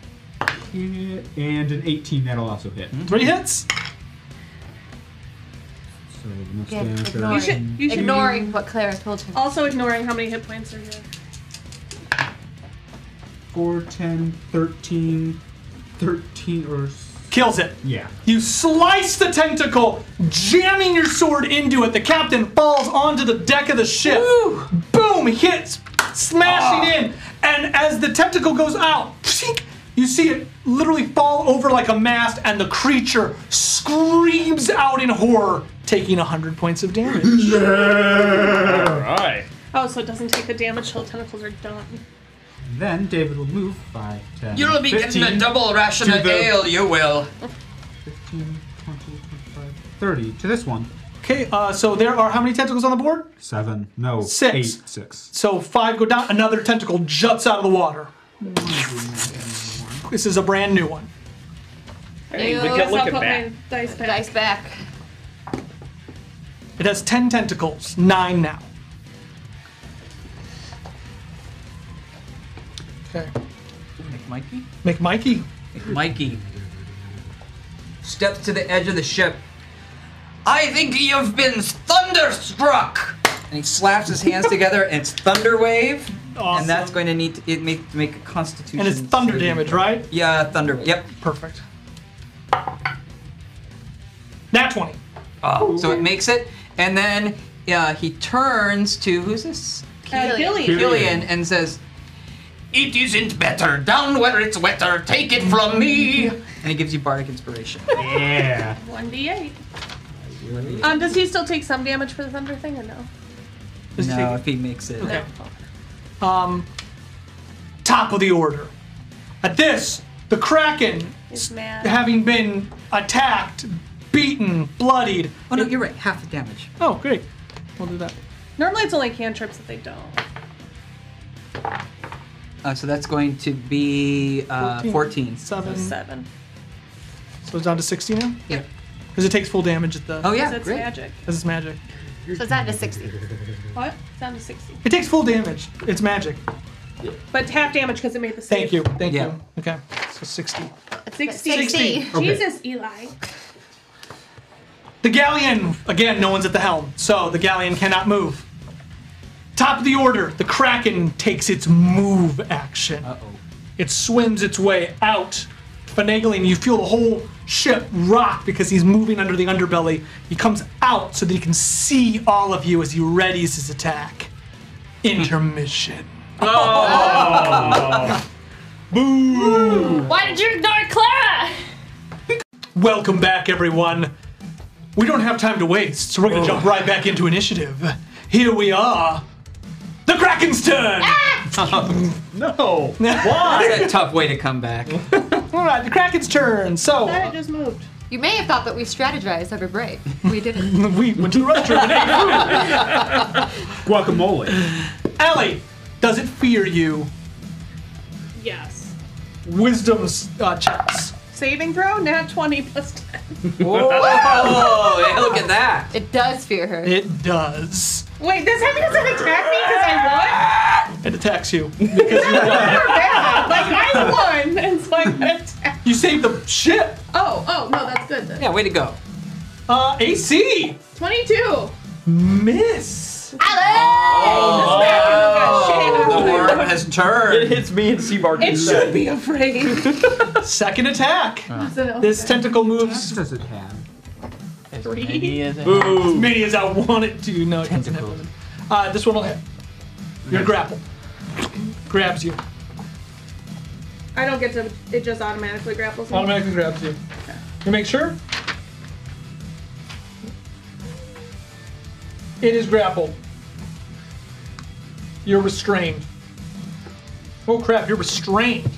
And an 18, that'll also hit.
Mm-hmm.
Three hits.
So the next uh,
Yeah,
damage
ignoring.
is
you should-
ignoring what Clara told you.
Also ignoring how many hit points are here.
4, 10, 13, 13 or. s-
Kills it.
Yeah.
You slice the tentacle, jamming your sword into it. The captain falls onto the deck of the ship. Boom! Hits, smashing in. And as the tentacle goes out, you see it literally fall over like a mast, and the creature screams out in horror, taking 100 points of damage.
All right.
Oh, so it doesn't take the damage till tentacles are done.
Then David will move 5, 10.
You'll be getting
15
a double ration
to
of
the-
ale, you will.
15, 20, 25, 30 to this one.
Okay, uh, so there are how many tentacles on the board?
7. No.
Six.
8, 6.
So five go down, another tentacle juts out of the water. This is a brand new one.
Hey,
we can look
I'll
at
put
that.
my dice back. Dice back.
It has 10 tentacles, nine now. Okay.
Mikey?
McMikey.
Mikey steps to the edge of the ship
I think you've been thunderstruck.
and he slaps his hands together and it's thunder wave. And that's going to need to, it make make a constitution.
And it's thunder
saving
damage,
throw.
right?
Yeah, thunder. Yep.
Perfect. Nat 20.
Oh, so it makes it, and then uh, he turns to who's this?
Uh, Gillian.
Gillian, and says,
It isn't better down where it's wetter. Take it from me.
and he gives you bardic inspiration.
Yeah.
One d eight. Um, does he still take some damage for the thunder thing or no?
no, if he makes it.
Okay. Um, top of the order. At this, the Kraken,
He's mad.
having been attacked, beaten, bloodied.
Oh, no, you're right. Half the damage.
Oh, great. We'll do that.
Normally it's only cantrips that they don't.
Uh, so that's going to be uh, 14.
Seven.
Seven.
So it's down to 60 now? Yeah. Because it takes full damage at the.
Oh, yeah, 'Cause it's great. magic.
Because it's magic.
So it's down to 60.
What? It's down to 60.
It takes full damage. It's magic.
But half damage because it made the save.
Thank you. Thank you. Okay. So 60.
60.
60. Okay.
Jesus, Eli.
The galleon, again, no one's at the helm, so the galleon cannot move. Top of the order, the kraken takes its move action. Uh oh. It swims its way out, finagling. You feel the whole ship rock because he's moving under the underbelly. He comes out so that he can see all of you as he readies his attack. Intermission.
Oh.
Boo!
Why did you ignore Clara?
Welcome back, everyone. We don't have time to waste, so we're
Oh.
gonna jump right back into initiative. Here we are. The Kraken's turn!
Ah!
no!
That's a tough way to come back.
Alright, the Kraken's turn, so.
it just moved. You may have thought that we strategized every break. We didn't.
we went to the restroom. Guacamole. Ellie, does it fear you?
Yes.
Wisdom uh, checks.
Saving throw, nat 20 plus 10.
Whoa! Oh, Look at that.
It does fear her.
It does.
Wait, does that mean it doesn't attack me because I won?
It attacks you.
like, I won! And so I'm gonna attack.
You saved the ship!
Oh, oh, no, that's good then.
Yeah, way to go.
Uh, AC!
22!
Miss!
Oh, The worm has turned. It
hits me and Seabark.
It should be afraid.
Second attack.
Oh.
This tentacle moves. Does it have?
Three.
As many as I want it to. No, it doesn't have one. Uh, this one will hit. Your grapple grabs you.
I don't get to. It just automatically grapples me.
Automatically grabs you. You make sure. It is grappled. You're restrained. Oh crap! You're restrained.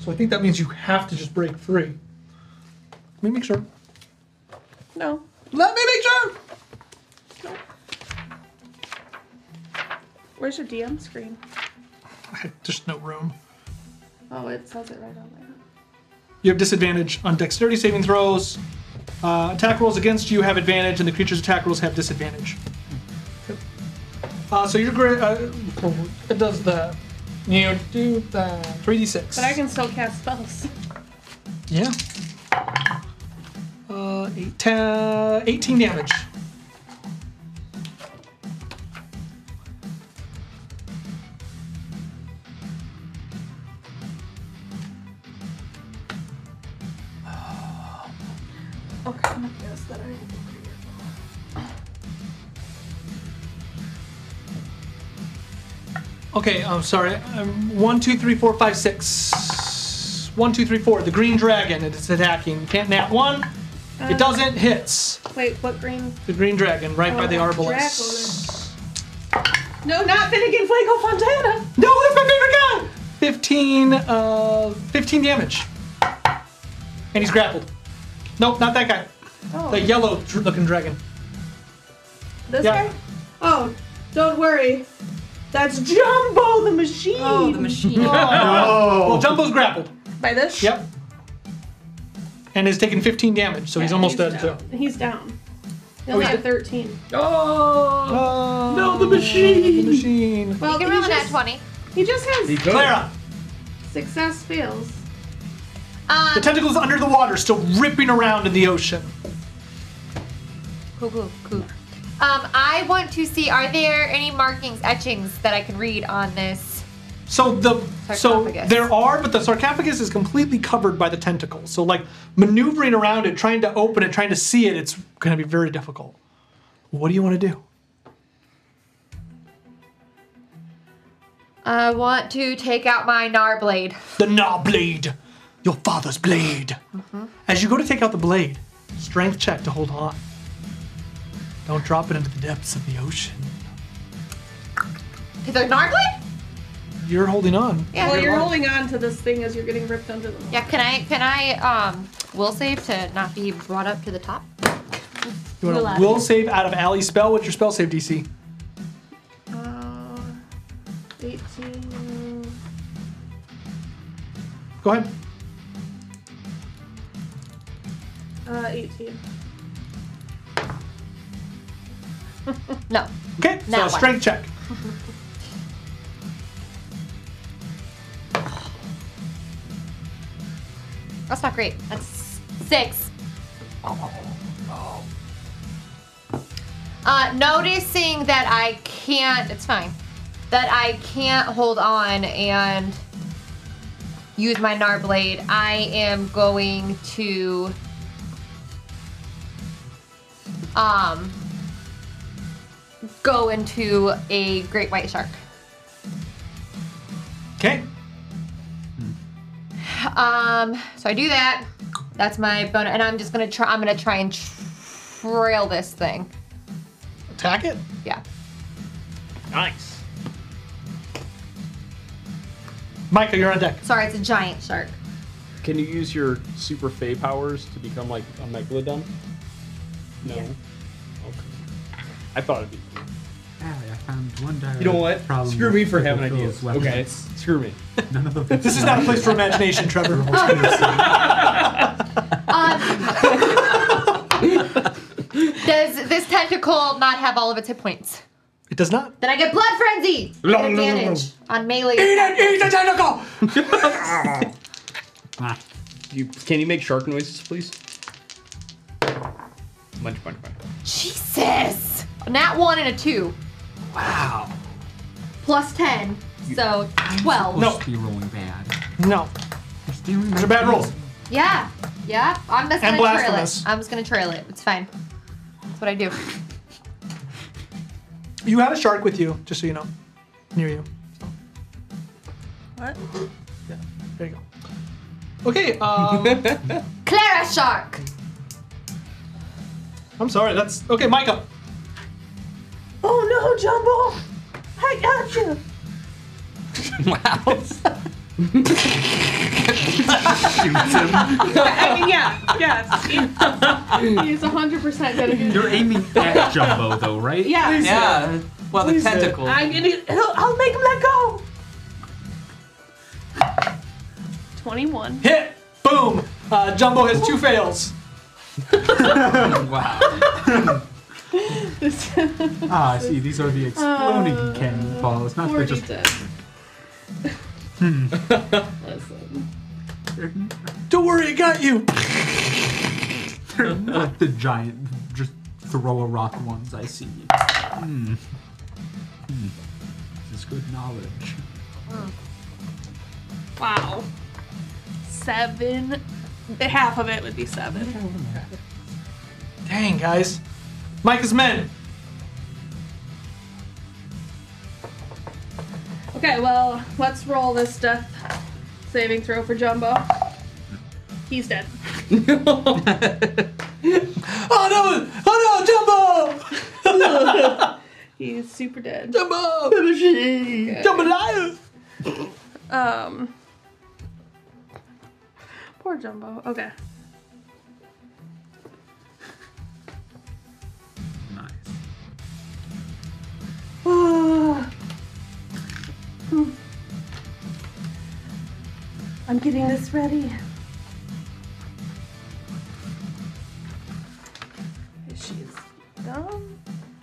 So I think that means you have to just break free. Let me make sure.
No.
Let me make sure.
Where's your DM screen?
There's no room.
Oh, it says it right on there.
You have disadvantage on dexterity saving throws. Uh, attack rolls against you have advantage, and the creature's attack rolls have disadvantage. Uh, so you're great. Uh, it does the. You do the 3d6.
But I can still cast spells.
Yeah. Uh, eight, ten, 18 damage.
Okay, I'm gonna guess that I.
Okay, I'm sorry. Um, one, two, three, four, five, six. One, two, three, four. The green dragon. It is attacking. Can't nat one.
Uh,
It doesn't. Hits.
Wait, what green?
The green dragon right by
Oh,
the arbalest.
Dracula. No, not Finnegan Fuego Fontana!
No, that's my favorite guy! 15, uh, 15 damage. And he's grappled. Nope, not that guy.
Oh.
The yellow dr- looking dragon.
This
Yeah.
guy? Oh, don't worry. That's Jumbo the machine. Oh, the machine.
Well, Jumbo's grappled.
By this?
Yep. And has taken 15 damage, so he's almost dead too.
He's down. He
Oh,
only
he's
had 13.
Oh, no, the machine! The machine.
Well,
you
he
can roll a nat
just-
20.
He just has
Clara,
success fails.
Um,
the tentacle's under the water, still ripping around in the ocean.
Cool, cool, cool. Um, I want to see, are there any markings, etchings that I can read on this?
So the so
Sarcophagus.
there are, but the sarcophagus is completely covered by the tentacles. So like maneuvering around it, trying to open it, trying to see it, it's going to be very difficult. What do you want to do?
I want to take out my gnar blade.
The gnaw blade, your father's blade.
Mm-hmm.
As you go to take out the blade, strength check to hold on. Don't drop it into the depths of the ocean.
To the gnar blade?
You're holding on.
Yeah,
well,
they're
you're
long.
holding on to this thing as you're getting ripped under the.
Yeah, can I, can I, um, will save to not be brought up to the top?
You
Will
want
out.
to will save out of Allie's spell. What's your spell save DC?
Uh, 18.
Go ahead.
uh, 18.
No.
Okay,
That
so
one.
strength check.
That's not great. That's six. Uh, noticing that I can't, it's fine, that I can't hold on and use my Gnar Blade, I am going to. Um, go into a great white shark.
Okay.
Um, so I do that. That's my bonus, and I'm just gonna try. I'm gonna try and trail this thing.
Attack it.
Yeah.
Nice.
Micah, you're on deck.
Sorry, it's a giant shark.
Can you use your super fey powers to become like a megalodon? No. Okay. I thought it'd be.
I found one
You know what?
Problem
Screw me
with
for having
people with
ideas.
weapons.
Okay, screw me.
None of the
This is not a place for imagination, Trevor.
Does this tentacle not have all of its hit points?
It does not.
Then I get blood frenzy.
No, no,
Get
no, no, no.
advantage on melee.
Eat it, eat the tentacle!
Ah.
You can you make shark noises, please? Munch, munch, munch.
Jesus. Nat one and a two,
Wow.
plus ten, so twelve.
supposed to be rolling bad.
No.
Those
are bad rolls.
Yeah. Yeah. I'm just
And
gonna trail it.
blasphemous.
I'm just gonna trail it. It's fine. That's what I do.
You had a shark with you, just so you know, near you.
What?
There you go. Okay. Um,
Clara shark.
I'm sorry. That's okay, Micah.
Oh no, Jumbo! I got you! I mean, yeah, yes. He's 100% gonna do
You're aiming at Jumbo, though, right?
Yeah. Please, Yeah.
Well, the
Please, uh,
tentacle.
I'm gonna. He'll, I'll make him let go. Twenty-one.
Hit. Boom. Uh, Jumbo has two fails.
wow.
This-
Ah, I see. These are the exploding cannonballs, not the
40
just.
dead.
Hmm.
Don't worry, it got you.
They're not the giant, just throw a rock ones I see. Hmm. Hmm. This is good knowledge.
Wow. Seven. Half of it would be seven.
Dang, guys. Micah's men.
Okay, well, let's roll this death saving throw for Jumbo. He's dead.
Oh no! Oh no, Jumbo!
He's super dead.
Jumbo!
Jumbo
alive!
Um. Poor Jumbo. Okay. I'm getting this ready. She's gone.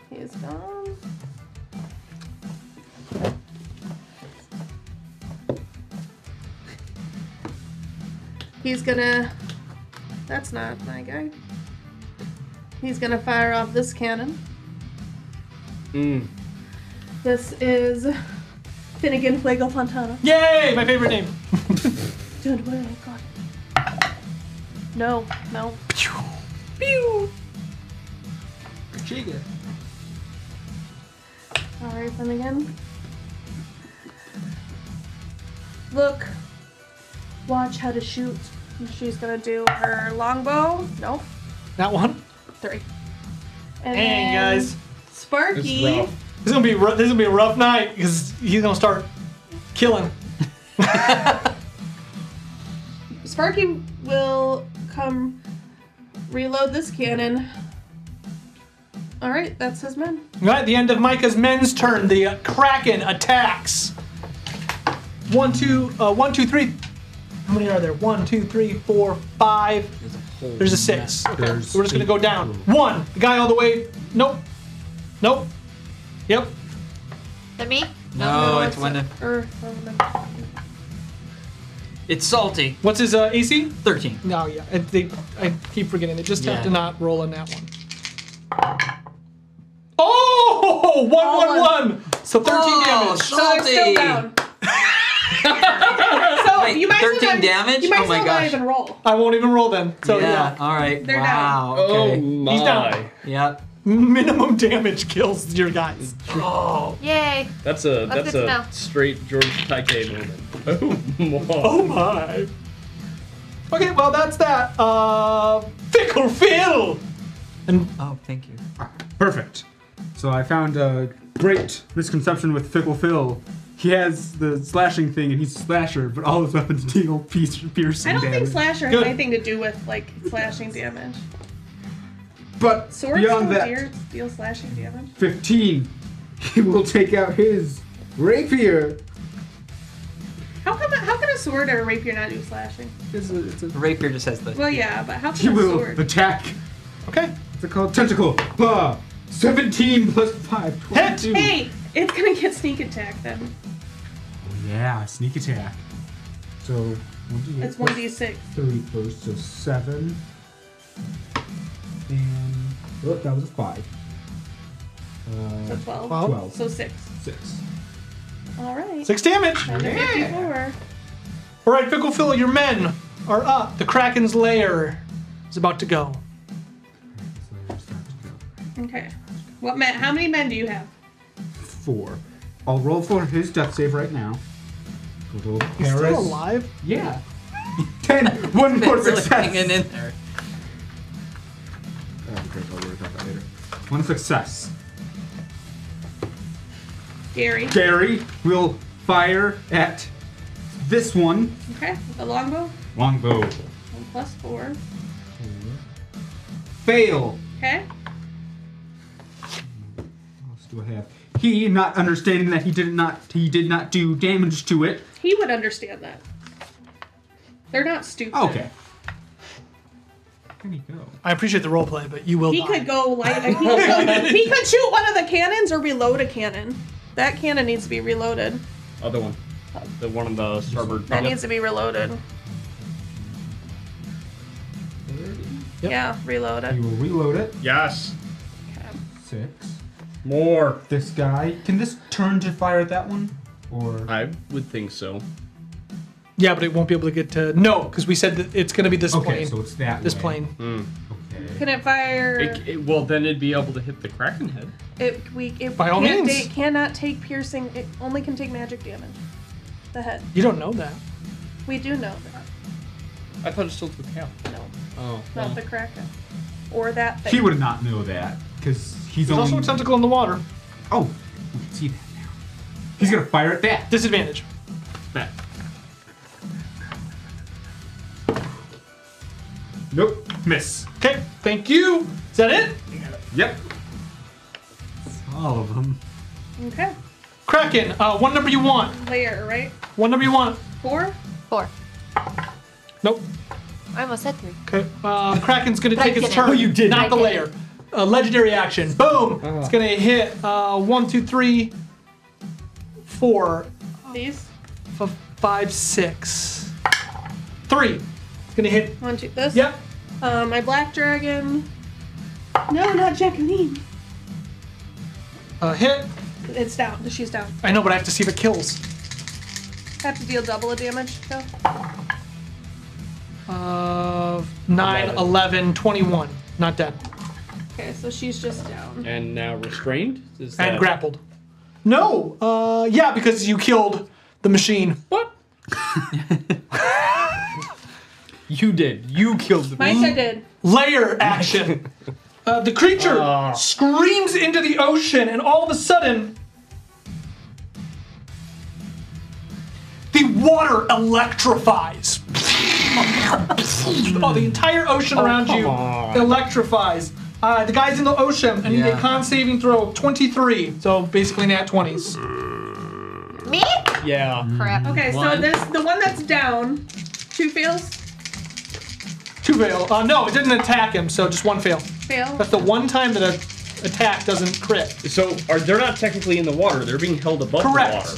He's gone. He's gonna. That's not my guy. He's gonna fire off this cannon.
Mm.
This is Finnegan Fuego Fontana.
Yay! My favorite name.
Dude, what have I got? No, no. Pew!
Chiga.
Alright, Finnegan. Look. Watch how to shoot. And She's gonna do her longbow. Nope.
That one.
Three.
Dang,
then
guys.
Sparky.
This is gonna be rou- this is gonna be a rough night because he's gonna start killing.
Sparky will come reload this cannon. All right, that's his men.
All right, the end of Micah's men's turn. The uh, Kraken attacks. One, two, uh, one, two, three. How many are there? One, two, three, four, five, There's a six. Okay. We're just gonna go down. One. The guy all the way. Nope. Nope. Yep.
That me?
No, it's one. to-
It's salty. What's his uh, AC?
Thirteen.
No, yeah. I, they, I keep forgetting. They just have
Yeah.
to not roll on that one. Oh, one, one, one. So 13
Oh,
damage.
So they're still salty. down.
so
Wait,
you might as well
13
not-
damage?
You might
Oh
as
my
well not
gosh.
even roll.
I won't even roll then. So yeah.
All right.
They're
wow.
down.
Okay.
Oh He's down. my.
Yep.
Minimum damage kills your guys. Oh.
Yay.
That's a that's,
That's good to know.
a straight George Takei moment. Oh my.
Oh my. Okay, well that's that. Uh, fickle Phil. And
oh, thank you.
Perfect. So I found a great misconception with Fickle Phil. He has the slashing thing and he's a slasher, but all his weapons deal piece- piercing
I don't
damage.
think slasher has
Good.
anything to do with like slashing damage.
But
Swords
beyond
don't
that,
deal- deal slashing damage.
15. He will take out his rapier.
How come? How can a sword or a rapier not do slashing?
Rapier just has the.
Well, yeah, but how
He
can a
will
sword?
attack. Okay. It's called tentacle. Bah. 17 plus 5. 22.
Hey, it's gonna get sneak attack then.
Yeah, sneak attack. So, one d8
It's
plus
one d six.
Three first, so seven. And oh, that was a five. Uh,
So twelve.
Twelve.
So six.
Six.
All right.
Six damage.
Down to
Yeah.
54.
All right, Fickle Phil, your men are up. The Kraken's lair is about to go.
Okay. What men? How many men do you have?
Four. I'll roll for his death save right now. Little
He's still
Paris.
alive?
Yeah. Ten. One more
It's like
success.
hanging in there.
Oh, great. I'll worry about that later. One success.
Gary.
Gary will fire at this one.
Okay. The longbow.
Longbow.
One plus four.
Fail.
Okay.
What else do I have? He, not understanding that he did not he did not do damage to it.
He would understand that. They're not stupid.
Okay. There you go.
I appreciate the roleplay, but you will
He
die.
could go light. He could, go, he could shoot one of the cannons or reload a cannon. That cannon needs to be reloaded.
Other one. The one on the starboard.
That needs to be reloaded. Yeah, reloaded.
You will Oh. reload it.
Yes.
Six. More. This guy. Can this turn to fire at that one? Or
I would think so.
Yeah, but it won't be able to get to no, because we said that it's going to be this
Okay,
plane.
so
it's that
this
way.
plane.
Can it fire?
It, it- well, then it'd be able to hit the Kraken head.
It we it
By all
can't-
means.
It cannot take piercing. It only can take magic damage. The head.
You don't know that.
We do know that.
I thought it still took half.
No,
Oh.
not the kraken, or that thing.
He would not know that because he's
There's
only.
also a tentacle in the water.
Oh, we can see that now. He's gonna fire at that.
Disadvantage.
That. Nope. Miss.
Okay, thank you. Is that it?
Yep. All of them.
Okay,
Kraken, uh, one number you want.
layer right.
One number you want.
Four.
Four.
Nope.
I almost said three.
Okay. Uh, Kraken's going to
But I
take its
didn't.
turn.
Oh, you did.
Not
I
the
did.
layer. Uh, legendary action. Boom.
Uh-huh.
It's going to hit uh, one, two, three, four,
These.
f- five, six, three. It's going to hit.
One, two. This.
Yep.
Uh, my black dragon. No, not Jacqueline.
Uh, hit.
It's down. She's down.
I know, but I have to see if it kills.
Have to deal double the damage though.
Uh, 9, 11, 21. Not dead.
Okay, so she's just down.
And now restrained? Is
And
that-
grappled. No. Uh, yeah, because you killed the machine. What?
You did. You killed the
Micah did.
Layer action. Uh, the creature
Oh.
screams into the ocean, and all of a sudden, the water electrifies. oh, the entire ocean
Oh,
around
come
you
on.
electrifies. Uh, the guy's in the ocean, and he
Yeah.
did con saving throw of 23, so basically nat 20s.
Me?
Yeah.
Crap.
Okay, so
One.
this the one that's down. Two fails.
Two fail. Uh, no, it didn't attack him, so just one fail.
Fail.
That's the one time that a attack doesn't crit.
So are they're not technically in the water? They're being held above
Correct.
the water.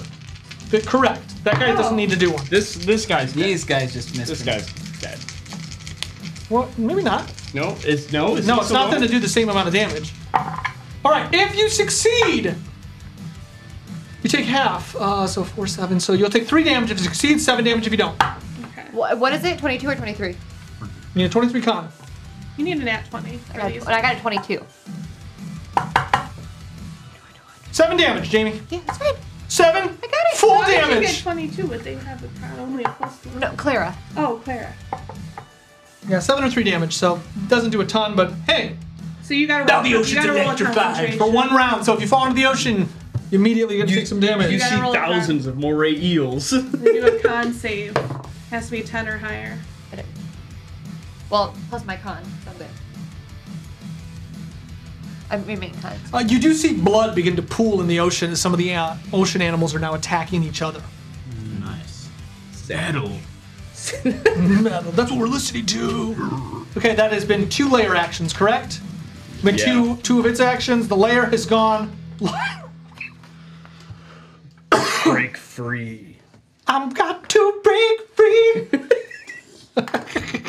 Th- correct. That guy doesn't need to do one.
This this guy's dead. these
guys just missed.
This guy's dead.
Well, maybe not.
No, it's no. Oh, Is
no,
he
it's
still
not going to
going?
do the same amount of damage. All right, if you succeed, you take half. Uh, so four, seven. So you'll take three damage if you succeed, seven damage if you don't.
Wha- what is it? 22 or 23?
You need a 23 con.
You need an at 20.
I got, and I got a 22.
Seven damage, Jamie.
Yeah, that's fine.
Seven. I
got it.
Full
Why did You get
damage.
22, but they have a crown only a plus one.
No, Clara.
Oh, Clara.
Yeah, seven or three damage. So doesn't do a ton, but hey,
So you gotta
now
roll.
the
you
ocean's
gotta roll a
electrified
concentration.
for one round. So if you fall into the ocean, you immediately get to take some damage.
you gotta roll a con.
of moray eels.
They do a con save. Has to be 10 or higher.
Well, plus my con, so I'm good. I remain con.
Uh, you do see blood begin to pool in the ocean as some of the uh, ocean animals are now attacking each other.
Nice. Saddle.
Metal. That's what we're listening to. Okay, that has been two layer actions, correct? Been
Yeah.
two two of its actions. The layer has gone.
Break free.
I'm got to break free.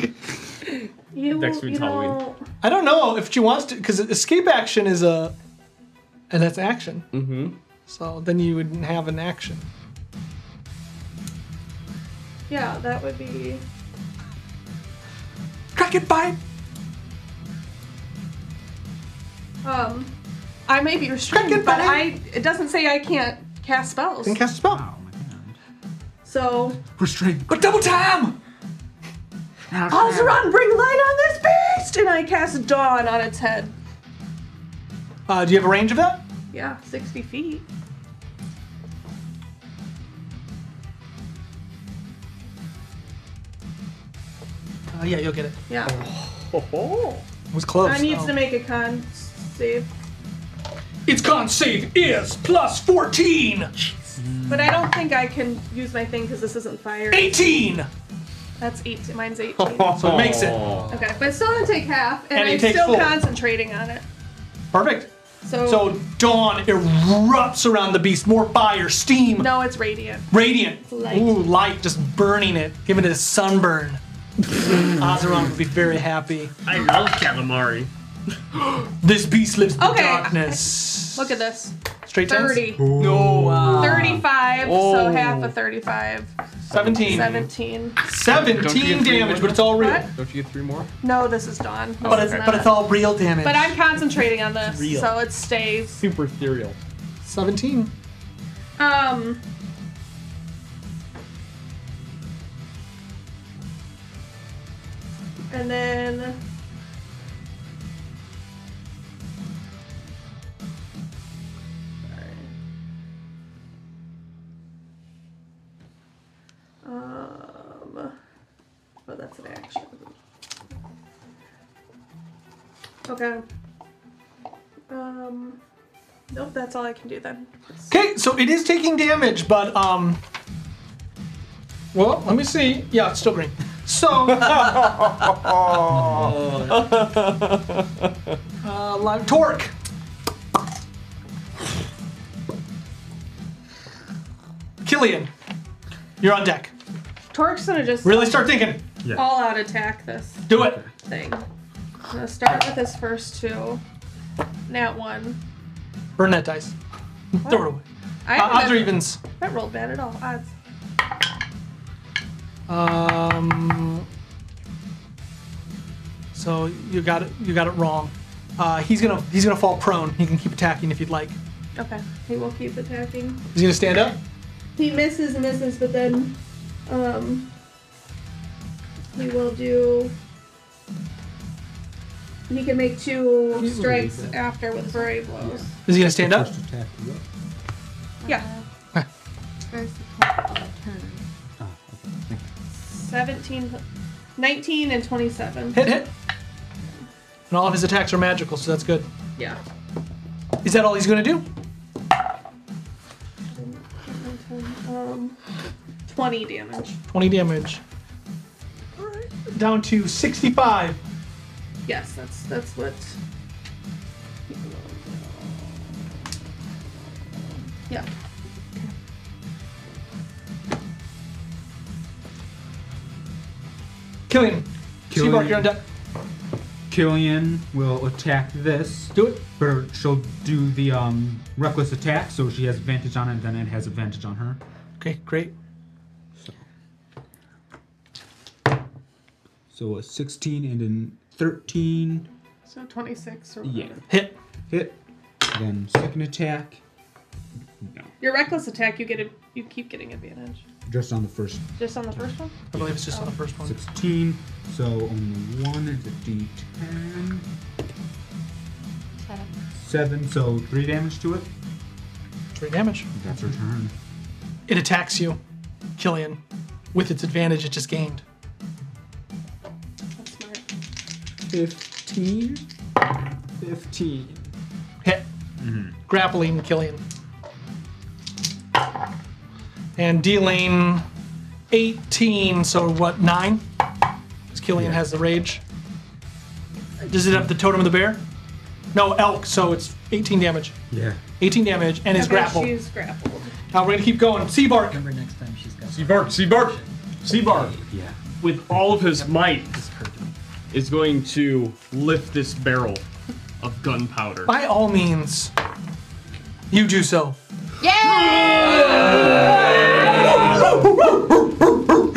You,
Next week's
you know,
Halloween.
I don't know if she wants to, because escape action is a, and that's action.
Mm-hmm.
So then you wouldn't have an action.
Yeah, that would be.
Crack it, bite.
Um, I may be restricted, but I it doesn't say I can't cast spells.
Can cast a spell.
So
Restraint. But
Oh,
double time.
Alzeron, bring light on this beast, and I cast dawn on its head.
Uh, do you have a range of that?
Yeah, 60 feet.
Uh, yeah, you'll get it.
Yeah.
Oh. It was close.
I need
Oh.
to make a con save,
Its con save is plus 14.
but I don't think I can use my thing because this isn't fire.
18.
That's 18. Mine's 18.
so it makes it.
Okay, but I still gonna take half, and,
And it
I'm
takes
still
full.
concentrating on it.
Perfect.
So,
So dawn erupts around the beast. More fire, steam,
no, it's radiant.
radiant.
Light.
Ooh, light just burning it, giving it a sunburn. Azeron would be very happy.
I love calamari.
This beast lives in
Okay.
darkness.
Look at this.
Straight tens?
30.
No.
35, so
Oh.
half of 35.
17.
17.
17 damage, but it's all real.
What?
Don't you get three more?
No, this is Dawn. This
But
is
it's,
not
but it's
it.
all real damage.
Oh, But I'm concentrating on this,
It's real.
so it stays.
super ethereal. 17.
Um. And then. Sorry. Um. Oh, that's an action. Okay. Um. Nope, that's all I can do then.
Okay, so it is taking damage, but um. Well, let me see. Yeah, it's still green. So. uh, live torque. Killian, you're on deck.
Torque's gonna just
Really start thinking. Yeah.
all out attack this
Do it.
thing. I'm gonna start with his first two. Nat one.
Burn that dice. Throw it away.
I
Uh, odds or
haven't-
evens?
That rolled bad at all. Odds.
Um. So you got it. You got it wrong. Uh, he's gonna he's gonna fall prone. He can keep attacking if you'd like.
Okay. He will keep attacking.
He's gonna stand up.
He misses and misses, but then um he will do he can make two strikes after with flurry blows.
Is he gonna stand up?
Yeah.
Ah,
Where's the turn?
17 19 and 27.
Hit hit. And all of his attacks are magical, so that's good.
Yeah.
Is that all he's gonna do?
Um, 20 damage.
Twenty damage. down to 65.
Yes, that's that's what. Yeah.
Killian. Seabark, you're on deck.
Killian will attack this.
Do it.
But she'll do the um, reckless attack, so she has advantage on it, and then it has advantage on her.
Okay, great.
So a 16 and an 13.
So 26 or
Yeah.
whatever.
Hit.
Hit. Then second attack,
Your reckless attack, you get a, you keep getting advantage.
just on the first
Just on the first one. Oh.
I believe it's just on the first one.
16. So only one is a d10.
Seven.
Seven, so three damage to it.
Three damage.
That's her turn.
It attacks you, Killian, with its advantage it just gained.
15. 15.
Hit. Grappling Killian. And dealing 18, so what, 9? Because Killian has the rage. Does it have the totem of the bear? No, elk, so it's 18 damage.
Yeah.
18 damage, and it's
Okay,
grappled.
She's grappled.
Now we're gonna keep going. Seabark. Remember
next time she's got.
Seabark, Seabark, Seabark.
Yeah.
With all of his might, is going to lift this barrel of gunpowder.
By all means, you do so.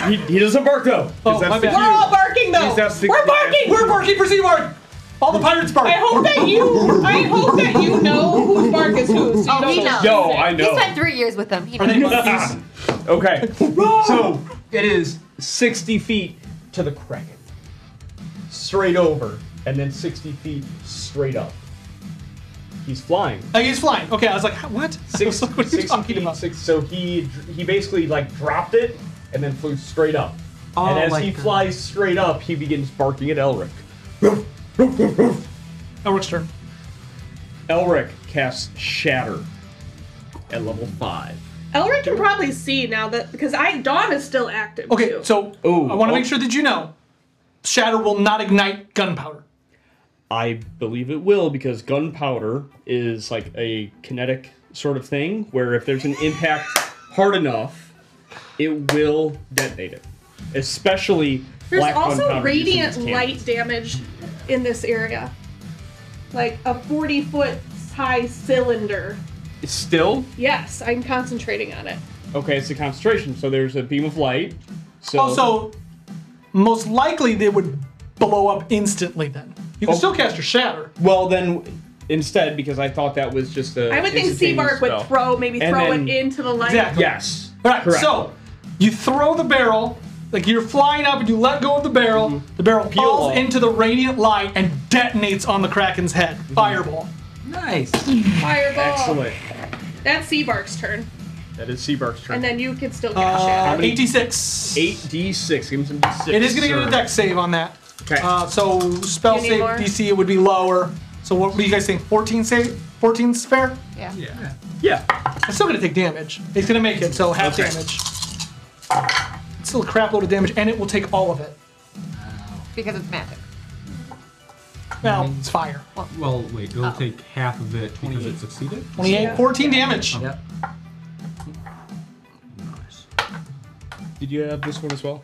He, he doesn't bark though.
Oh, my bad. We're all barking, though. He's at 60 We're barking! We're barking for Seabark! All the pirates bark.
I hope that you, I hope that you know whose bark is whose. So you
Oh, he
don't
knows.
Yo, I know.
He spent three years with them. He
Are they
knows.
okay. So it is 60 feet to the Kraken. Straight over, and then 60 feet straight up. He's flying.
Oh, he's flying. Okay, I was like, what?
Six, what six feet, Six, so he he basically like dropped it and then flew straight up.
Oh
and as
my
he
God.
flies straight up, he begins barking at Elric.
Elric's turn.
Elric casts Shatter at level five.
Elric can probably see now that because I Dawn is still active.
Okay, so I want to
oh,
make sure that you know, shatter will not ignite gunpowder.
I believe it will because gunpowder is like a kinetic sort of thing where if there's an impact hard enough, it will detonate it. Especially
There's
black
also
gunpowder using
radiant
these cannons.
light damage in this area, like a 40 foot high cylinder.
Still,
Yes, I'm concentrating on it.
okay, it's a concentration. So there's a beam of light. So
Also, most likely they would blow up instantly. Then you can
Oh.
still cast your shatter.
well then instead because I thought that was just a
I would think Seabark would throw, maybe
And
throw
then-
it into the light.
Yes.
All right, so you throw the barrel, like you're flying up, and you let go of the barrel. The barrel falls
Mm-hmm. off.
into the radiant light and detonates on the kraken's head. Fireball.
Nice.
Fireball.
Mm-hmm. Excellent.
That's Seabark's turn,
That is Seabark's turn.
and then you can still get
Uh,
shadow.
8d6.
8d6. Give him some d6.
It is going to get
sir.
a deck save on that. Okay. Uh, so spell
You need
save
more?
DC it would be lower. So what, what do you guys think? 14 save? 14's fair?
Yeah.
Yeah.
Yeah.
It's still going to take damage. It's going to make it, so half
Okay.
damage. It's still a crap load of damage, and it will take all of it.
because it's magic.
Well, it's fire.
Well, wait, it'll take half of it because it succeeded?
28, 14 damage.
Yep.
Did you have this one as well?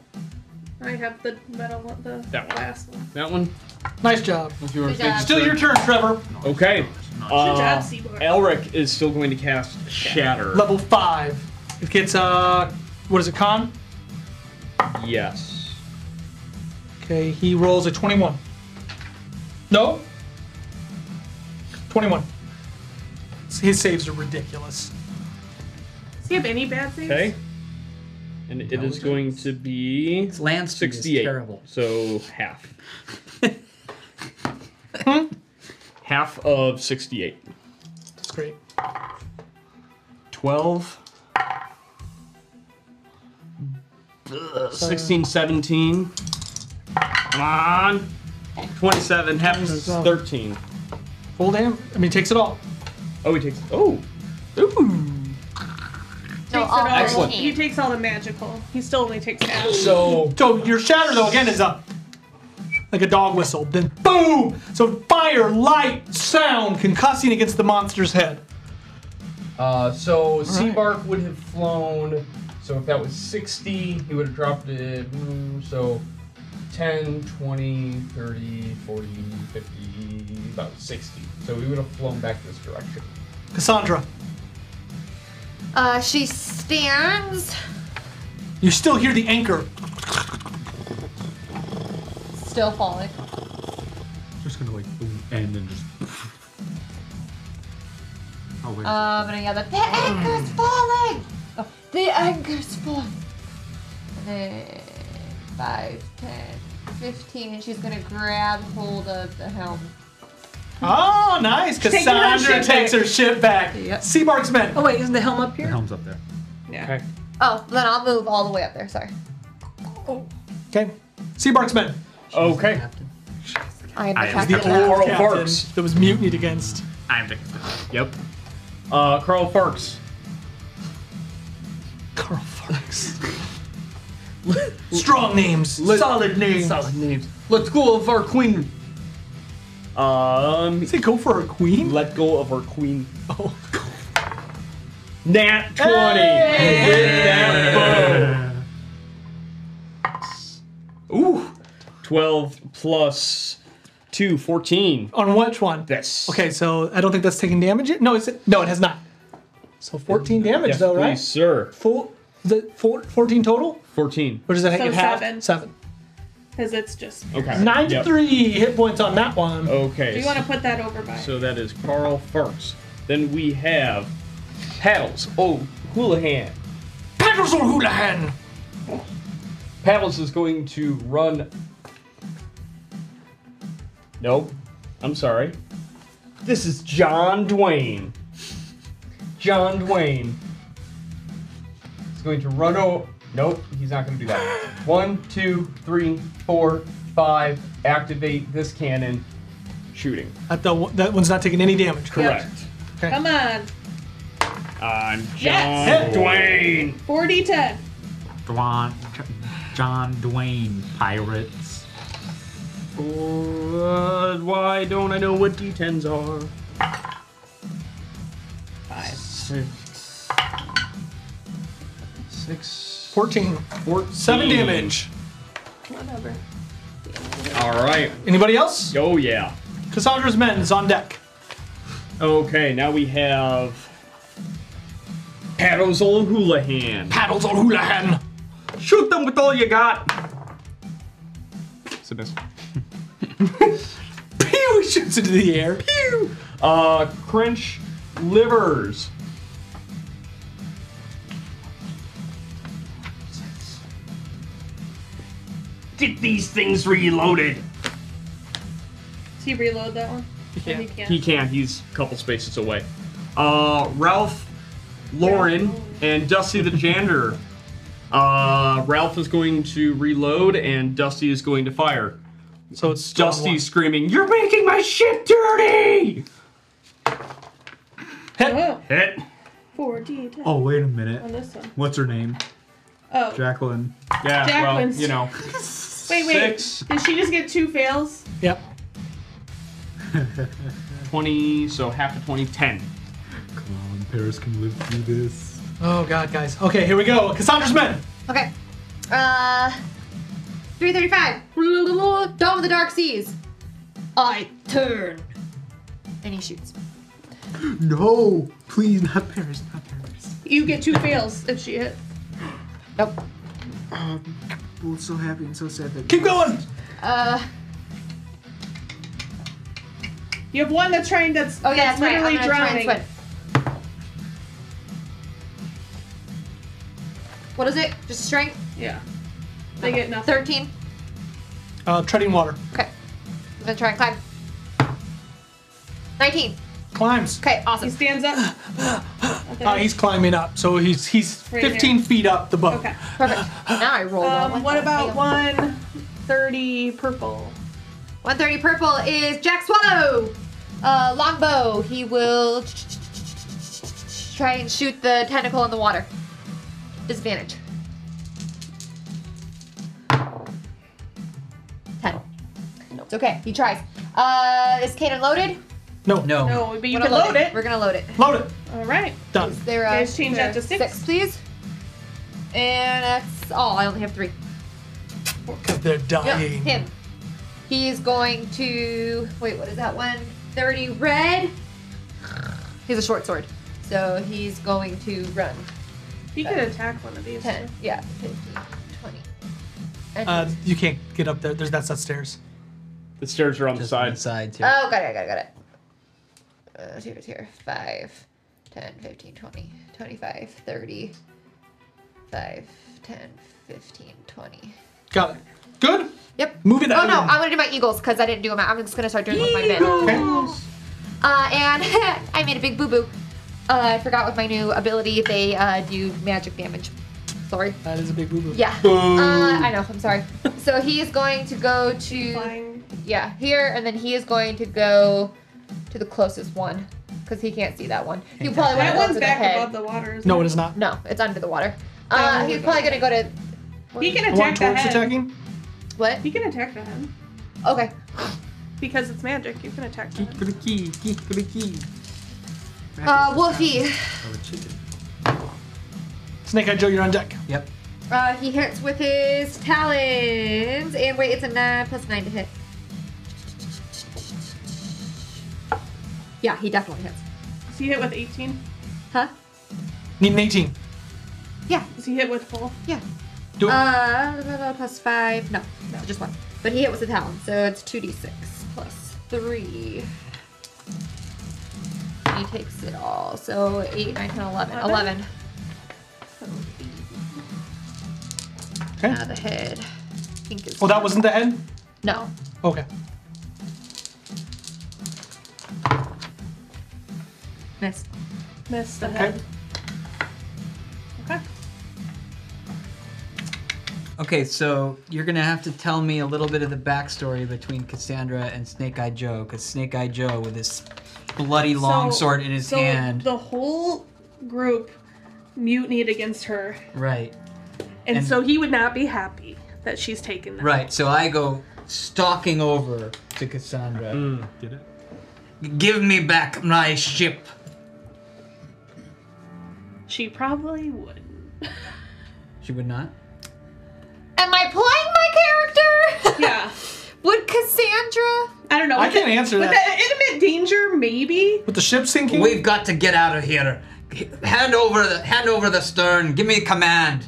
I have the metal, one- the
That one.
last one.
That one?
Nice job.
Good job.
Still your turn, Trevor.
Okay.
Good job,
Uh,
Seabark.
Elric is still going to cast Shatter.
Level 5. It gets, uh, what is it, con?
Yes.
Okay, he rolls a 21. No? 21. His saves are ridiculous.
Does he have any bad things?
Okay. And it is going to be it's
land speed is
68.
terrible.
So half. half of 68.
That's great.
12. Ugh, 16, 17. Come on. 27, half is 13.
Full damn. I mean, takes it all.
Oh, he takes. Oh! Ooh!
Takes
No,
it
all
all.
Excellent.
He takes all the magical. He still only takes half.
So,
so your shatter though again is a like a dog whistle. Then boom! So fire, light, sound concussing against the monster's head.
Uh, so Seabark would have flown. So if that was 60, he would have dropped it. mm, So 10, 20, 30, 40, 50, about 60. So he would have flown back this direction.
Cassandra,
Uh, she stands
you still hear the anchor.
still falling.
Just gonna like boom, end and just. Oh wait.
Uh, but yeah, the, the anchor's falling! Oh, the anchor's falling. And then 5, 10, 15, and she's gonna grab hold of the helm.
Oh, nice!
Taking her
Cassandra
ship
takes
back.
her ship back. Seabark's men.
Oh, wait, isn't the helm up here?
Helm's up there.
Yeah. Oh, then I'll move all the way up there, sorry.
Okay. Seabark's men.
Okay.
I am
I
the
am
captain.
the Oral Barks.
That was mutinied against.
I'm the. Yep. Uh, Carl Farks.
Carl Farks. Strong names. solid names.
Solid names. Let's go of our queen. Um.
Say go for our queen?
Let go of our queen. Oh. Nat 20. Hit that bow. Ooh. 12 plus 2, 14.
On which one?
This.
Okay, so I don't think that's taking damage yet. No, it's no, it has not. So 14 damage
Yes,
though, right?
please, sir.
Full the four, 14 total?
14.
Or does that
So
get half?
seven.
Seven.
Because it's just.
Okay.
93 hit points on that one.
Okay.
Do you want to put that over by?
So that is Carl first. Then we have Paddles. Oh, Houlihan.
Paddles on Houlihan!
Paddles is going to run. Nope. I'm sorry. This is John Dwayne. John Dwayne is going to run over. Nope, he's not going to do that. One, two, three, four, five. Activate this cannon. Shooting.
That, the, one- that one's not taking any damage, correct?
Correct.
Come on.
I'm John
Yes.
Dwayne.
40 10.
Dwan, John Dwayne Pirates.
Uh, why don't I know what D10s are? Five. Six. Six.
14. Seven damage.
Whatever.
All right.
Anybody else?
Oh, yeah.
Cassandra's men is on deck.
Okay, now we have. Paddles on Houlihan.
Paddles on Houlihan.
Shoot them with all you got. It's a miss.
Pew! Shoots into the air.
Pew! Uh, Cringe Livers. Get these things reloaded.
Does he reload that one? Or He can't.
He can. He's a couple spaces away. Uh, Ralph, Lauren, and Dusty the Jander. Uh, Ralph is going to reload, and Dusty is going to fire.
So it's
Dusty screaming, "You're making my shit dirty!"
Hit.
Hit.
4D 10.
Oh wait a minute.
On this one.
What's her name?
Oh.
Jacqueline.
Yeah.
Jacqueline's-
Well, you know.
wait, wait.
Six.
Did she just get two fails?
Yep.
20, so half of 20, 10.
Come on, Paris can live through this.
Oh god, guys. Okay, here we go. Cassandra's men.
Okay. Uh, 335. Dawn of the Dark Seas. I turn. And he shoots.
No, please, not Paris, not Paris.
You get two fails if she hit.
Nope.
Um, we're so happy and so sad that.
Keep going.
Uh,
You have one that's trying that's,
oh, yeah, that's
that's
right. I'm
literally
gonna try and
drowning.
swim. What is it? Just a strength?
Yeah. They get nothing.
13.
Uh, treading water.
Okay. I'm gonna try and climb. 19.
Climbs.
Okay, awesome. He
stands up.
Uh, he's climbing up, so he's he's
Right
15 feet up the boat.
Okay.
Perfect. now I roll well.
Um, what about 130 purple?
130 purple is Jack Swallow. Uh, longbow. He will try and shoot the tentacle in the water. Disadvantage. Ten. It's okay. He tries. Uh, is Kaden loaded?
No.
No.
No, but you
We're
can
gonna
load it.
We're gonna load it.
Load it.
All right.
Done.
There, uh,
Guys, change that
there.
to six.
please. And that's all. I only have three.
They're
Yeah,
dying.
him. He is going to wait. What is that one? Thirty red. He's a short sword, so he's going to run.
He could attack one of these.
Ten. Yeah. 15, 20. And-
Uh, you can't get up there. There's that's that stairs.
The stairs are on the side.
Sides
oh, got it. Got it. Got it. Uh, let's see what's here. 5, 10, 15, 20, 25, 30, 5, 10, 15, 20.
Got it. Good.
Yep.
Move it
Oh
out.
no, I'm gonna do my eagles because I didn't do them. I'm just gonna start doing them with my men. Uh, and I made a big boo boo. Uh, I forgot with my new ability they uh, do magic damage. Sorry.
That is a big boo boo.
Yeah. Uh, I know. I'm sorry. So he is going to go to yeah here, and then he is going to go to the closest one because he can't see that one. He probably
that
went
one's
the
back
head.
above the water. isn't
No, it is not.
No, it's under the water.
That
Uh,
one
he's
would
probably
go.
gonna go to.
He can attack the head.
What?
He can attack the head.
Okay.
Because it's magic, you can attack the head.
Uh, Wolfie.
Snake Eye Joe, you're on deck.
Yep.
Uh, he hits with his talons, and wait, it's a nine plus nine to hit. Yeah, he definitely hits.
Is he hit with 18?
Huh?
Need an 18.
Yeah.
Is he hit with full?
Yeah.
Do it.
Uh, blah, blah, blah, plus five. No, no, just one. But he hit with a talon, so it's two d six plus three. He takes it all, so eight, nine, ten, eleven.
Eleven.
Eleven.
Okay.
Uh, the head. I think it's
Oh,
Well, that wasn't the head.
No.
Okay.
Missed.
Missed the
Okay.
head. Okay.
Okay, so you're gonna have to tell me a little bit of the backstory between Cassandra and Snake Eye Joe, because Snake Eye Joe with his bloody long
So-
sword in his
so
hand.
The whole group mutinied against her,
Right.
and,
And-
so he would not be happy that she's taken them.
Right, so I go stalking over to Cassandra.
Hmm,
Get it? Give me back my ship.
She probably would.
She would not.
Am I playing my character?
Yeah.
Would Cassandra?
I don't know.
I
with the-
can't answer
with
that.
the intimate danger, maybe.
With the ship sinking?
We've got to get out of here. Hand over the hand over the stern. Give me a command.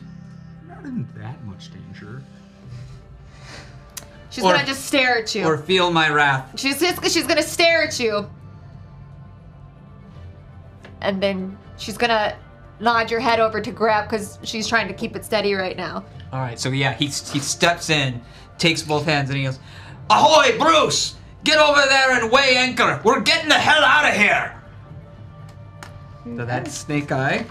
Not in that much danger.
She's
Or-
gonna just stare at you.
Or feel my wrath.
She's just, she's gonna stare at you, and then she's gonna nod your head over to grab because she's trying to keep it steady right now.
All right, so yeah, he, he steps in, takes both hands, and he goes, Ahoy, Bruce! Get over there and weigh anchor! We're getting the hell out of here! So that's Snake Eye.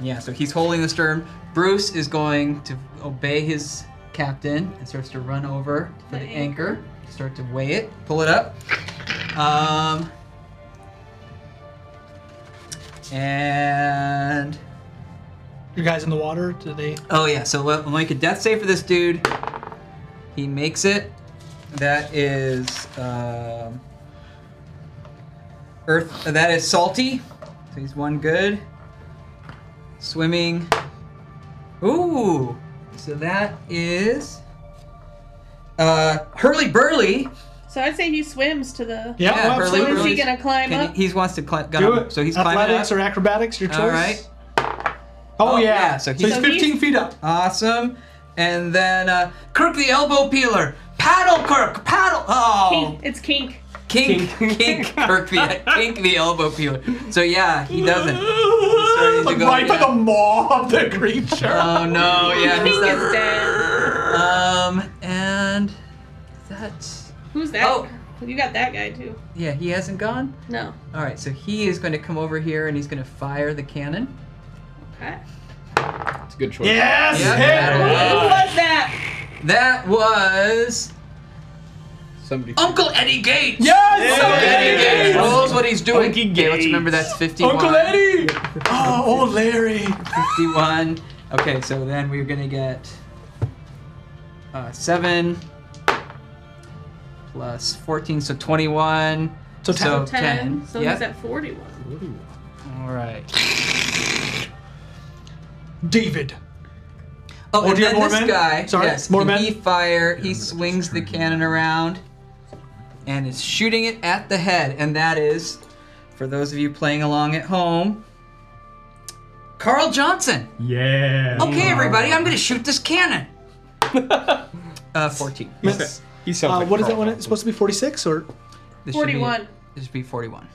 Yeah, so he's holding the stern. Bruce is going to obey his captain and starts to run over for the, anchor. Start to weigh it, pull it up. Um, and
Your guys in the water? Do they?
Oh yeah, so let, we'll make a death save for this dude. He makes it. That is um, Earth. That is salty. So he's one good. Swimming. Ooh. So that is uh, Hurly Burly.
So I'd say he swims to the.
Yeah, Yeah, well,
so is
absolutely.
he gonna climb
Can
up?
he, he wants to climb.
Do it.
So he's climbing
Athletics
up.
or acrobatics, your choice.
All right.
Oh, yeah. So
he's,
he's 15 feet up.
Awesome. And then uh, Kirk the elbow peeler. Paddle, Kirk. Paddle. Oh.
Kink. It's kink.
Kink, kink, Kirk the kink the elbow peeler. So yeah, he doesn't. He's starting to go,
right by
yeah.
the maw of the creature.
Oh no, yeah, he's
Kink
not- Um, and that's
Who's that? Oh, you got that guy too.
yeah, he hasn't gone.
No.
All right, so he is going to come over here and he's going to fire the cannon.
Okay.
It's a good choice.
Yes,
Yeah,
hit!
that
Who
was-
was that?
That was
Somebody.
Uncle Eddie Gates.
Yes,
Uncle
Uncle
Eddie
Gates.
Gates knows what he's doing.
Uncle
Okay, let's
Gates.
remember that's fifty-one.
Uncle Eddie! Oh, old Larry.
51. Okay, so then we're gonna get uh, 7, plus 14, so 21.
So
10.
10.
So
Yep.
he's at 41. 41.
All right.
David.
Oh,
Oh,
and
do you have
then
more
this
men?
guy.
Sorry,
yes,
more
and
men?
He fire. He swings the cannon around, and is shooting it at the head. And that is, for those of you playing along at home, Carl Johnson.
Yeah.
Uh, Okay, everybody, I'm gonna shoot this cannon. uh, 14.
Yes.
He
Uh, what is that one? It's supposed to be 46 or?
This should be-
41.
This should be 41.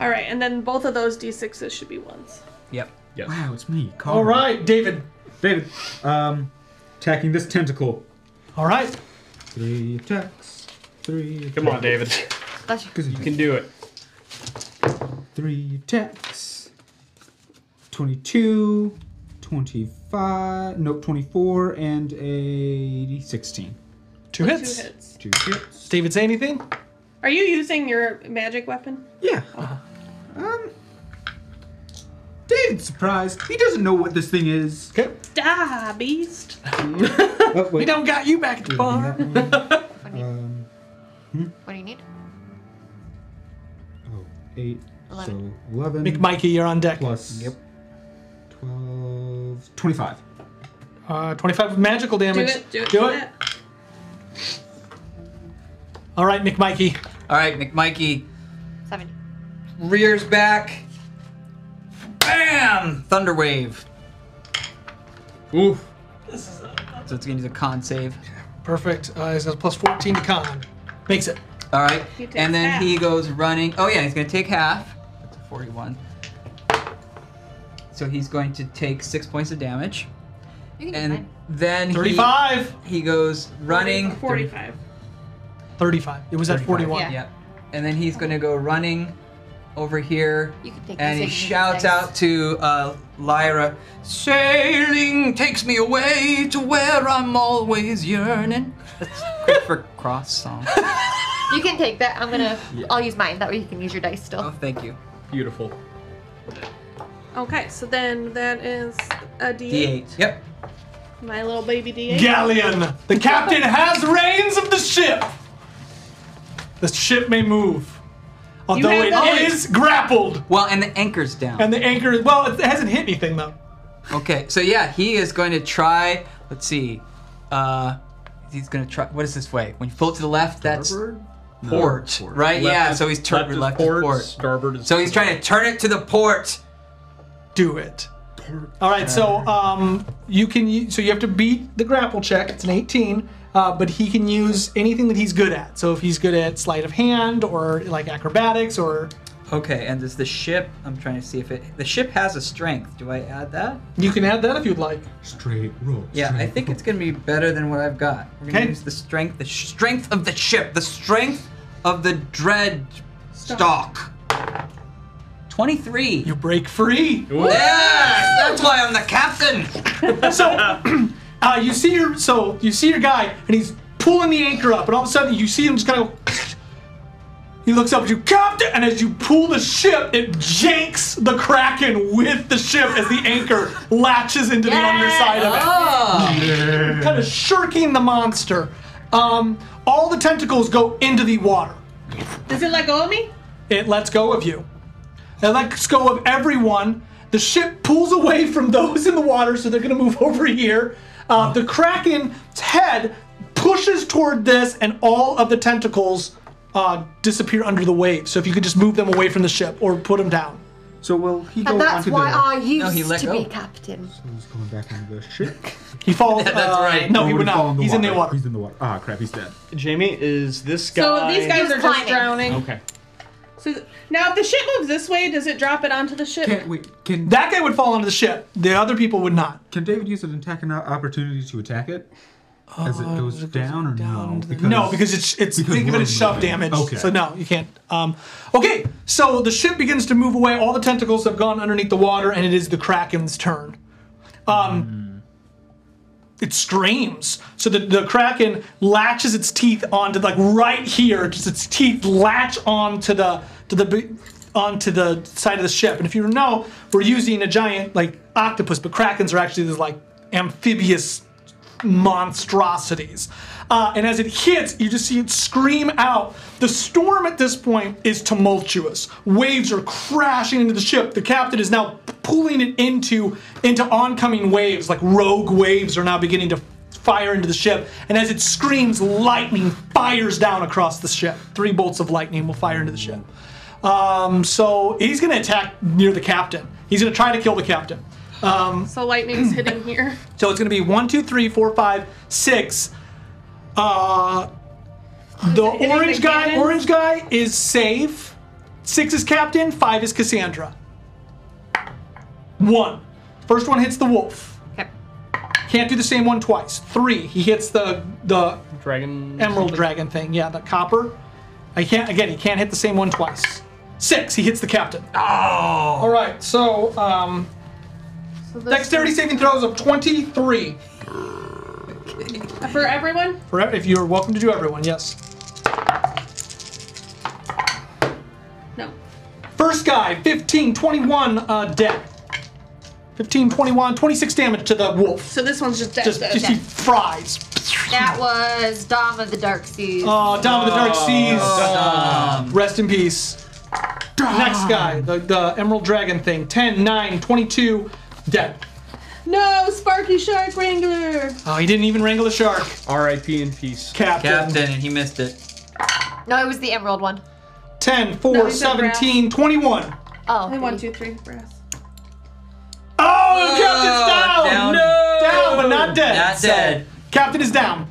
All right, and then both of those d6s should be ones.
Yep.
Yes. Wow, it's me. Carl.
All right, David.
David, um, attacking this tentacle.
All right.
Three attacks. Three.
Come on, David.
You
can do it.
Three attacks. 22, 25, nope, 24, and a 16.
Two hits. Two hits.
Two hits.
David, say anything?
Are you using your magic weapon?
Yeah. Um, David's surprised. He doesn't know what this thing is. Oh,
Okay.
Die, beast.
We
don't got you back at the bar.
Um,
What do you need?
eight, so 11.
Eleven.
McMikey, you're on deck.
Plus. Yep. 12, 25.
Uh, 25 of magical damage.
Do it, do it,
Do
do
it.
it.
All right, McMikey.
All right, McMikey
Seven.
rears back. Bam! Thunder wave.
Oof.
So it's gonna do the con save.
Perfect. Uh, he's got a plus 14 to con. Makes it.
All right,
He takes
and then
half.
he goes running. Oh yeah, he's gonna take half. That's a 41. So he's going to take six points of damage,
You can
and then he-
35.
He, goes running.
45.
35. It was at 41.
Yeah. And then he's gonna go running over here,
You can take
and he
these things.
shouts out to uh, Lyra, "Sailing takes me away to where I'm always yearning." That's Christopher Cross song.
You can take that. I'm gonna.
Yeah.
I'll use mine. That way you can use your dice still.
Oh,
Oh, Thank you.
Beautiful.
Okay, so then that is a D8.
D8. Yep.
My little baby D8.
Galleon, the captain has reins of the ship. The ship may move, although
have
it is
the-
grappled.
Well, and the anchor's down.
And the anchor, well, it hasn't hit anything though.
Okay, so yeah, he is going to try. Let's see. Uh, he's going to try. What is this way? When you float to the left, that's
No,
port,
port.
right?
Left
yeah.
is-
so he's
left
turning
is
left, to port,
Starboard is
So he's trying to turn it to the port.
Do it. All right, so um, you can u- so you have to beat the grapple check. It's an 18, uh, but he can use anything that he's good at. So if he's good at sleight of hand or like acrobatics or
Okay, and does the ship? I'm trying to see if it. The ship has a strength. Do I add that?
you can add that if you'd like.
Straight roll.
Yeah, I think it's going to be better than what I've got. We're going to
Okay.
use the strength, the sh- strength of the ship, the strength of the dread stalk. 23. You
break free.
Yes, that's why I'm the captain.
so uh, you see your so you see your guy and he's pulling the anchor up and all of a sudden you see him just kind of go, he looks up at you captain and as you pull the ship it janks the kraken with the ship as the anchor latches into the underside of it
Oh.
kind of shirking the monster um, all the tentacles go into the water
Does it let go of me?
it lets go of you. It lets go of everyone. The ship pulls away from those in the water, so they're going to move over here. Uh, the Kraken's head pushes toward this, and all of the tentacles uh, disappear under the waves. So if you could just move them away from the ship or put them down.
So will he
And that's why I used to be captain.
He's going back on the ship.
He falls.
That's
right.
Oh,
no, he would not. He's in the water.
He's in the water. Ah, crap, he's dead.
Jamie, is this guy?
So these guys are just
climbing.
drowning.
Okay.
So th- now, if the ship moves this way, does it drop it onto the ship?
Can
that guy would fall into the ship? The other people would not.
Can David use an attacking o- opportunity to attack it as it goes Uh, down or no?
no, because it's it's think of it
we're
as shove
moving.
damage.
Okay.
So no, you can't. Um, okay, so the ship begins to move away. All the tentacles have gone underneath the water, and it is the kraken's turn. Um,
Hmm.
It screams. So the, the kraken latches its teeth onto like right here. Just its teeth latch onto the to the b- onto the side of the ship. And if you know, we're using a giant like octopus, but krakens are actually these like amphibious monstrosities. Uh, and as it hits, you just see it scream out. The storm at this point is tumultuous. Waves are crashing into the ship. The captain is now pulling it into into oncoming waves, like rogue waves are now beginning to fire into the ship. And as it screams, lightning fires down across the ship. Three bolts of lightning will fire into the ship. Um, so he's going to attack near the captain. He's going to try to kill the captain. Um,
So lightning's hitting here.
so it's going to be one, two, three, four, five, six. Uh, the
hitting the
orange guy,
cannons?
orange guy is safe. Six is captain. Five is Cassandra. One. First one hits the wolf. Can't do the same one twice. Three. He hits the the
dragon
emerald dragon thing. Yeah, the copper. I can't. Again, he can't hit the same one twice. Six. He hits the captain. Oh. All right. So um, dexterity saving throws of twenty-three.
For everyone?
For ev- if you're welcome to do everyone, yes.
No.
First guy, 15, 21, uh, dead. 15, 21, 26 damage to the wolf.
So this one's just dead.
Just,
dead,
just
dead.
he fries.
That was Dom of the Dark Seas.
Oh, Dom of the Dark Seas. Rest in peace. Next guy, the, the Emerald Dragon thing. 10, 9, 22, dead.
No, Sparky Shark Wrangler!
Oh, he didn't even wrangle a shark.
R.I.P. in peace.
Captain.
Captain, and he missed it.
No, it was the Emerald one.
10, 4,
No, he said
17, 21.
Oh.
Only one, two, three, brass.
Oh, the captain's down!
down.
No! Down, but not dead.
Not
So,
dead.
captain is down.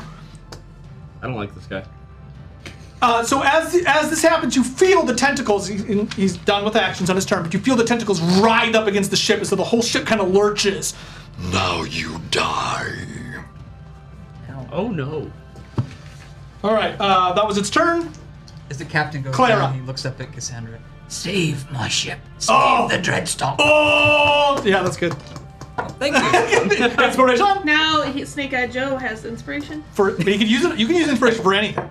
I don't like this guy.
Uh, so as as this happens, you feel the tentacles. he- he's done with actions on his turn, but you feel the tentacles writhe up against the ship, and so the whole ship kind of lurches.
Now you die.
Oh no! All right, uh, that was its turn.
As the captain goes
Clara.
down, he looks up at Cassandra. Save my ship. Save
Oh.
the Dreadstock.
Oh! Yeah, that's good.
Thank you.
Inspiration
Now he, Snake Eye Joe has inspiration.
for but you can use it. You can use inspiration for anything.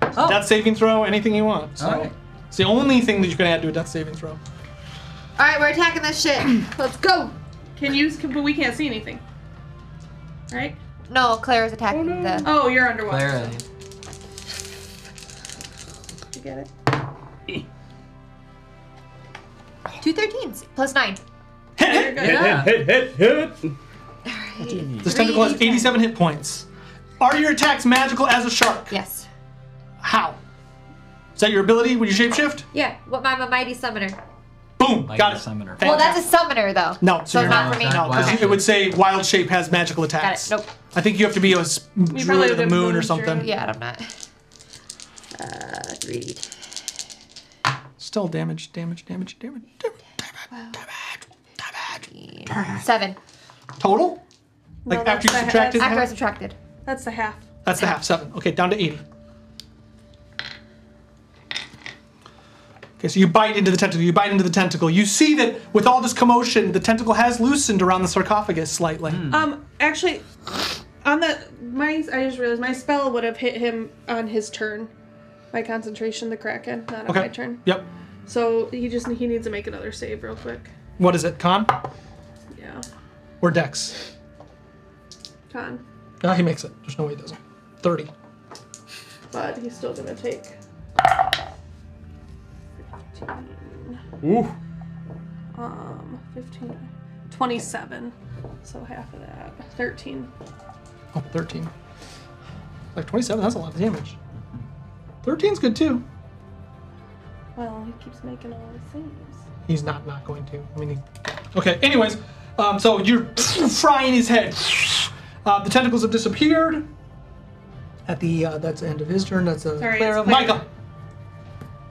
Death saving throw, anything you want. So it's the only thing that you can add to a death saving throw.
All right, we're attacking this shit. Let's go.
Can you? Can, but we can't see anything. Right?
No, Claire's attacking the.
Oh, you're underwater.
Clara.
You get it?
Two thirteens plus nine.
Hit,
Yeah.
hit, hit, hit, hit. This tentacle has 87 hit points. Are your attacks magical as a shark?
Yes.
How? Is that your ability? Would you shapeshift?
Yeah. What? I'm a mighty summoner.
Boom. Got it.
Well, that's a summoner though.
No,
so
you're
not for me.
No, 'cause
Okay.
it would say wild shape has magical
Got
attacks.
it. Nope.
I think you have to be a s- druid of the moon or something.
Yeah, I'm not. Uh, read.
Still damage, damage, damage, damage.
Seven.
Total? Like after you subtracted?
After I subtracted.
That's the half.
That's the half seven. Okay, down to 80. Okay, so you bite into the tentacle, you bite into the tentacle. You see that with all this commotion, the tentacle has loosened around the sarcophagus slightly.
Um, actually, on the my I just realized my spell would have hit him on his turn. My concentration, the kraken, not on
Okay.
my turn.
Yep.
So he just he needs to make another save real quick.
What is it, con
Yeah,
or dex?
con,
No, he makes it. There's no way he doesn't. 30.
but he's still gonna take.
Ooh.
Um, 15, 27. So half of that. 13.
Oh, 13. Like 27, that's a lot of damage. 13's good too.
Well, he keeps making all the saves.
He's not not going to. I mean, he... okay. Anyways, um, so you're frying his head. Uh, the tentacles have disappeared. At the uh, that's the end of his turn. That's a
Sorry,
Clara.
it's Clara.
Micah.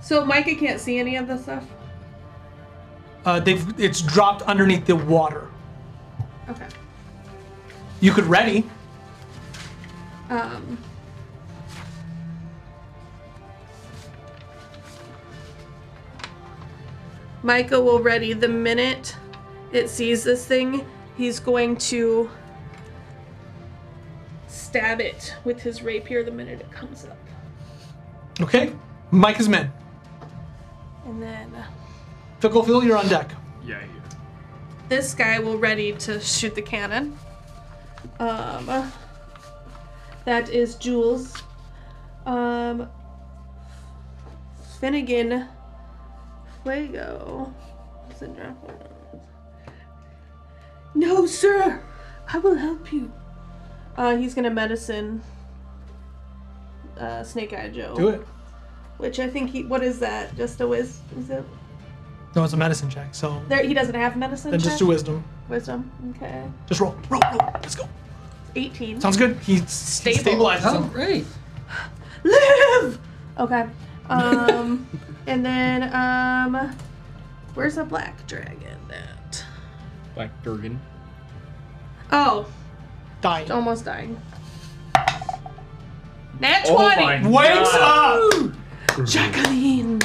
So Micah can't see any of this stuff?
Uh, they've it's dropped underneath the water.
Okay.
You could ready.
Um. Micah will ready the minute it sees this thing. He's going to stab it with his rapier the minute it comes up.
Okay. Micah's men.
And then
Fickle Phil, you're on deck.
Yeah, yeah.
This guy will ready to shoot the cannon. Um, that is Jules. Um, Finnegan Fuego. Is it drop one? No, sir! I will help you. Uh, he's gonna medicine uh, Snake Eye Joe.
Do it.
Which I think he. What is that? Just a whiz? Is it?
No, it's a medicine check, so
There, he doesn't have medicine.
Then just
check?
do wisdom.
Wisdom. Okay.
just roll, roll, roll. Let's go.
18.
Sounds good. He s-
Stable.
stabilizes
Oh,
him.
great.
Live. Okay. Um, and then um, where's the black dragon at?
Black Durgan.
Oh,
dying.
Almost dying. Nat
Oh my
20.
Wakes
uh,
God.
up. Jacqueline.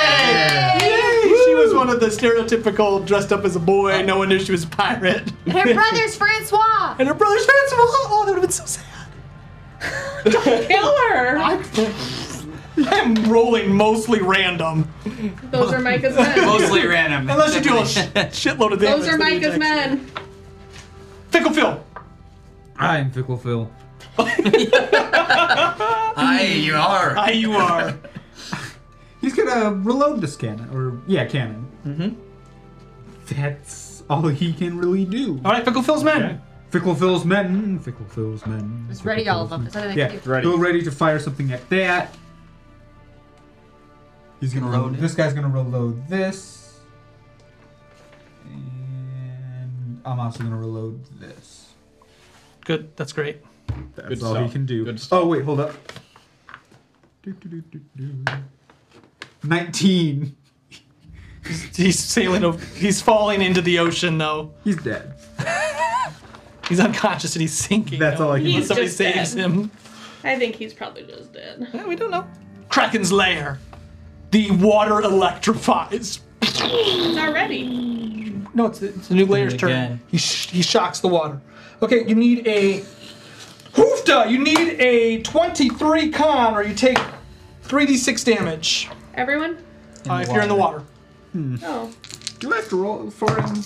Yay! She was one of the stereotypical dressed up as a boy, no one knew she was a pirate.
And her brother's Francois.
And her brother's Francois. Oh, that would have been so sad.
Don't kill her.
I'm rolling mostly random.
Those are Micah's men.
mostly random. Unless you do a sh- shitload of damage.
Those are
then you
Micah's
attack.
men.
Fickle Phil.
I am Fickle Phil.
Aye, you are.
Aye, you are.
He's gonna reload this cannon, or yeah, cannon. Mm-hmm. That's all he can really do. All
right, Fickle Phil's men.
Fickle Phil's men. Fickle Phil's men.
Just ready all of them. Is that what I
yeah,
can do?
ready. Go ready to fire something at that. He's gonna reload. This guy's gonna reload this, and I'm also gonna reload this.
Good. That's great.
That's
Good
all he
stuff.
can do. Oh wait, hold up. 19.
He's, he's sailing. Over, he's falling into the ocean, though.
He's dead.
He's unconscious and he's sinking.
That's all I can
He's
do.
Somebody
just
saves
dead.
him.
I think he's probably just dead.
we don't know. Kraken's lair. The water electrifies.
It's already.
No, it's the, it's the new layer's turn. He, sh- he shocks the water. Okay, you need a. Hoofta! You need a 23 con or you take 3d6 damage
Everyone?
uh, if you're in the water.
Oh.
Do I have to roll for him?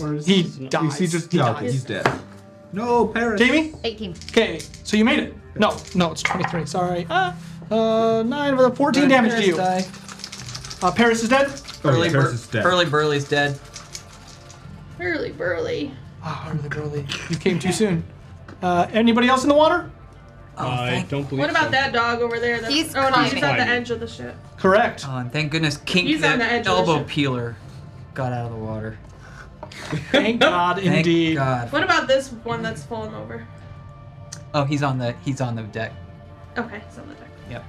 Or is
he
dies. He just no, okay, He's dead. No, Paris.
Jamie?
18.
Okay, so you made it. No, no, it's 23. Sorry. Ah, uh, 9 with a 14
Where did
damage to you.
Paris
Uh, Paris is dead?
Hurley
yeah,
Bur-
Paris is dead.
Hurley Burley's dead.
Burly burly.
Ah, oh, the girly. You came too soon. Uh, anybody else in the water?
Oh,
I
don't
What about that dog over there? That's,
He's
oh, no, he's
climbing.
at the edge of the ship.
Correct.
Oh, and thank goodness Kink
He's
the
on the edge of the
elbow
ship.
peeler got out of the water.
Thank God,
indeed. God.
What about this one that's fallen over?
Oh, he's on the he's on the deck.
Okay, it's on the deck.
Yep.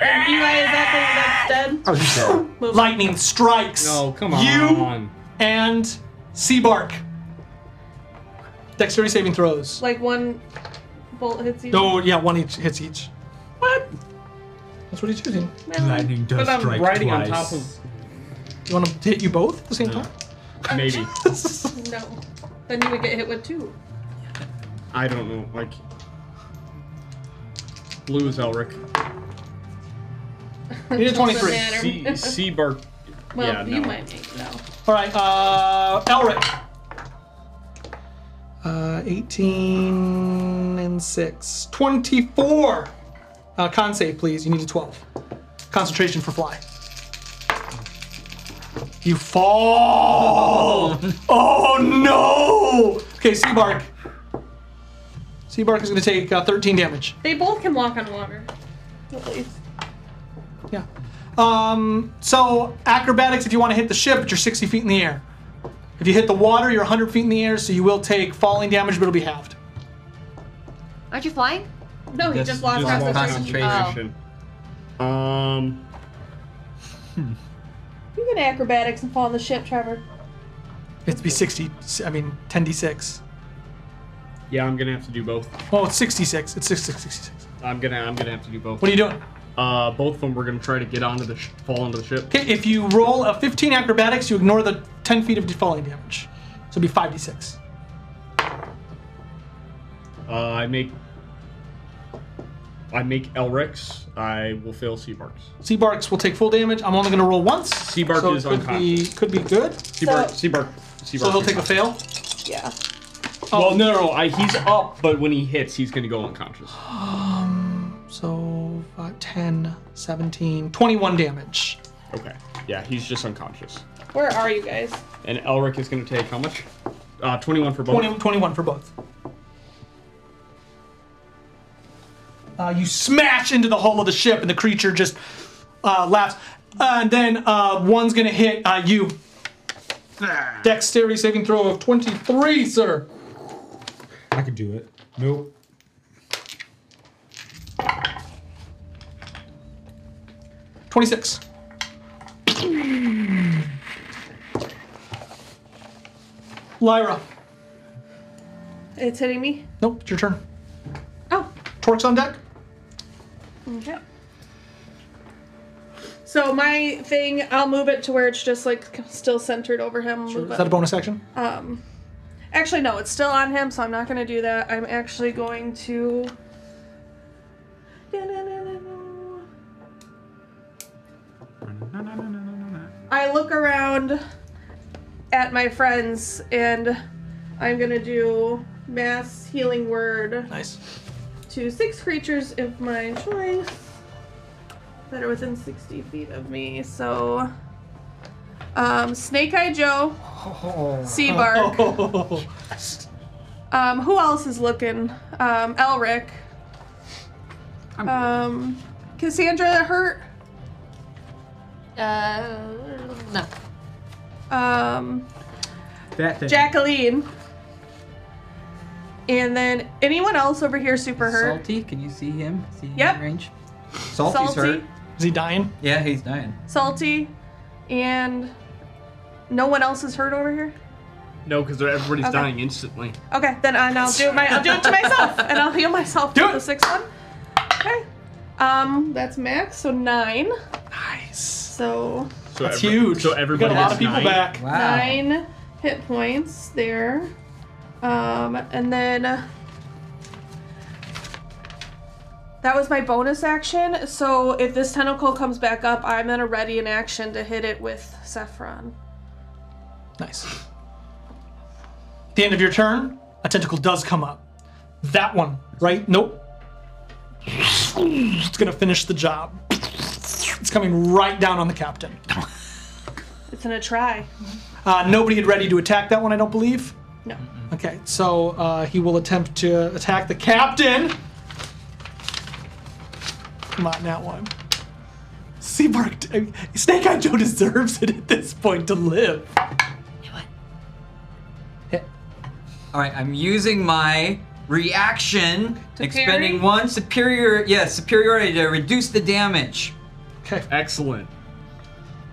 And Eli, is that the one that's dead?
Oh, he's dead.
Lightning strikes.
No, come
You and Seabark. Dexterity saving throws.
Like one bolt hits you.
Oh, yeah, one each hits each. What? That's what he's choosing.
Lightning does
But I'm
strike
riding on
twice.
top of-
You want to hit you both at the same time?
Maybe.
No. Then you would get hit with two.
I don't know. Like. Blue is Elric.
You did 23.
C, C bar.
Well,
yeah,
you
no.
might make no.
All right, uh, Elric. Uh, 18 and 6. 24. Uh, con save, please. You need a 12. Concentration for fly. You fall! oh no! Okay, Seabark. Seabark is going to take uh, 13 damage.
They both can walk on water. At least.
Um, so acrobatics if you want to hit the ship, but you're 60 feet in the air. If you hit the water, you're 100 feet in the air, so you will take falling damage, but it'll be halved.
Aren't you flying?
No,
Oh, he Just- just lost just lost concentration.
concentration. Um.
You can acrobatics and fall on the ship, Trevor.
It'd be 60. I mean, 10d6.
Yeah, I'm gonna have to do both.
Oh, it's 66. It's 66, 66.
I'm gonna. I'm gonna have to do both.
What are you doing?
Uh, both of them. We're gonna try to get onto the sh- fall onto the ship.
Okay, if you roll a 15 acrobatics, you ignore the 10 feet of falling damage, so it'll be 5d6.
Uh, I make I make Elrex, I will fail Seabarks.
Seabarks will take full damage. I'm only going to roll once. Seabark
is
could
unconscious.
Be, could be good.
Seabark, Seabark, Seabark.
so he'll take a fail. Oh.
Yeah.
Well, no, no, no, I, he's up, but when he hits, he's going to go unconscious.
Um, so uh, 10, 17, 21 damage.
Okay. Yeah, he's just unconscious.
Where are you guys?
And Elric is going to take how much? Uh, 21 for both.
20, 21 for both. Uh, you smash into the hull of the ship, and the creature just uh, laughs. Uh, and then uh, one's going to hit uh, you. Dexterity saving throw of 23, sir.
I could do it. Nope.
Twenty-six. Lyra.
It's hitting me.
Nope, it's your turn.
Oh.
Torques on deck?
Okay. So my thing, I'll move it to where it's just like still centered over him. Move
Is
it.
that a bonus action?
Um, actually, no, it's still on him, so I'm not gonna do that. I'm actually going to. I look around at my friends and I'm gonna do mass healing word.
Nice.
To six creatures of my choice that are within 60 feet of me. So, um, Snake Eye Joe, Seabark. Um, who else is looking? Um, Elric. Um, Cassandra hurt.
Uh, no.
Um,
That thing.
Jacqueline. And then anyone else over here super hurt?
Salty, can you see him? Is he in
Yep.
range?
Salty's Salty. hurt.
Is he dying?
Yeah, he's dying.
Salty. And no one else is hurt over here.
No, because everybody's
Okay.
dying instantly.
Okay, then uh, and I'll do my I'll do it to myself and I'll heal myself with the sixth one. Okay. Um, that's max, so nine.
Nice.
So
So
That's
every-
huge.
So
You got a
everybody
lot
has
of people
nine.
back.
Nine hit points there. Um, and then uh, that was my bonus action. So if this tentacle comes back up, I'm gonna ready an action to hit it with Saffron.
Nice. At the end of your turn, a tentacle does come up. That one, right? Nope. It's gonna finish the job. It's coming right down on the captain.
It's gonna try.
Uh, nobody had ready to attack that one, I don't believe.
No.
Okay, so uh, he will attempt to attack the captain. Come on, that one. Seabark, I mean, Snake Eye Joe deserves it at this point to live.
All right, I'm using my reaction, expending
parry?
one superior, yeah, superiority to reduce the damage.
Okay.
Excellent.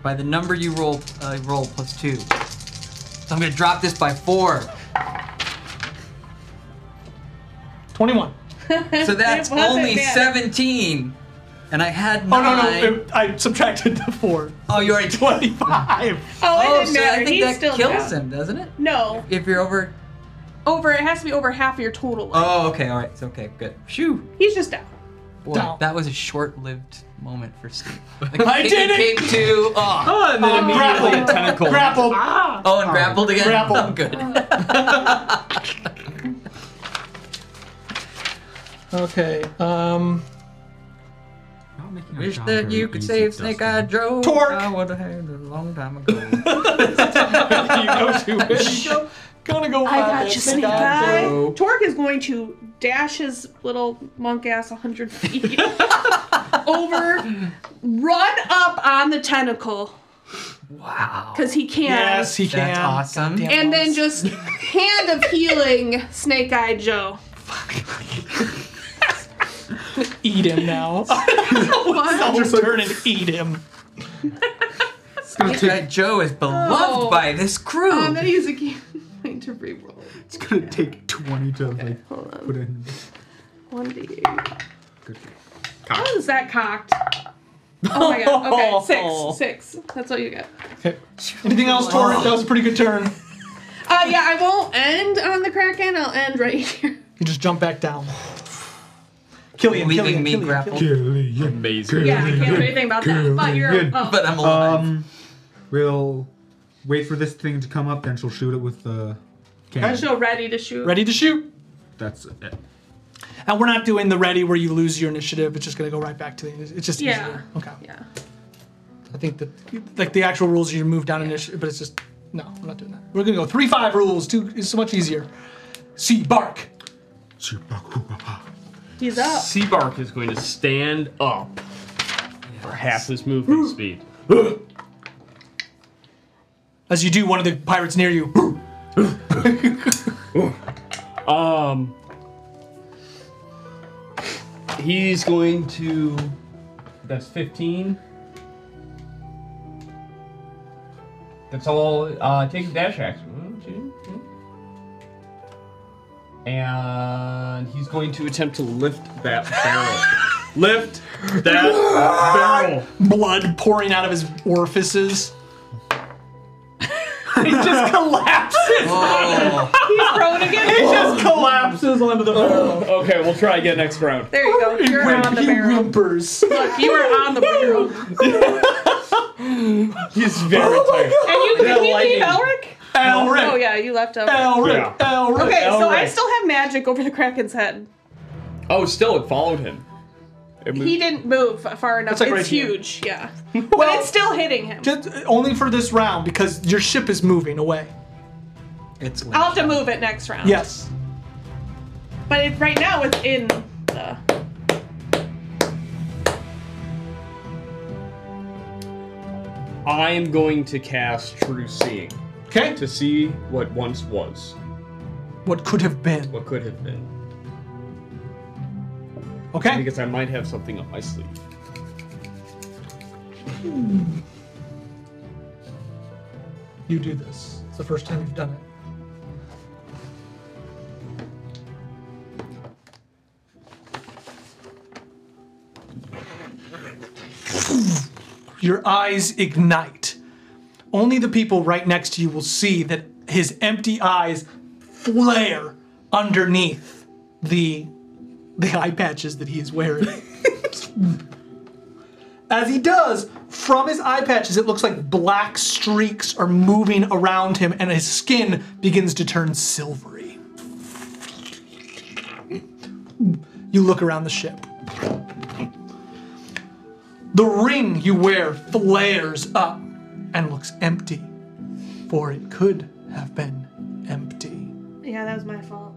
By the number you roll, uh, roll plus two. So I'm gonna drop this by four.
21.
So that's
It wasn't
only
bad.
17. And I had
Oh
nine.
no no! it- I subtracted the four.
Oh, you already
twenty-five.
Oh, it
so
didn't matter.
I think
He's
that
still
kills
down.
him, doesn't it?
No.
If you're over.
Over it has to be over half of your total.
Oh, okay, all right, it's okay, good. Phew.
He's just down.
Boy,
Down.
that was a short-lived moment for Steve.
I did it!
Came to, oh.
Oh, and then
Oh, immediately a tentacle. Grappled.
Oh, and grappled again.
Grappled. Uh,
Oh, good.
Okay. Um.
Wish that you could save Snake Eye Joe.
Torque.
I would have had a long time ago.
you go to wish. Gonna go.
I
find
got
that
you,
snake
snake
eye.
guy.
Joe.
Torque is going to dash his little monk ass 100 feet over, run up on the tentacle. Wow. Because he can.
Yes, he can.
That's awesome.
And then just hand of healing, Snake Eye Joe.
eat him now. Someone's turn and eat him.
Snake Eye Joe is beloved
Oh.
by this crew.
Um, that is a key point to reroll.
It's gonna take 20 to like put in.
1d8.
Good.
How is that cocked? Oh my god. Okay, six. Six. That's all you get.
Anything else, Torrent? That was a pretty good turn.
Uh, yeah, I won't end on the Kraken. I'll end right here.
You just jump back down. Killian,
leaving
Killian,
me
Killian,
grappled.
Amazing.
Yeah, I can't do anything about that. But you're. Oh.
Um, we'll wait for this thing to come up, then she'll shoot it with the cannon.
So ready to shoot.
Ready to shoot.
That's it.
And we're not doing the ready where you lose your initiative. It's just going to go right back to the. It's just
Yeah.
easier. Okay. Yeah. I think that like the actual rules you move down initiative, but it's just no. We're not doing that. We're going to go three five rules. Two. It's so much easier. See bark.
He's up.
Seabark is going to stand up for half his movement speed.
As you do, one of the pirates near you.
Um, he's going to. That's 15. That's all. Uh, take a dash action. One, two, three. And he's going to attempt to lift that barrel. lift that barrel.
Blood pouring out of his orifices.
he just collapses.
He's thrown again.
He just
Oh.
collapses onto the barrel. Oh. Okay, we'll try again next round.
There you go. You're on the barrel. Look, you were on the barrel.
He's very tired.
And you
They're
can you
lightning.
leave Elric?
Elric.
Oh yeah, you left Elric.
Elric, Yeah. Elric,
Okay, so I
Elric.
still have magic over the Kraken's head.
Oh, still, it followed him. It moved-
He didn't move far enough.
It's like
it's
right here.
huge, yeah. but it's still hitting him.
Just only for this round because your ship is moving away.
It's
I'll have to move it next round.
yes.
But it, right now it's in the.
I am going to cast True Seeing.
Okay.
To see what once was.
What could have been.
What could have been.
Okay.
Because I might have something up my sleeve.
You do this. It's the first time you've done it. Your eyes ignite. Only the people right next to you will see that his empty eyes flare underneath the the eye patches that he is wearing. As he does, from his eye patches, it looks like black streaks are moving around him, and his skin begins to turn silvery. You look around the ship. The ring you wear flares up and looks empty, for it could have been empty.
Yeah, that was my fault.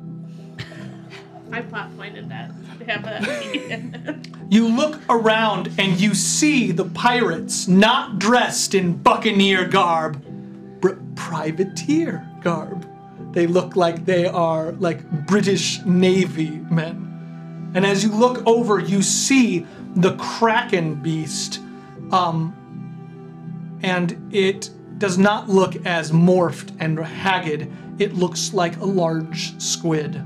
I plot pointed that. Yeah, but
You look around and you see the pirates not dressed in buccaneer garb, but privateer garb. They look like they are like British Navy men. And as you look over, you see the kraken beast, um, and it does not look as morphed and haggard. It looks like a large squid.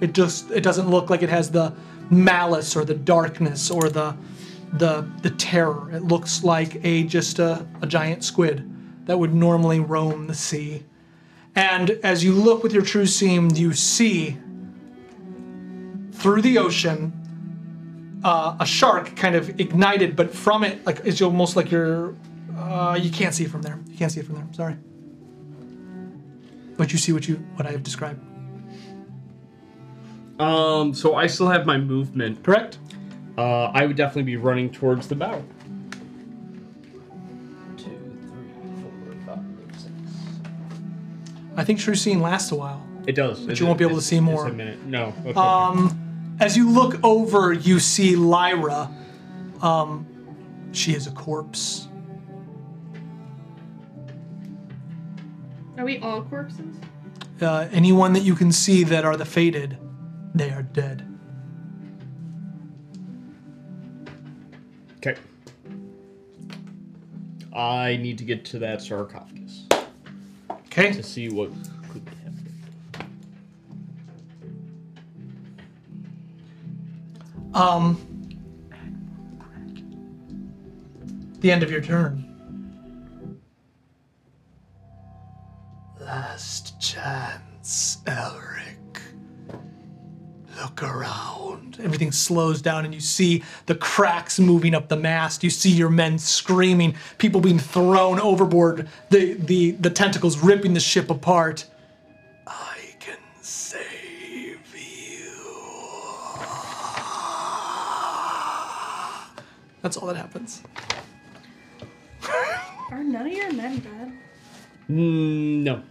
It just it doesn't look like it has the malice or the darkness or the the the terror. It looks like a just a, a giant squid that would normally roam the sea. And as you look with your true seam, you see through the ocean uh, a shark kind of ignited, but from it like it's almost like you're uh, you can't see it from there. You can't see it from there. Sorry. But you see what you what I have described.
Um, so I still have my movement.
Correct.
Uh, I would definitely be running towards the bow.
I think true seeing lasts a while.
It does.
But
Is
you won't
it-
be able to
is-
see
is
more.
a minute. No. Okay.
Um, as you look over, you see Lyra. Um, she is a corpse.
are we all corpses?
Uh, anyone that you can see that are the fated, they are dead.
Okay. I need to get to that sarcophagus.
Okay.
To see what could
Um, the end of your turn. Last chance, Elric. everything slows down and you see the cracks moving up the mast. You see your men screaming, people being thrown overboard, the, the, the tentacles ripping the ship apart. That's all that happens.
Are none of your men dead?
Mm, no.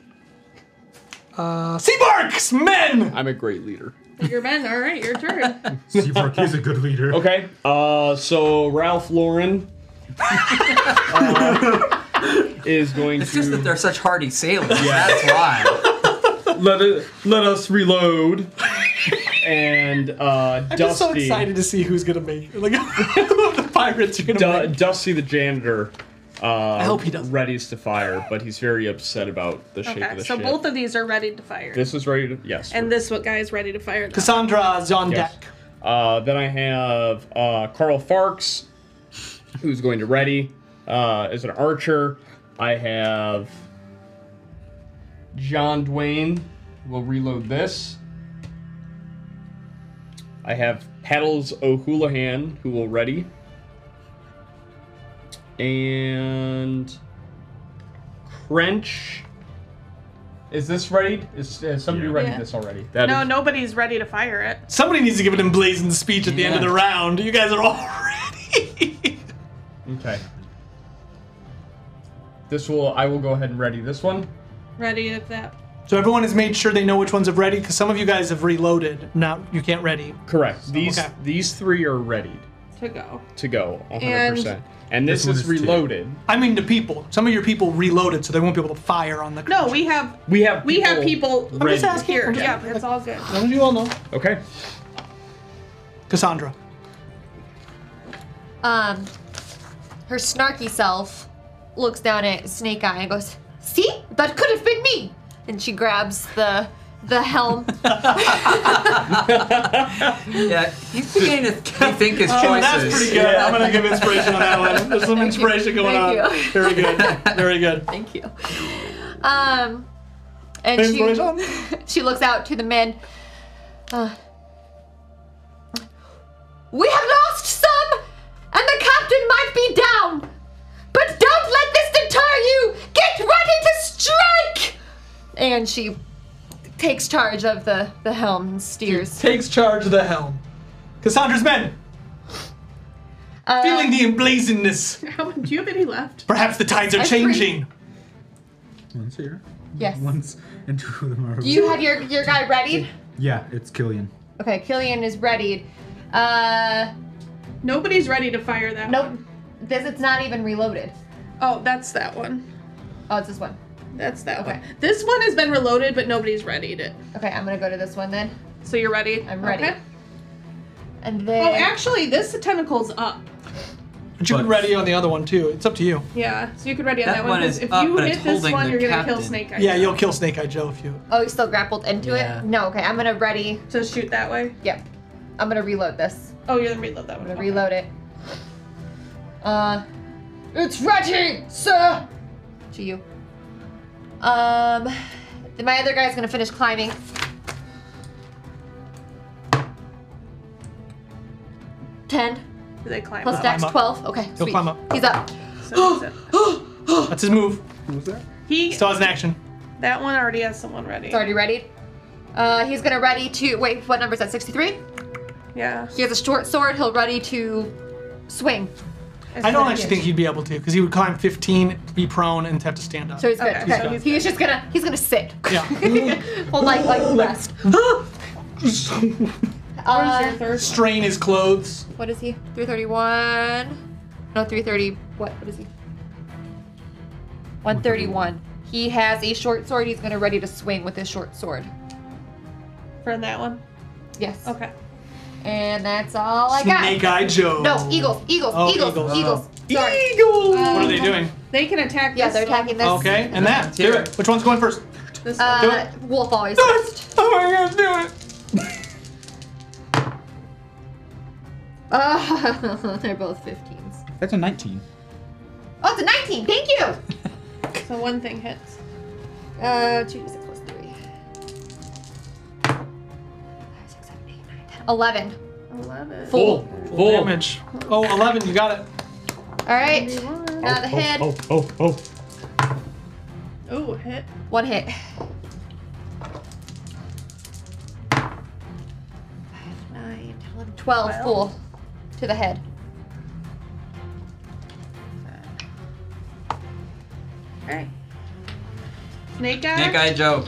Uh, Seabark's men!
I'm a great leader.
Your men. All right, your turn.
Seabark is a good leader. Okay. Uh, so Ralph Lauren uh, is going to. It's just that they're such hardy sailors. Yeah. That's why. let, it, let us reload. And uh,
I'm
Dusty.
just so excited to see who's gonna make it. Like, the pirates are gonna
Du-
make it.
Dusty the janitor. Uh, I
hope he
does. Readies to fire, but he's very upset about the shape of
Okay,
the
so
ship.
both of these are ready to fire.
This is ready to yes.
and this one guy is ready to fire.
Cassandra's on
Yes.
deck.
Uh, then I have uh, Carl Farks, who's going to ready uh, as an archer. I have John Dwayne. We'll reload this. I have Paddles O'Houlihan, who will ready. And Crench. Is this ready? Is, has somebody ready
Yeah.
this already?
no, nobody's ready to fire it.
Somebody needs to give an emblazoned speech at the end of the round. You guys are all.
Okay. This will. I will go ahead and ready this one.
Ready at that.
So everyone has made sure they know which ones have ready because some of you guys have reloaded. Now you can't ready.
Correct. These
Okay.
these three are ready
To go.
to go. 100.
And-
percent And this,
This one
is,
is two.
reloaded.
I mean the people. Some of your people reloaded, so they won't be able to fire on the.
No, we have
We have.
we have people
I'm just asking.
here.
I'm just-
Yeah, it's all good.
As long as you all know.
Okay.
Cassandra.
Um, her snarky self looks down at Snake Eye and goes, "See, that could have been me." And she grabs the the helm.
Yeah, he's beginning to rethink his choices.
Oh, that's pretty good. I'm gonna give inspiration on that one. There's some
Thank you.
inspiration going
Thank
on.
you.
Very good. Very good.
Thank you. Um, and
Thanks,
she
Marisha.
she looks out to the men. Uh, we have lost some, and the captain might be down. But don't let this deter you. Get ready to strike. And she takes charge of the the helm and steers.
Takes charge of the helm. Cassandra's men.
Uh,
Feeling the emblazonness.
How do you have any left?
Perhaps the tides are
That's pretty-
changing.
One's here.
Yes.
Once and two of them are.
Do you have your your guy readied?
Yeah, it's Killian.
Okay, Killian is readied. Uh,
Nobody's ready to fire that.
Nope. This it's not even reloaded.
Oh, that's that one.
Oh, it's this one.
That's that
Okay.
one. This one has been reloaded, but nobody's readied it.
Okay, I'm gonna go to this one then.
So you're ready?
I'm ready.
Okay.
And
Oh,
then
actually, this tentacle's up.
But you can ready on the other one too. It's up to you.
Yeah, so you could ready on
That
that,
one
one. 'cause
is
if
up,
you
but it's
hit this
holding
one,
the
you're gonna kill
captain.
Snake Eye.
Yeah, you'll kill Snake Eye Joe if you.
Oh, you still grappled into
Yeah.
it? No, okay. I'm gonna ready.
So shoot that way?
Yep. I'm gonna reload this.
Oh, you're gonna reload that
I'm
one.
gonna
Okay.
reload it. Uh It's ready, sir! To you. Um then my other guy's gonna finish climbing. Ten.
Do they climb
Plus
up?
dex twelve. Okay.
He'll
Sweet.
climb up.
He's up.
That's his move. Who was
that?
He
still has an action.
That one already has someone ready.
It's already readied. Uh, he's gonna ready to wait. What number is that? Sixty-three.
Yeah.
He has a short sword. He'll ready to swing.
I don't actually think he'd be able to because he would climb 15, be prone, and have to stand up.
So he's good.
He's
Okay.
good.
He's, just gonna he's gonna sit.
Yeah.
Hold like like rest. Uh,
Strain his clothes.
what is he? Three thirty-one. No, three thirty. What? What is he? One thirty-one. He has a short sword. He's gonna ready to swing with his short sword.
For that one.
Yes.
Okay.
And that's all I got.
Snake Eye Joe.
No, eagles, eagles,
Oh,
eagles,
eagles.
eagles.
Oh.
Sorry. Um,
Eagles. what are they doing?
They can attack.
Yeah, they're attacking this.
Okay, and that. Do it. Which one's going first? Do
Uh, wolf always first.
Oh my god, do it.
Uh, they're both 15s.
That's a 19.
Oh, it's a 19. Thank you.
So one thing hits.
Uh, two, six, plus three. 11.
Eleven.
Full. Full damage. Oh, 11, you got it.
All right. Now the head.
Oh, oh, oh.
Oh, hit.
One hit. Nine, 11, 12 full to the head.
Alright. Snake eye?
Nick, I joke.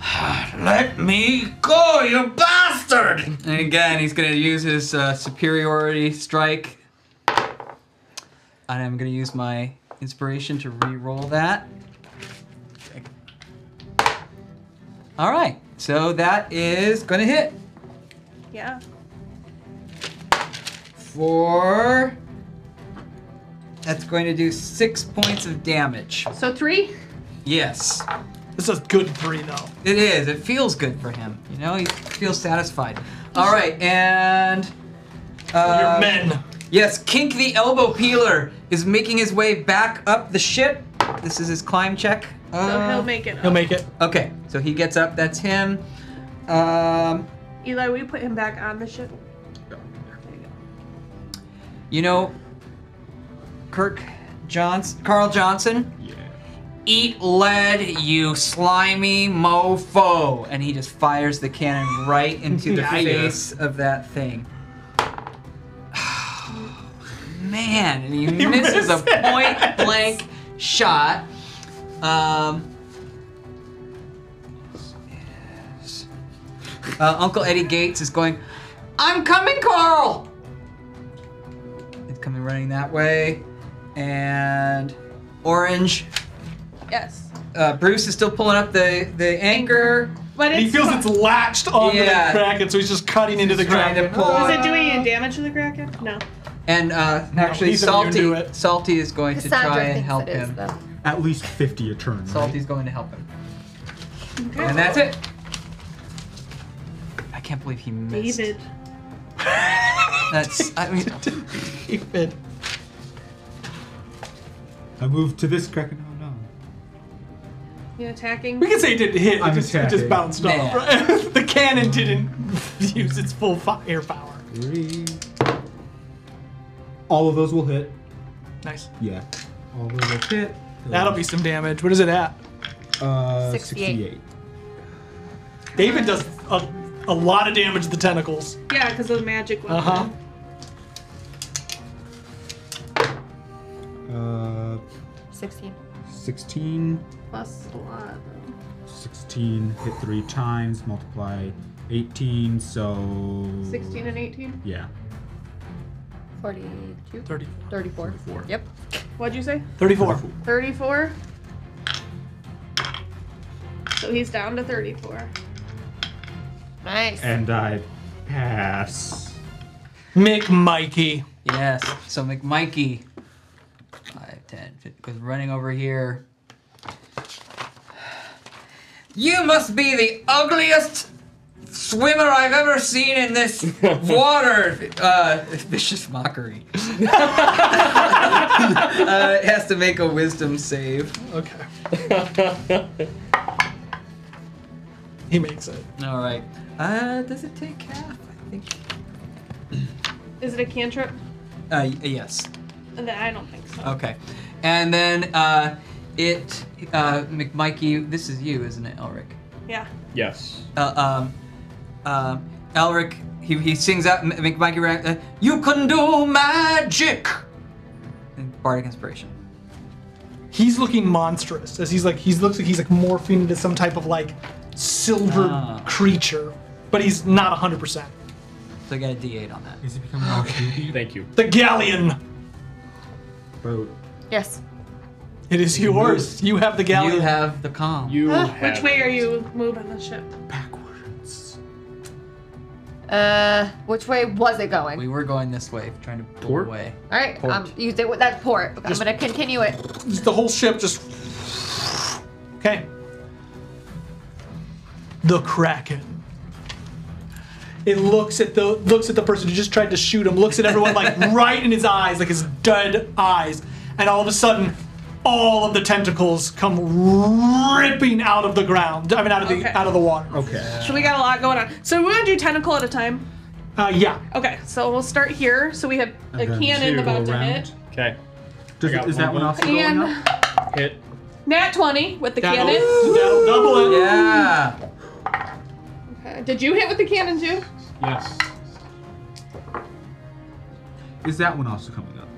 Let me go, you bastard!
And again, he's gonna use his uh, superiority strike. And I'm gonna use my inspiration to re-roll that. All right, so that is gonna hit
Yeah.
for. That's going to do six points of damage.
So three?
Yes.
This is good three though.
It is. It feels good for him. You know, he feels satisfied. All right, and uh,
Your men.
Yes, Kink the Elbow Peeler is making his way back up the ship. This is his climb check.
So
Uh,
he'll make it. up.
make it.
Okay, so he gets up. That's him. Um,
Eli, will you put him back on the ship?
you know, Kirk Johnson, Carl Johnson. Eat lead, you slimy mofo! And he just fires the cannon right into the
Nice.
face of that thing. Man, and he,
He
misses a
missed it.
point blank shot. Um, uh, Uncle Eddie Gates is going, I'm coming, Carl! It's coming running that way. And Orange
Yes.
uh, Bruce is still pulling up the the anchor.
But
He
it's
feels
not-
it's latched onto
Yeah.
the kraken, so he's just cutting into the
trying to
kraken.
pull
Was Oh, it doing any damage to the Kraken? No.
And uh, actually,
he's immune
Salty
to
Salty is going to
Cassandra
try and
thinks
help
it is,
him.
though.
At least 50 a turn.
Salty's going to help him. And that's it. I can't believe he missed.
David.
That's I mean
David.
I moved to this Kraken. Oh no.
You attacking?
We can say it didn't hit. It
I'm
just, it just
attacking.
bounced off.
Yeah.
right? the cannon didn't use its full firepower.
Three. All of those will hit.
Nice.
Yeah. All of those will hit.
That'll be some damage. What is it at?
Uh,
68. David does a, a lot of damage to the tentacles.
Yeah, because of the magic one.
Uh huh.
Mm-hmm.
Uh,
16.
16.
Plus a lot.
16. Hit three times. Multiply 18. So.
16 and 18?
Yeah.
42?
30.
34. Yep.
What'd you say?
34.
34. So he's down to 34.
Nice.
And I pass.
McMikey.
Yes. So McMikey. 5, 10, 15, goes running over here. You must be the ugliest swimmer I've ever seen in this water. Uh, vicious mockery. uh, it has to make a wisdom save.
Okay. he makes it.
All right. Uh, does it take half? I think.
Is it a cantrip?
Uh, y- yes.
And then- I don't think so.
Okay. And then uh, it, uh, McMikey, this is you, isn't it, Elric?
Yeah.
Yes. Uh, um, um, Elric, he, he sings out, M- McMikey, ra- uh, you can do magic! And Bardic Inspiration.
He's looking monstrous as he's like he looks like he's like morphing into some type of like silver
Ah.
creature, but he's not hundred percent.
So I got a D8 on that.
Is it becoming okay.
Thank you.
The galleon.
Boat.
Yes.
It is yours. You have the galleon. You
have the calm.
You
Huh? Which way are you moving the ship?
Backwards.
Uh, which way was it going?
We were going this way, trying to pull away.
All right.
Port.
Um, you did with that port. Okay, I'm
Just-
gonna continue it.
The whole ship just. Okay. The Kraken. It looks at the looks at the person who just tried to shoot him. Looks at everyone like right in his eyes, like his dead eyes, and all of a sudden, all of the tentacles come ripping out of the ground. I mean, out of the
Okay.
out of the water.
Okay.
So we got a lot going on. So we're gonna do tentacle at a time.
Uh, yeah.
Okay, so we'll start here. So we have a
Okay.
cannon
Two
about to
around.
hit.
Okay.
Does, is that one also going up?
And
Hit.
nat 20 with the
That'll-
cannon.
that'll double it.
Yeah.
Okay, Uh, Did you hit with the cannon too?
Yes.
Is that one also coming up?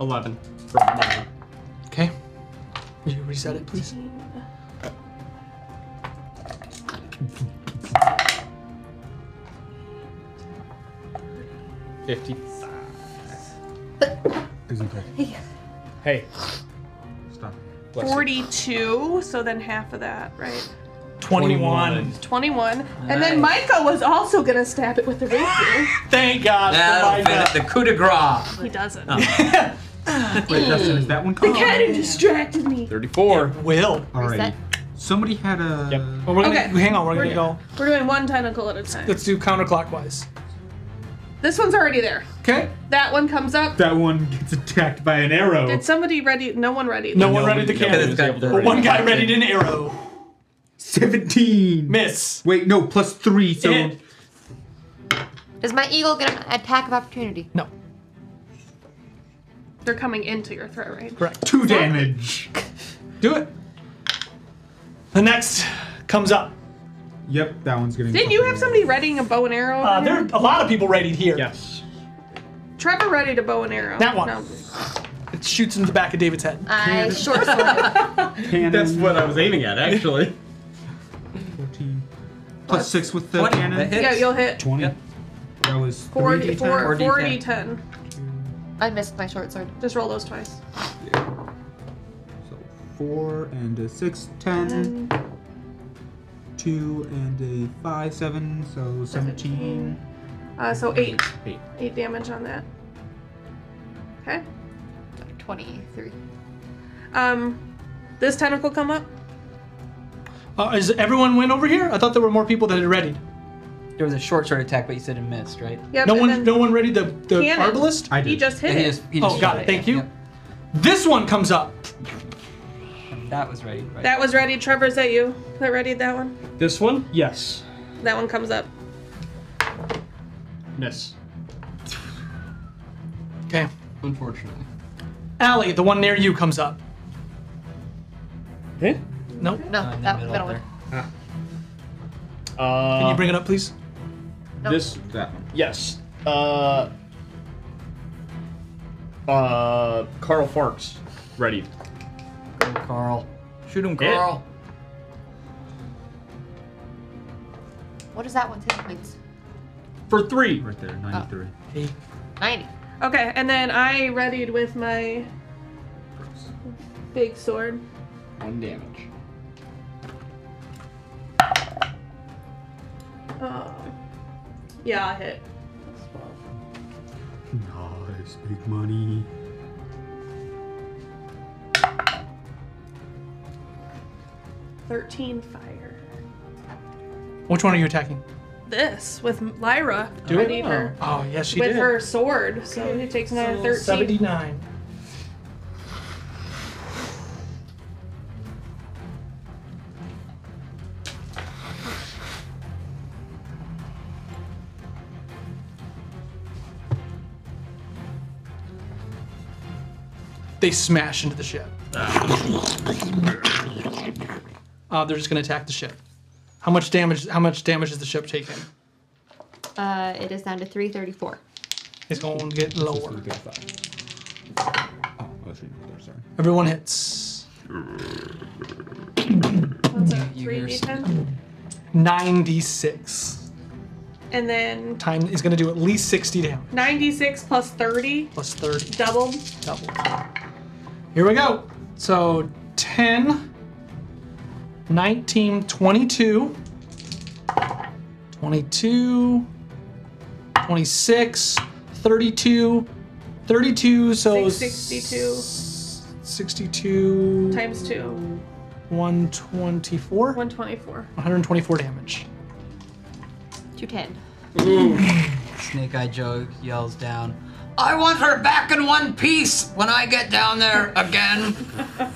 11. Okay. Would you reset it, please?
Fifty.
Is okay.
Hey.
Stop.
42, so then half of that, right?
21.
21. And then Micah was also gonna stab it with the
Ah,
rapier.
Thank God.
That'll finish the coup de grace.
he doesn't.
Oh.
Wait, Dustin, is that one
Ah, The
coming up?
cannon distracted me.
34.
will.
Alrighty. Somebody had a. Yep.
Well, we're gonna, Hang on, we're
We're
going to go.
We're doing one tentacle at a time.
Let's do counterclockwise.
This one's already there.
Okay.
That one comes up.
That one gets attacked by an arrow.
Did somebody ready? No one ready.
No one readied the
nobody was
cannon.
able to
But
ready
one
it.
guy readied an arrow.
17!
Miss!
Wait, no, plus 3, so.
Does my eagle get an attack of opportunity?
No.
They're coming into your threat range.
Correct.
Two damage.
Do it. The next comes up.
Yep, that one's getting.
Didn't you have somebody readying a bow and arrow?
Uh,
over
there are
here?
a lot of people readied here.
Yes.
Trevor readied a bow and arrow.
That one.
No.
It shoots into the back of David's head.
I short sword.
That's
what I was aiming at, actually.
14. Plus 6 with the
20,
cannon?
that hits. Yeah, you'll hit.
20. That was
40,
3d10.
4, 40, 10.
I missed my short sword.
Just roll those twice.
4 and a 6, 10. 2 and a 5, 7, so 17.
Uh, so 8.
8.
8 damage on that. Okay.
23.
Um, this tentacle come up?
Uh, is everyone went over here? I thought there were more people that had readied.
There was a short sword attack, but you said it missed, right?
Yep,
no
and
one,
then-
no one readied the, the
Cannon.
arbalist.
I He did. just hit
Yeah,
it.
he just
oh,
shot
got
it,
it. Thank you. This one comes up.
That was right. right?
That was ready. Trevor, is that you that readied that one?
This one? Yes.
That one comes up.
Miss.
Okay.
Unfortunately.
Allie, the one near you comes up.
Eh?
Nope.
No, that middle one.
Uh,
Can you bring it up, please?
This.
That one.
Yes. Uh. Uh. Carl Farks. Ready.
Carl. Shoot him,
Hit.
Carl.
What does that one's hit points?
For three.
Right there, 93.
90.
Okay, and then I readied with my Uh. big sword.
One damage.
Um, yeah, I hit.
Nice, big money.
Thirteen fire.
Which one are you attacking?
This with Lyra
Do
readied
it.
her
Oh, yes, she
with
did.
her sword, so it takes another thirteen.
Seventy-nine. They smash into the ship. Uh, they're just gonna attack the ship. How much damage? How much damage is the ship taking?
Uh, it is down to 334.
It's going to get lower.
Oh, I was reading there, sorry.
Everyone hits.
What's that? Three d10,
96.
and then
Time is going to do at least 60 damage,
ninety-six plus thirty,
plus 30.
doubled.
Double. Here we go. So 10, 19, 22, 22, 26, 32, 32, so
Six- 62.
62
times two,
124,
one twenty-four.
124 damage.
210.
Snake Eye Joe yells down. I want her back in one piece when I get down there again.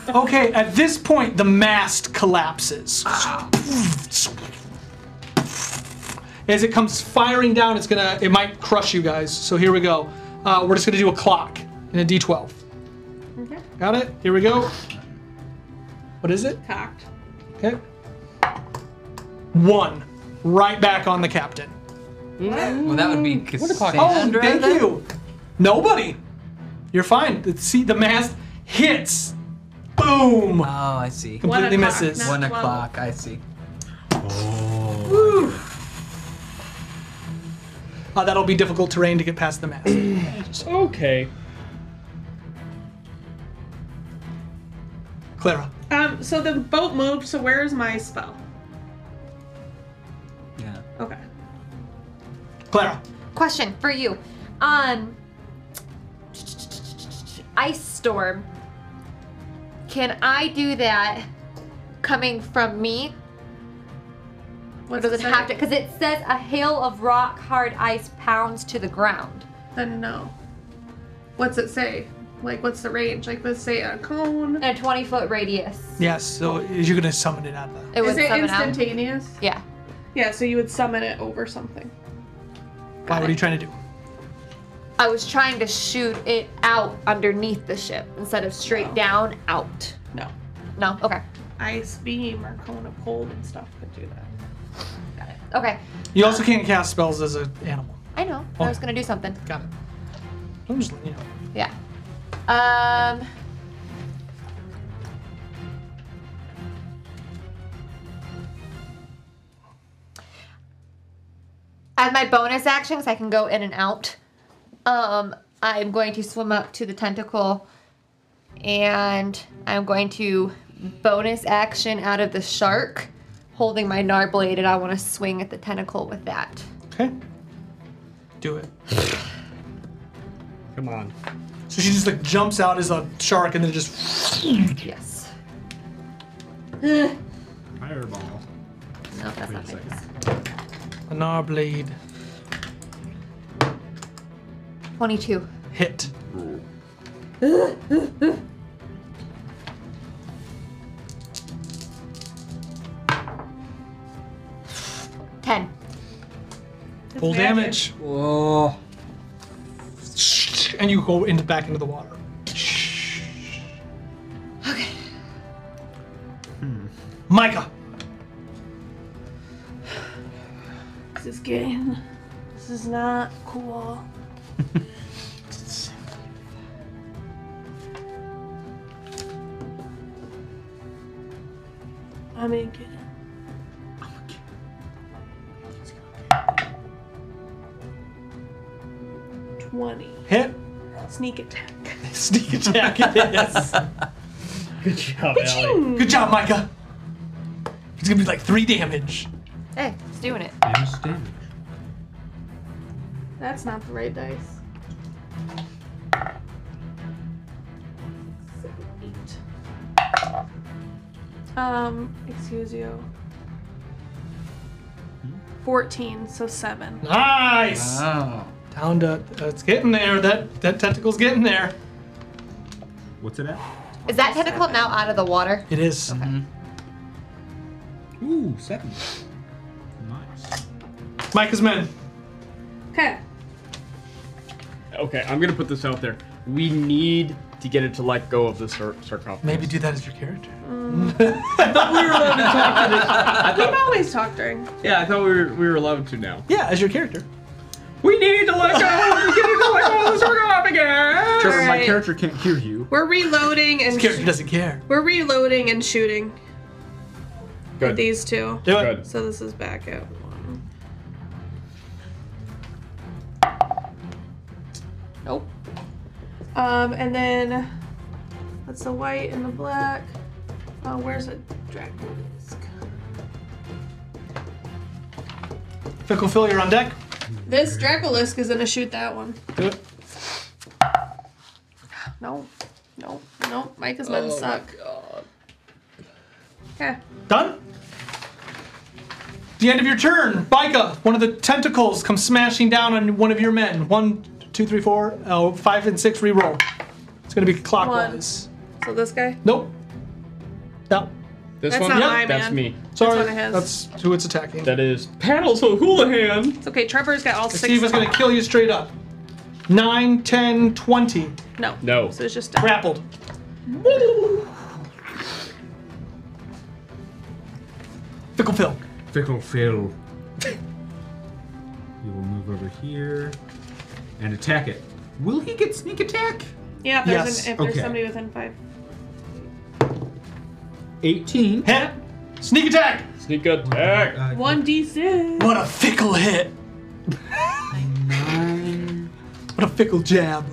Okay, at this point,
Ah.
the mast collapses. As it comes firing down, it's gonna it might crush you guys. So here we go. Uh, we're just gonna do a clock and a D12.
Okay.
Got it? Here we go. What is it?
Cocked.
Okay. One. Right back on the captain.
Well, that would be
What a clock.
Cassandra.
Oh, thank
then.
you. Nobody. You're fine. The- See, the mast hits. Boom. Oh,
I see.
Completely
One o'clock,
misses. Oh.
not One twelve. o'clock, I see.
Woo. Uh, that'll be difficult terrain to get past the mast.
okay.
Clara.
Um, so the boat moved, so where is my spell?
Yeah.
Okay.
Clara.
Question for you. Um Ice Storm. Can I do that coming from me? What does it have to? Because it says a hail of rock hard ice pounds to the ground.
Then no. What's it say? Like, what's the range? Like, let's say a cone.
A 20 foot radius.
Yes, so you're going to summon it out of the.
It
Is
would
it
summon out.
instantaneous?
Yeah.
Yeah, so you would summon it over something.
Wow, what are you trying to do?
I was trying to shoot it out underneath the ship instead of straight
Oh.
down out.
No.
No. Okay.
Ice beam or cone of cold and stuff could do that.
Okay.
You also can't cast spells as an animal.
I know. I was gonna do something.
Oh. Got it. I'm just, you know.
Yeah. Um. As my bonus action, 'cause I can go in and out, um, I'm going to swim up to the tentacle, and I'm going to bonus action out of the shark, holding my gnar blade, and I want to swing at the tentacle with that.
Okay. Do it.
Come on.
So she just like jumps out as a shark and then just.
Yes. Ugh.
Fireball.
No, that's not good.
Anar blade.
Twenty-two.
Hit.
Ten.
Full damage. Whoa. And you go into back into the water. Micah.
This is game. This is not cool. I mean, get it. Twenty.
Hit.
Sneak attack.
Sneak attack. Yes. Good job,
Ka-ching!
Good job, Micah. It's gonna be like three damage.
Hey, it's doing it.
That's not the right dice. Seven, eight. Um, excuse you. 14, so 7.
Nice. Down to uh, it's getting there. That that tentacle's getting there.
What's it at? Mm-hmm.
Is that tentacle now out of the water?
It is.
Ooh, seven.
Micah's men.
Okay.
Okay, I'm gonna put this out there. We need to get it to let go of the sar- sarcophagus.
Maybe do that as your character.
we were allowed to talk to this. We've Um, always talked during.
Yeah, I thought we were, we were allowed to now.
Yeah, as your character.
We need to let go. we get it to let go of the sarcophagus.
Trevor, my
Alright.
character can't hear you.
We're reloading and
character doesn't care.
we're reloading and shooting
Good.
at these two.
Do it.
So this is back out.
Nope.
Um, and then that's the white and the black. Oh, where's a dragon disc?
Fickle Phil, you're on deck.
This Dracolisk is gonna shoot that one.
Do it.
No, no, no. Micah's men
Oh my
suck. Okay.
Done? The end of your turn. Bica, one of the tentacles comes smashing down on one of your men. One, two, three, four, oh, five, and six, reroll. It's going to be clockwise.
So this guy.
Nope. No.
This
That's
one?
not my
That's
man.
me.
That's one of his.
That's who it's attacking.
That is Paddles O'Houlihan.
It's okay. Trevor's got all six.
Steve is going to kill you straight up. 9, 10, 20.
No.
No.
So it's just
grappled. Fickle Phil.
Fickle Phil. he will move over here and attack it. Will he get sneak attack?
Yeah, if there's,
Yes.
an, if there's
Okay.
somebody within five.
18.
Hit. Sneak attack.
Sneak
Oh
attack.
1d6.
What a fickle hit. What a fickle jab.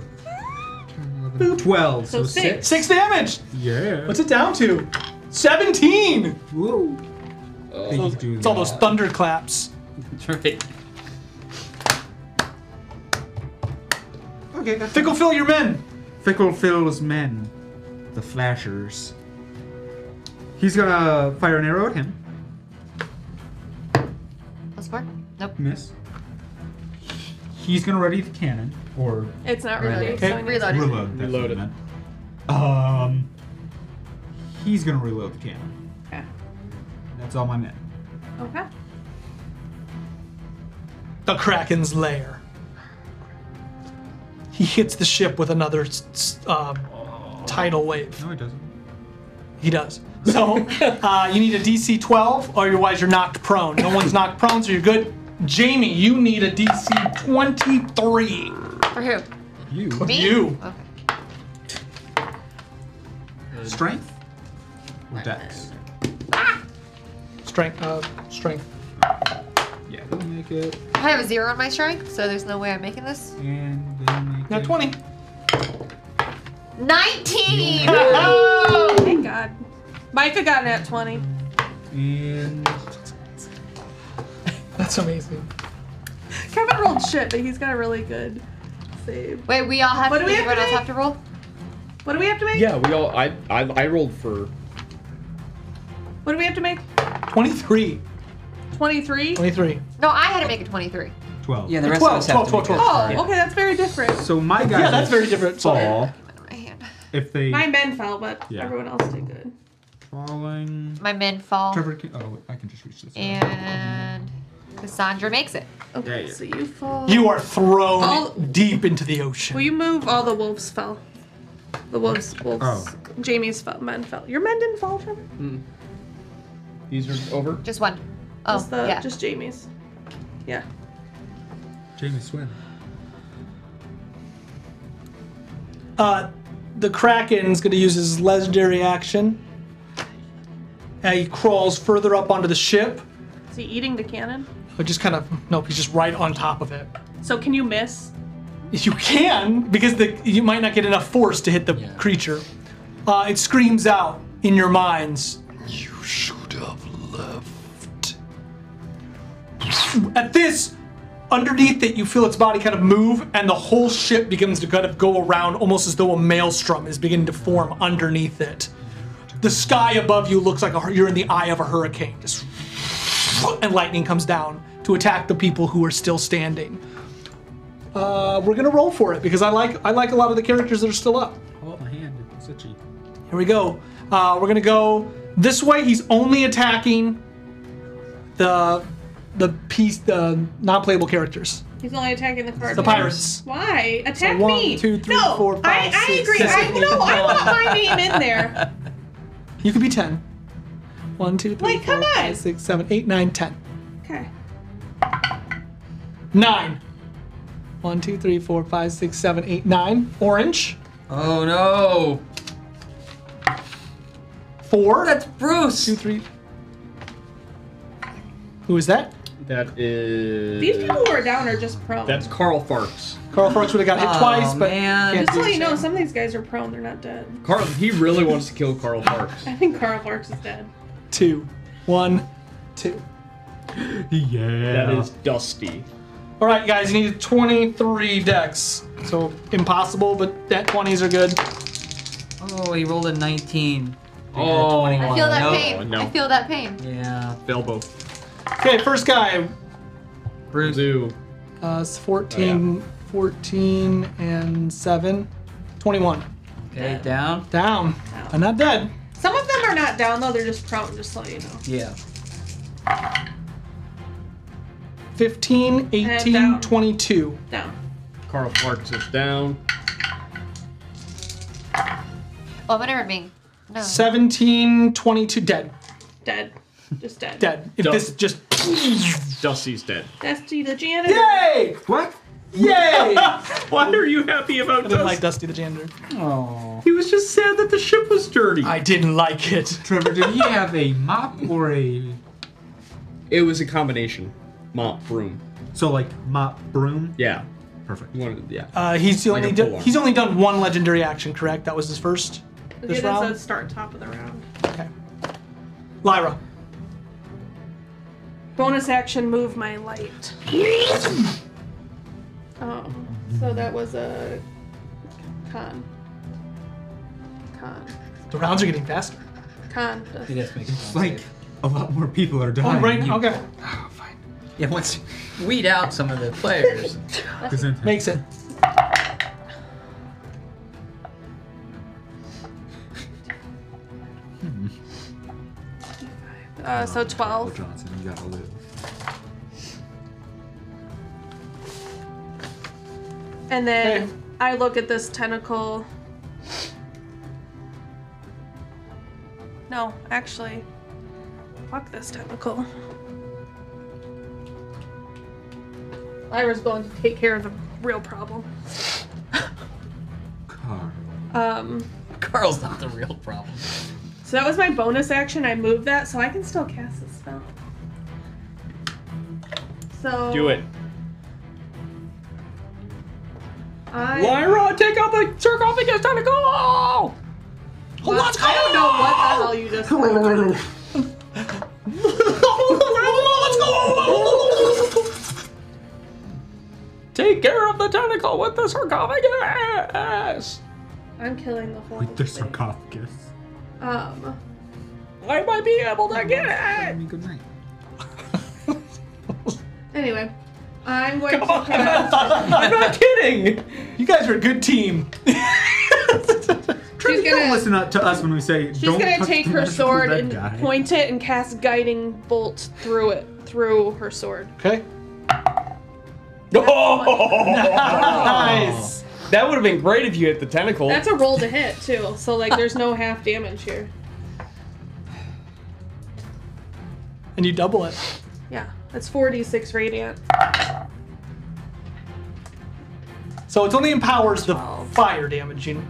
12.
So so six. six.
6 damage.
Yeah.
What's it down to? 17.
Woo. Oh.
it's all- it's all those thunderclaps.
That's right.
Okay, that's
Fickle Phil, your men.
Fickle Phil's men. The flashers. He's gonna fire an arrow at him.
Plus four? Nope.
Miss. He's gonna ready the cannon. Or
It's not reloaded, so I need to-
Reload. Reload.
Reloaded.
that's what I meant. Um, he's gonna reload the cannon.
Okay.
That's all my men.
Okay.
The Kraken's lair. He hits the ship with another s- s- uh, tidal wave.
No, he doesn't.
He does. So uh, you need a DC 12, or otherwise you're knocked prone. No one's knocked prone, so you're good. Jamie, you need a DC 23.
For who?
You.
Me?
You.
Okay.
Strength? Or dex?
Strength. Uh, strength.
Yeah, we'll make it.
I have a zero on my strength, so there's no way I'm making this.
And we'll make
Now
it.
20.
19!
Oh, thank God. Micah got an at 20.
And
Mm. That's amazing.
Kevin rolled shit, but he's got a really good save.
Wait, we all have
What
to,
do we have
everyone
to
else
make?
have to roll?
What do we have to make?
Yeah, we all. I, I I rolled for.
What do we have to make?
23.
23?
23.
No, I had to make a 23.
12.
Yeah, the rest of us have 12, to 12,
Oh, okay, that's very different.
So my guys.
Yeah, that's very different. Sorry.
Fall. If they.
My men fell, but
Yeah.
everyone else did good.
Falling.
My men fall,
Trevor can. Oh, I can just reach this.
and Cassandra makes it.
Okay, Oh, so you fall.
You are thrown
All-
deep into the ocean.
Will you move? All the wolves fell. The wolves, wolves. Mm.
Oh.
Jamie's fell, men fell. Your men didn't fall, Trevor?
These are over.
Just one. Oh,
just the,
yeah.
Just Jamie's. Yeah.
Jamie Swin.
Uh, the Kraken's going to use his legendary action. Uh, he crawls further up onto the ship,
Is he eating the cannon?
but just kind of nope. He's just right on top of it.
So can you miss?
You can because the you might not get enough force to hit the creature. Uh, it screams out in your minds. You should have left. At this, underneath it, you feel its body kind of move, and the whole ship begins to kind of go around, almost as though a maelstrom is beginning to form underneath it. The sky above you looks like a, hur- you're in the eye of a hurricane, just and lightning comes down to attack the people who are still standing. Uh, we're gonna roll for it because I like I like a lot of the characters that are still up.
Hold up my hand. It's itchy.
Here we go. Uh, we're gonna go this way. He's only attacking the the piece the non-playable characters.
He's only attacking the pirates.
The pirates.
Why? Attack
one,
me.
two, three,
no,
four,
I,
five,
I
six,
agree. I,
seven,
no, I
eight,
want my
nine.
name in there.
You could be ten. One, two, three,
Like, come
four, five,
on.
six, seven, eight, nine, ten.
Okay.
Nine. One, two, three, four, five, six, seven, eight, nine. Orange.
Oh no.
Four.
That's Bruce.
Two, three. Who is that?
That is.
These people who are down are just prone.
That's Carl Farks.
Carl Farks would have got hit
Oh,
twice, but
man.
can't
Just
do
so you
it.
know, some of these guys are prone. They're not dead.
Carl. He really wants to kill Carl Farks.
I think Carl Larks is dead.
Two, one, two.
Yeah.
That is Dusty.
All right, guys, you need 23 decks. So impossible, but that 20s are good.
Oh, he rolled a 19.
Oh,
I feel that
no,
pain.
no.
I feel that pain.
Yeah.
Belbo.
Okay, first guy.
Bruce.
Uh, it's 14, 14 and 7. 21.
Okay, down.
Down. But not dead.
Some of them are not not down though; they're just prone. Just so you know.
Yeah.
15, 18, 22.
Down.
Carl Parks is down.
Oh, whatever, Bing. No.
17, 22, dead.
Dead. Just dead.
Dead. If this just.
Dusty's dead.
Dusty the janitor.
Yay! What? Yay!
Why are you happy about
I didn't like Dusty the Janitor.
Oh.
He was just sad that the ship was dirty.
I didn't like it.
Trevor, did he have a mop or a.
It was a combination mop, broom.
So, like, mop, broom?
Yeah.
Perfect.
yeah.
Uh, he's the
Like
only
a
do-
full-on.
he's only done one legendary action, correct? That was his first.
It
This
is
round?
a start top of the round.
Lyra.
Bonus action, move my light. Oh, so that was a con. Con.
The rounds are getting faster.
Con.
It's like a lot more people are dying.
Oh, right now, okay.
Oh,
Yeah, once you weed out some of the players.
Makes it.
Oh,
Uh, so 12.
Johnson, you gotta live.
And then I look at this tentacle. No, actually, fuck this tentacle. Lyra's going to take care of the real problem. Um,
Carl's not the real problem.
so that was my bonus action. I moved that, so I can still cast the spell. So
Do it.
I,
Lyra, take out the sarcophagus tentacle!
Let's go! I don't know what the hell you just.
Take care of the tentacle with the sarcophagus!
I'm killing the whole.
With the sarcophagus.
Um,
I might be able to get it!
good night.
Anyway, I'm going to cast.
I'm not kidding!
You guys are a good team.
Trevor, don't listen up to us when we say
She's
don't
gonna
touch
take
the
her
magical
sword
red
and
guy."
point it and cast guiding bolt through it through her sword.
Okay.
Oh.
nice! That would have been great if you hit the tentacle.
That's a roll to hit too, so like there's no half damage here.
And you double it.
Yeah, that's 4d6 radiant.
So it only empowers the fire damage. You know?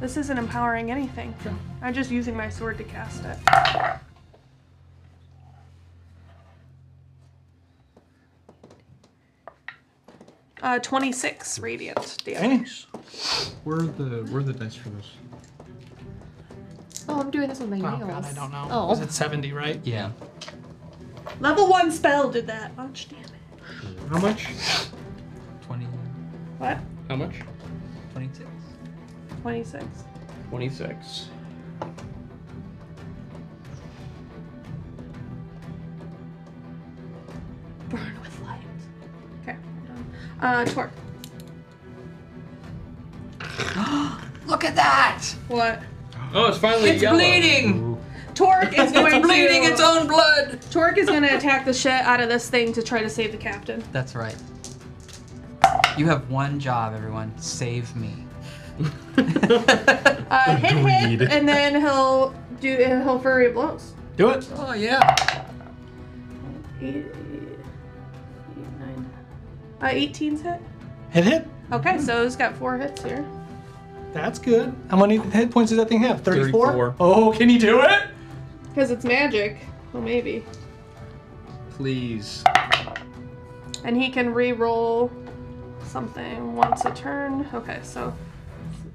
This isn't empowering anything. I'm just using my sword to cast it. Uh, 26 radiant damage.
Where are the where are the dice for this?
Oh, I'm doing this with my
Oh,
nails.
God, I don't know.
Oh.
Was it 70, right?
Yeah.
Level 1 spell did that. Much damage.
How much?
20,
What?
How much?
26.
26.
26.
Burn with light. Okay. Uh, Torque.
Look at that!
What?
Oh, it's finally
It's
yellow.
bleeding!
Torque is
It's
going to.
bleeding its own blood.
Torque is going to attack the shit out of this thing to try to save the captain.
That's right. You have one job, everyone. Save me.
Uh, hit,
Agreed.
hit, and then he'll do he'll furry blows.
Do it.
Oh, yeah.
Eight, eight, nine. Uh, 18's hit.
Hit hit.
Okay, so it's got four hits here.
That's good. How many hit points does that thing have? 34? Oh, can you do it?
Because it's magic. Well, maybe.
Please.
And he can re-roll something once a turn. Okay, so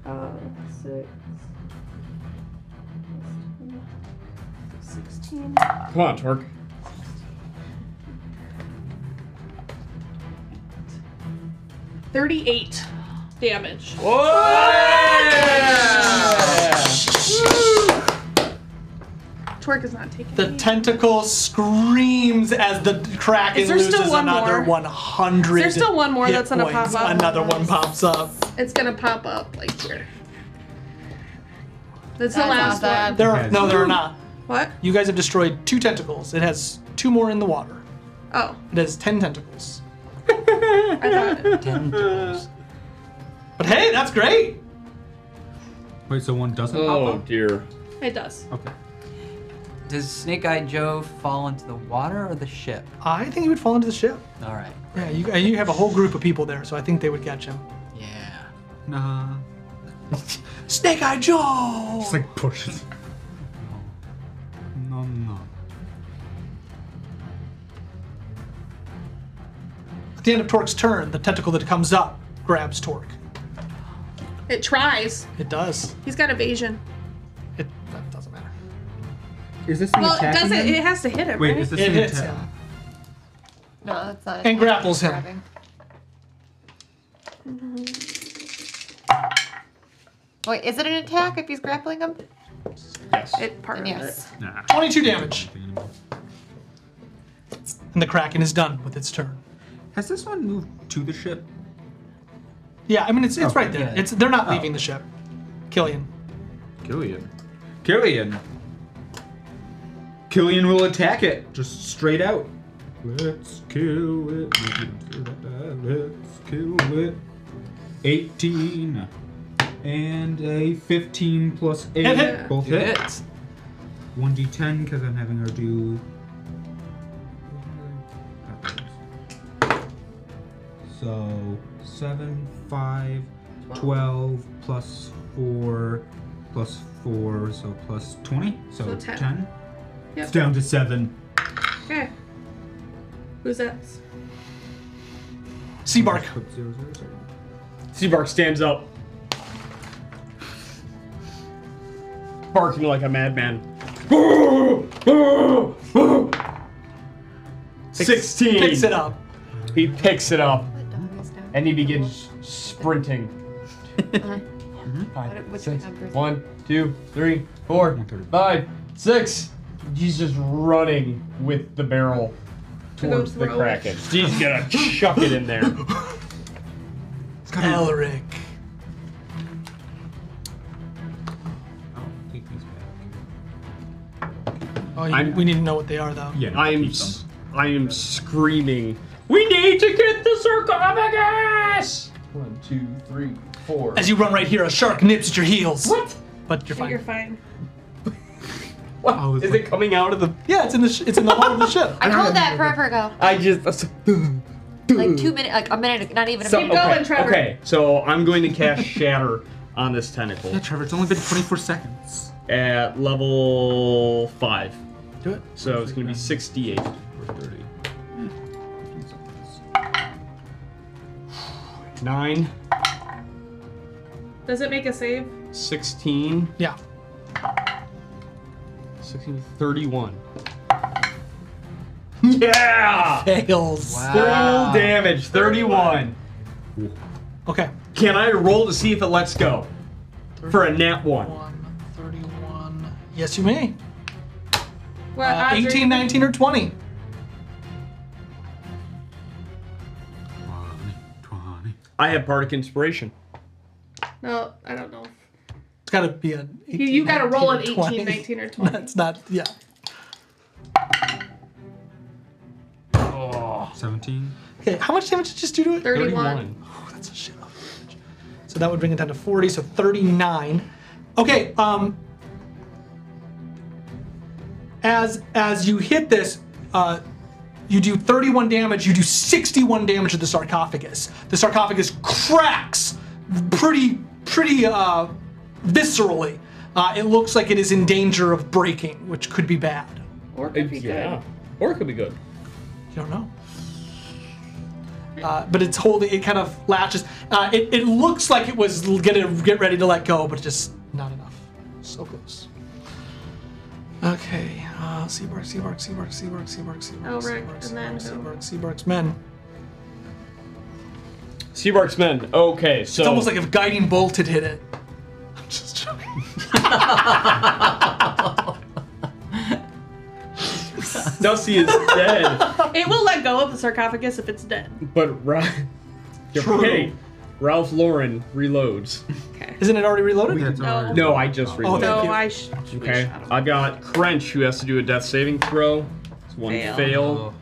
uh, six, 16.
Come on, Torque.
Thirty-eight damage. Twerk is not taking.
The tentacle screams as the kraken
Is there
loses
still one
another
more?
100.
Is there still one more
hit
that's gonna
points.
pop up?
Another one pops up.
It's gonna pop up like here. That's,
That's
the last
awesome.
one.
There are, no, there are not.
What?
You guys have destroyed two tentacles. It has two more in the water.
Oh,
It has ten tentacles.
I thought. it-
But hey, that's great.
Wait, so one doesn't
Oh, dear.
It does.
Okay.
Does Snake Eye Joe fall into the water or the ship?
I think he would fall into the ship.
All right.
Yeah, you, and you have a whole group of people there, so I think they would catch him.
Yeah.
Nah.
Snake Eye Joe!
Just like push it. No, no.
At the end of Torque's turn, the tentacle that comes up grabs Torque.
It tries.
It does.
He's got evasion.
It that doesn't matter.
Is this
Well, it doesn't. It has to hit him. right?
it hits him.
No, that's not.
And grapples him.
Grabbing. Mm-hmm. Wait, is it an attack if he's grappling him?
Yes.
It part yes.
Nah.
22 damage. And the Kraken is done with its turn.
Has this one moved to the ship?
Yeah, I mean it's it's
Okay.
right there.
Yeah.
It's they're not
Oh.
leaving the ship. Killian.
Killian. Killian. Killian will attack it, just straight out. Let's kill it. Let's kill it. 18 and a 15 plus 8.
Hit, hit.
Both
You
hit. 1d10 because I'm having her do. So 7, 5, 12 plus 4, plus 4, so plus 20. So,
So 10.
10.
Yep.
It's down to 7.
Okay. Who's that?
Seabark.
Seabark stands up. Barking like a madman. 16.
Picks it up.
He picks it up. And he begins sprinting.
Uh-huh.
Five, six, one, two, three, four, five, six. He's just running with the barrel towards the
throw it.
kraken. He's gonna chuck it in there.
Elric. Oh, you,
I'm-
we need to know what they are though.
I am, s- I am screaming. We need to get the sarcophagus. One, two, three, four.
As you run right here, a shark nips at your heels.
What?
But you're fine.
You're fine.
Is it coming out of the?
Yeah, it's in the sh- it's in the hull of the ship.
I told that forever ago.
I just.
Like two minutes, like a minute, not even a
So-
minute.
okay, Okay, so I'm going to cast Shatter on this tentacle. Yeah,
Trevor, it's only been 24 seconds.
At level 5.
Do it.
So it's going to be 68. Nine,
Does it make a save?
sixteen.
Yeah.
16, 31. Yeah!
Fails.
Full damage, 31.
Okay.
Can I roll to see if it lets go? For a nat 1.
Yes, you may.
What?
Uh, 18, 19, or 20.
20. I have Bardic Inspiration.
No, I don't know.
It's got to be an
You, you got to roll an
18,
18,
20.
19, or 20.
That's not, yeah.
17.
Okay, how much damage did you just do to it?
31.
Oh, that's a shit load of damage. So that would bring it down to 40, so 39. Okay, um as as you hit this, uh you do 31 damage, you do 61 damage to the sarcophagus. The sarcophagus cracks pretty pretty uh viscerally. Uh, it looks like it is in danger of breaking, which could be bad.
Or
could be good. Or it could be good.
You don't know. Uh, but it's holding. It kind of latches. Uh, it, it looks like it was l- gonna get ready to let go, but just not enough. So close. Okay. Uh, Seabark, Seabark, Seabark, Seabark, Seabark, Seabark.
Elric,
Seabark,
and then who?
Seabark, Seabark's men.
Seabark's men. Okay, so.
It's almost like if Guiding Bolt had hit it. I'm just joking.
Dusty is dead,
It will let go of the sarcophagus if it's dead.
but Ra- You're
True.
okay. Ralph Lauren reloads.
Okay.
Isn't it already reloaded?
No. No, I just reloaded.
Oh, thank
No,
you.
I
sh-
Okay. I've got Crench who has to do a death saving throw. It's one
Fail.
fail.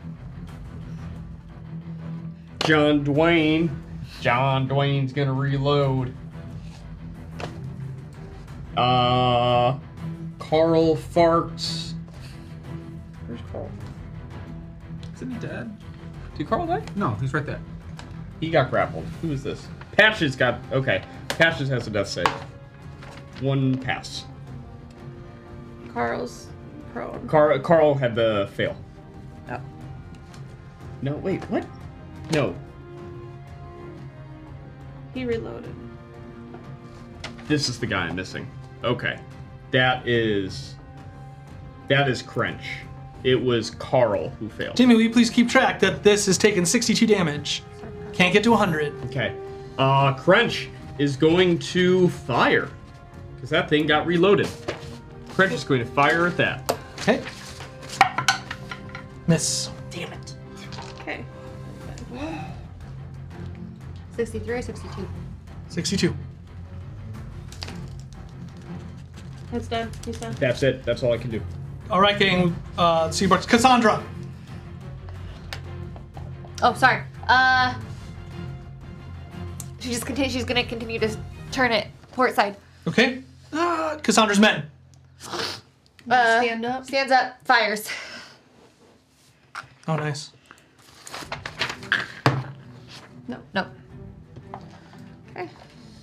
John Dwayne. John Dwayne's gonna reload. Uh Carl farts. Where's Carl?
Isn't he dead?
Did Carl die?
No, he's right there.
He got grappled. Who is this? Patches got okay. Patches has a death save. One pass.
Carl's prone.
Carl Carl had the fail.
Oh.
No, wait, what? No,
He reloaded.
this is the guy I'm missing. Okay, that is that is Crench. It was Carl who failed.
Jimmy, will you please keep track that this has taken 62 damage? Can't get to 100.
Okay. Uh, Crunch is going to fire. Because that thing got reloaded. Crunch is going to fire at that.
Okay. Miss.
Damn it. Okay.
63 or 62?
62.
That's done. He's done.
That's it. That's all I can do.
All right, gang. Uh, Seabarks. Cassandra.
Oh, sorry. Uh, she just continues. She's gonna continue to turn it port side.
Okay.
Ah,
Uh, Cassandra's men.
Uh, Stand up. Stands up. Fires.
Oh, nice.
No. No.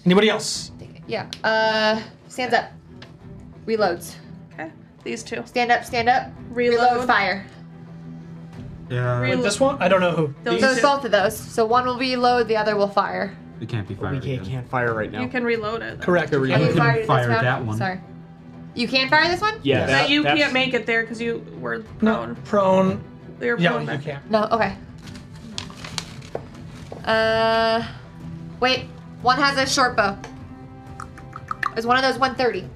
Anybody else?
Yeah. Uh, stands up. Reloads.
Okay. These two.
Stand up. Stand up. Reload. fire.
Yeah.
Wait, this one? I don't know who.
Those, both of those. So one will reload, the other will fire.
It can't be fired.
We can't, can't fire right now.
You can reload it.
Correct.
You
Oh, you
can
fired this
fire
round?
that one.
Sorry. You can fire this one?
Yeah,
But
that-
you
that's-
can't make it there because you were
prone. Prone.
You're
Yeah,
prone
you
back.
can't.
No. Okay. Uh, wait. One has a short bow. Is one of those 130?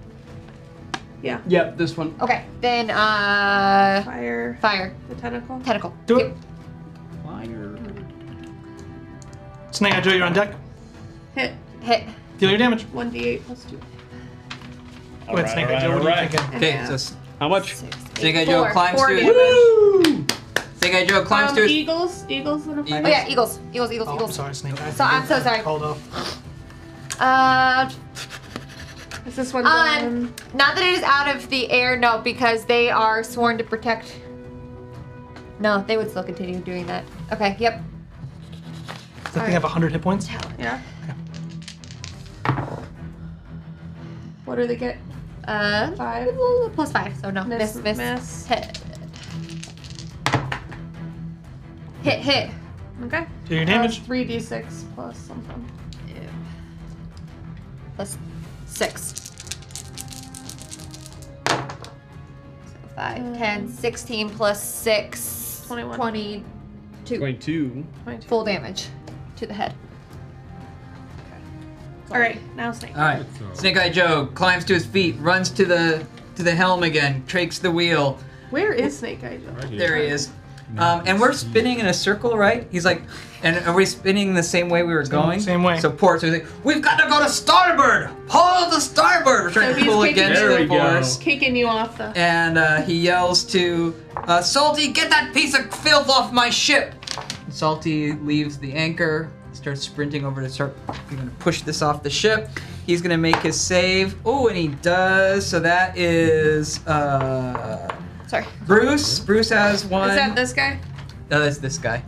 Yeah.
Yep, this one.
Okay. Then uh.
Fire.
Fire.
The tentacle.
Tentacle.
Do it.
Fire.
Snake Eye Joe, you're on deck.
Hit.
Hit.
Deal your damage.
1d8 plus 2.
Go ahead, Snake Eye Joe. What are you thinking?
Okay, so s-
how much?
Snake Eye Joe
Four.
climbs
Four
to
damage.
his. Snake Eye Joe climbs
Um,
to his.
eagles. Eagles. that are
Oh
fighting.
yeah, eagles, eagles, eagles, eagles.
Oh, I'm sorry, Snake Eye.
So I'm so sorry.
Called off.
Uh,
Is this one?
Um, not that it is out of the air, no, because they are sworn to protect. No, they would still continue doing that. Okay, yep.
Does that thing have 100 hit points?
Yeah. What do they get?
Uh,
five
plus five, so no,
Miss-
miss, miss,
miss.
hit, hit, hit.
Okay.
Do your damage.
Three d six plus something.
Plus six. So five, ten, sixteen plus six. Twenty-one. Twenty. Two.
22.
Full damage to the head.
All right, now snake.
All right. Snake Eye Joe climbs to his feet, runs to the to the helm again, takes the wheel.
Where is Snake Eye Joe?
There he is. Um, and we're spinning in a circle, right? He's like, and are we spinning the same way we were going? Same way. So port. So he's like, we've got to go to starboard. Pull the starboard. We're
So
trying to
he's
pull
kicking
against
you,
the force.
kicking you off the.
And uh, he yells to uh, Salty, get that piece of filth off my ship. Salty leaves the anchor, starts sprinting over to start. He's gonna push this off the ship. He's gonna make his save. Oh, and he does. So that is uh,
Sorry.
Bruce. Bruce has one.
Is that this guy?
No, that's this guy.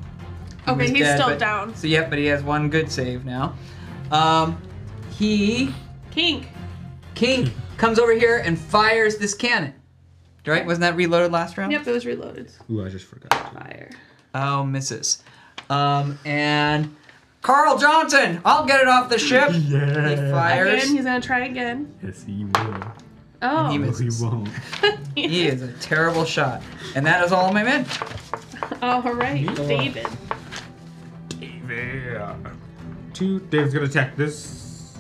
He
Okay,
was
he's
dead,
still
but-
down.
So yep, but he has one good save now. Um, he
Kink.
King comes over here and fires this cannon. Right? Wasn't that reloaded last round?
Yep, it was reloaded.
Ooh, I just forgot. Fire. Oh, misses. Um, and Carl Johnson, I'll get it off the ship. yeah. He fires.
Again, he's gonna try again.
Yes, he will.
Oh.
He misses.
won't.
he is a terrible shot. And that is all my men.
All right, David.
Yeah. Two. David's gonna attack this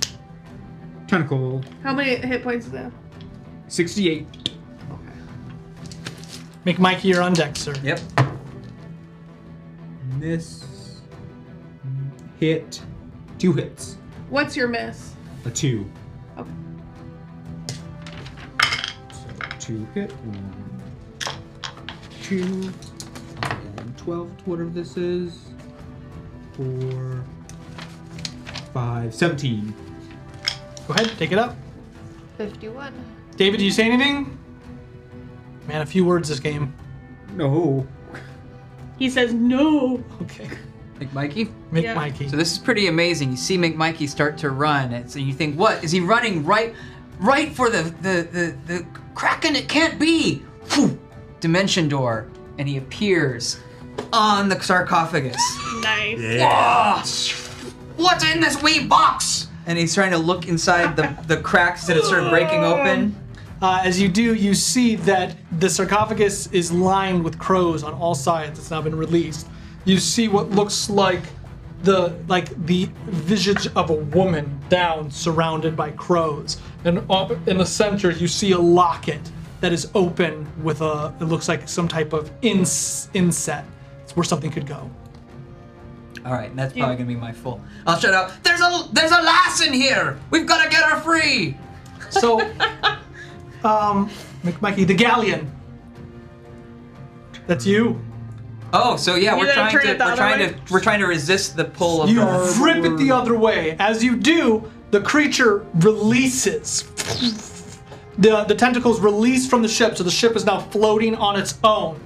tentacle.
How many hit points is that?
68.
Make Mikey, you're on deck, sir.
Yep.
Miss. Hit. Two hits.
What's your miss?
A two. Two hit. One, two, and 12 to whatever this is. Four, five, 17.
Go ahead, take it up.
51.
David, do you say anything? Man, a few words this game.
No.
He says no.
Okay.
McMikey?
Yeah. McMikey.
So this is pretty amazing. You see McMikey start to run, and so you think, what? Is he running right right for the the the, the Kraken? It can't be! Phew! Dimension door, and he appears on the sarcophagus.
Nice.
What's in this wee box? And he's trying to look inside the, the cracks that have started breaking open.
Oh, Uh, as you do, you see that the sarcophagus is lined with crows on all sides. It's now been released. You see what looks like the like the visage of a woman down, surrounded by crows, and up in the center you see a locket that is open with a. It looks like some type of ins, inset. It's where something could go.
All right, and that's
You-
probably gonna be my full. I'll shut up. There's a there's a lass in here. We've got to get her free.
So, um, McMikey, the galleon. That's you.
Oh, so yeah,
You
we're
gotta
trying
turn
to
it the
we're
other
trying
way.
to we're trying to resist the pull of
You
the
rip it the other way. As you do, the creature releases. The, the tentacles release from the ship, so the ship is now floating on its own.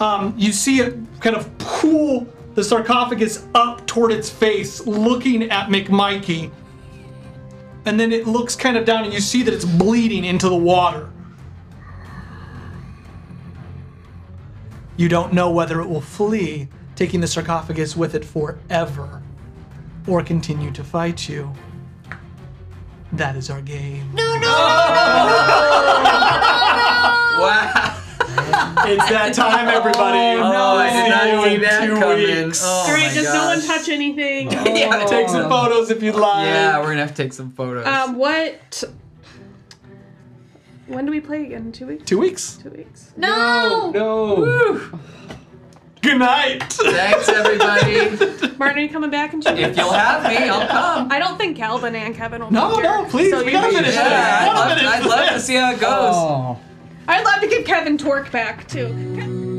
Um, you see it kind of pull the sarcophagus up toward its face, looking at McMikey. And then it looks kind of down, and you see that it's bleeding into the water. You don't know whether it will flee, taking the sarcophagus with it forever, or continue to fight you. That is our game.
No, no, no,
Wow.
It's that time, everybody.
Oh, no, I did not
See you
see
in
that
two
coming.
weeks.
Oh
Great,
my
does no one
gosh.
touch anything? Oh.
yeah, take some photos if you'd like.
Yeah, we're gonna have to take some photos.
Um, what? When do we play again? Two weeks?
Two weeks.
Two weeks.
No!
No. Good night.
Thanks, everybody.
Martin, are you coming back in two weeks?
If you'll have me, I'll come.
I don't think Calvin and Kevin will
No,
be here,
no, please,
so
we
you-
gotta finish Yeah, this. I'd Wanna love-
Oh,
finish I'd love to this. see how it goes.
I'd love to give Kevin Torque back, too.
Oh.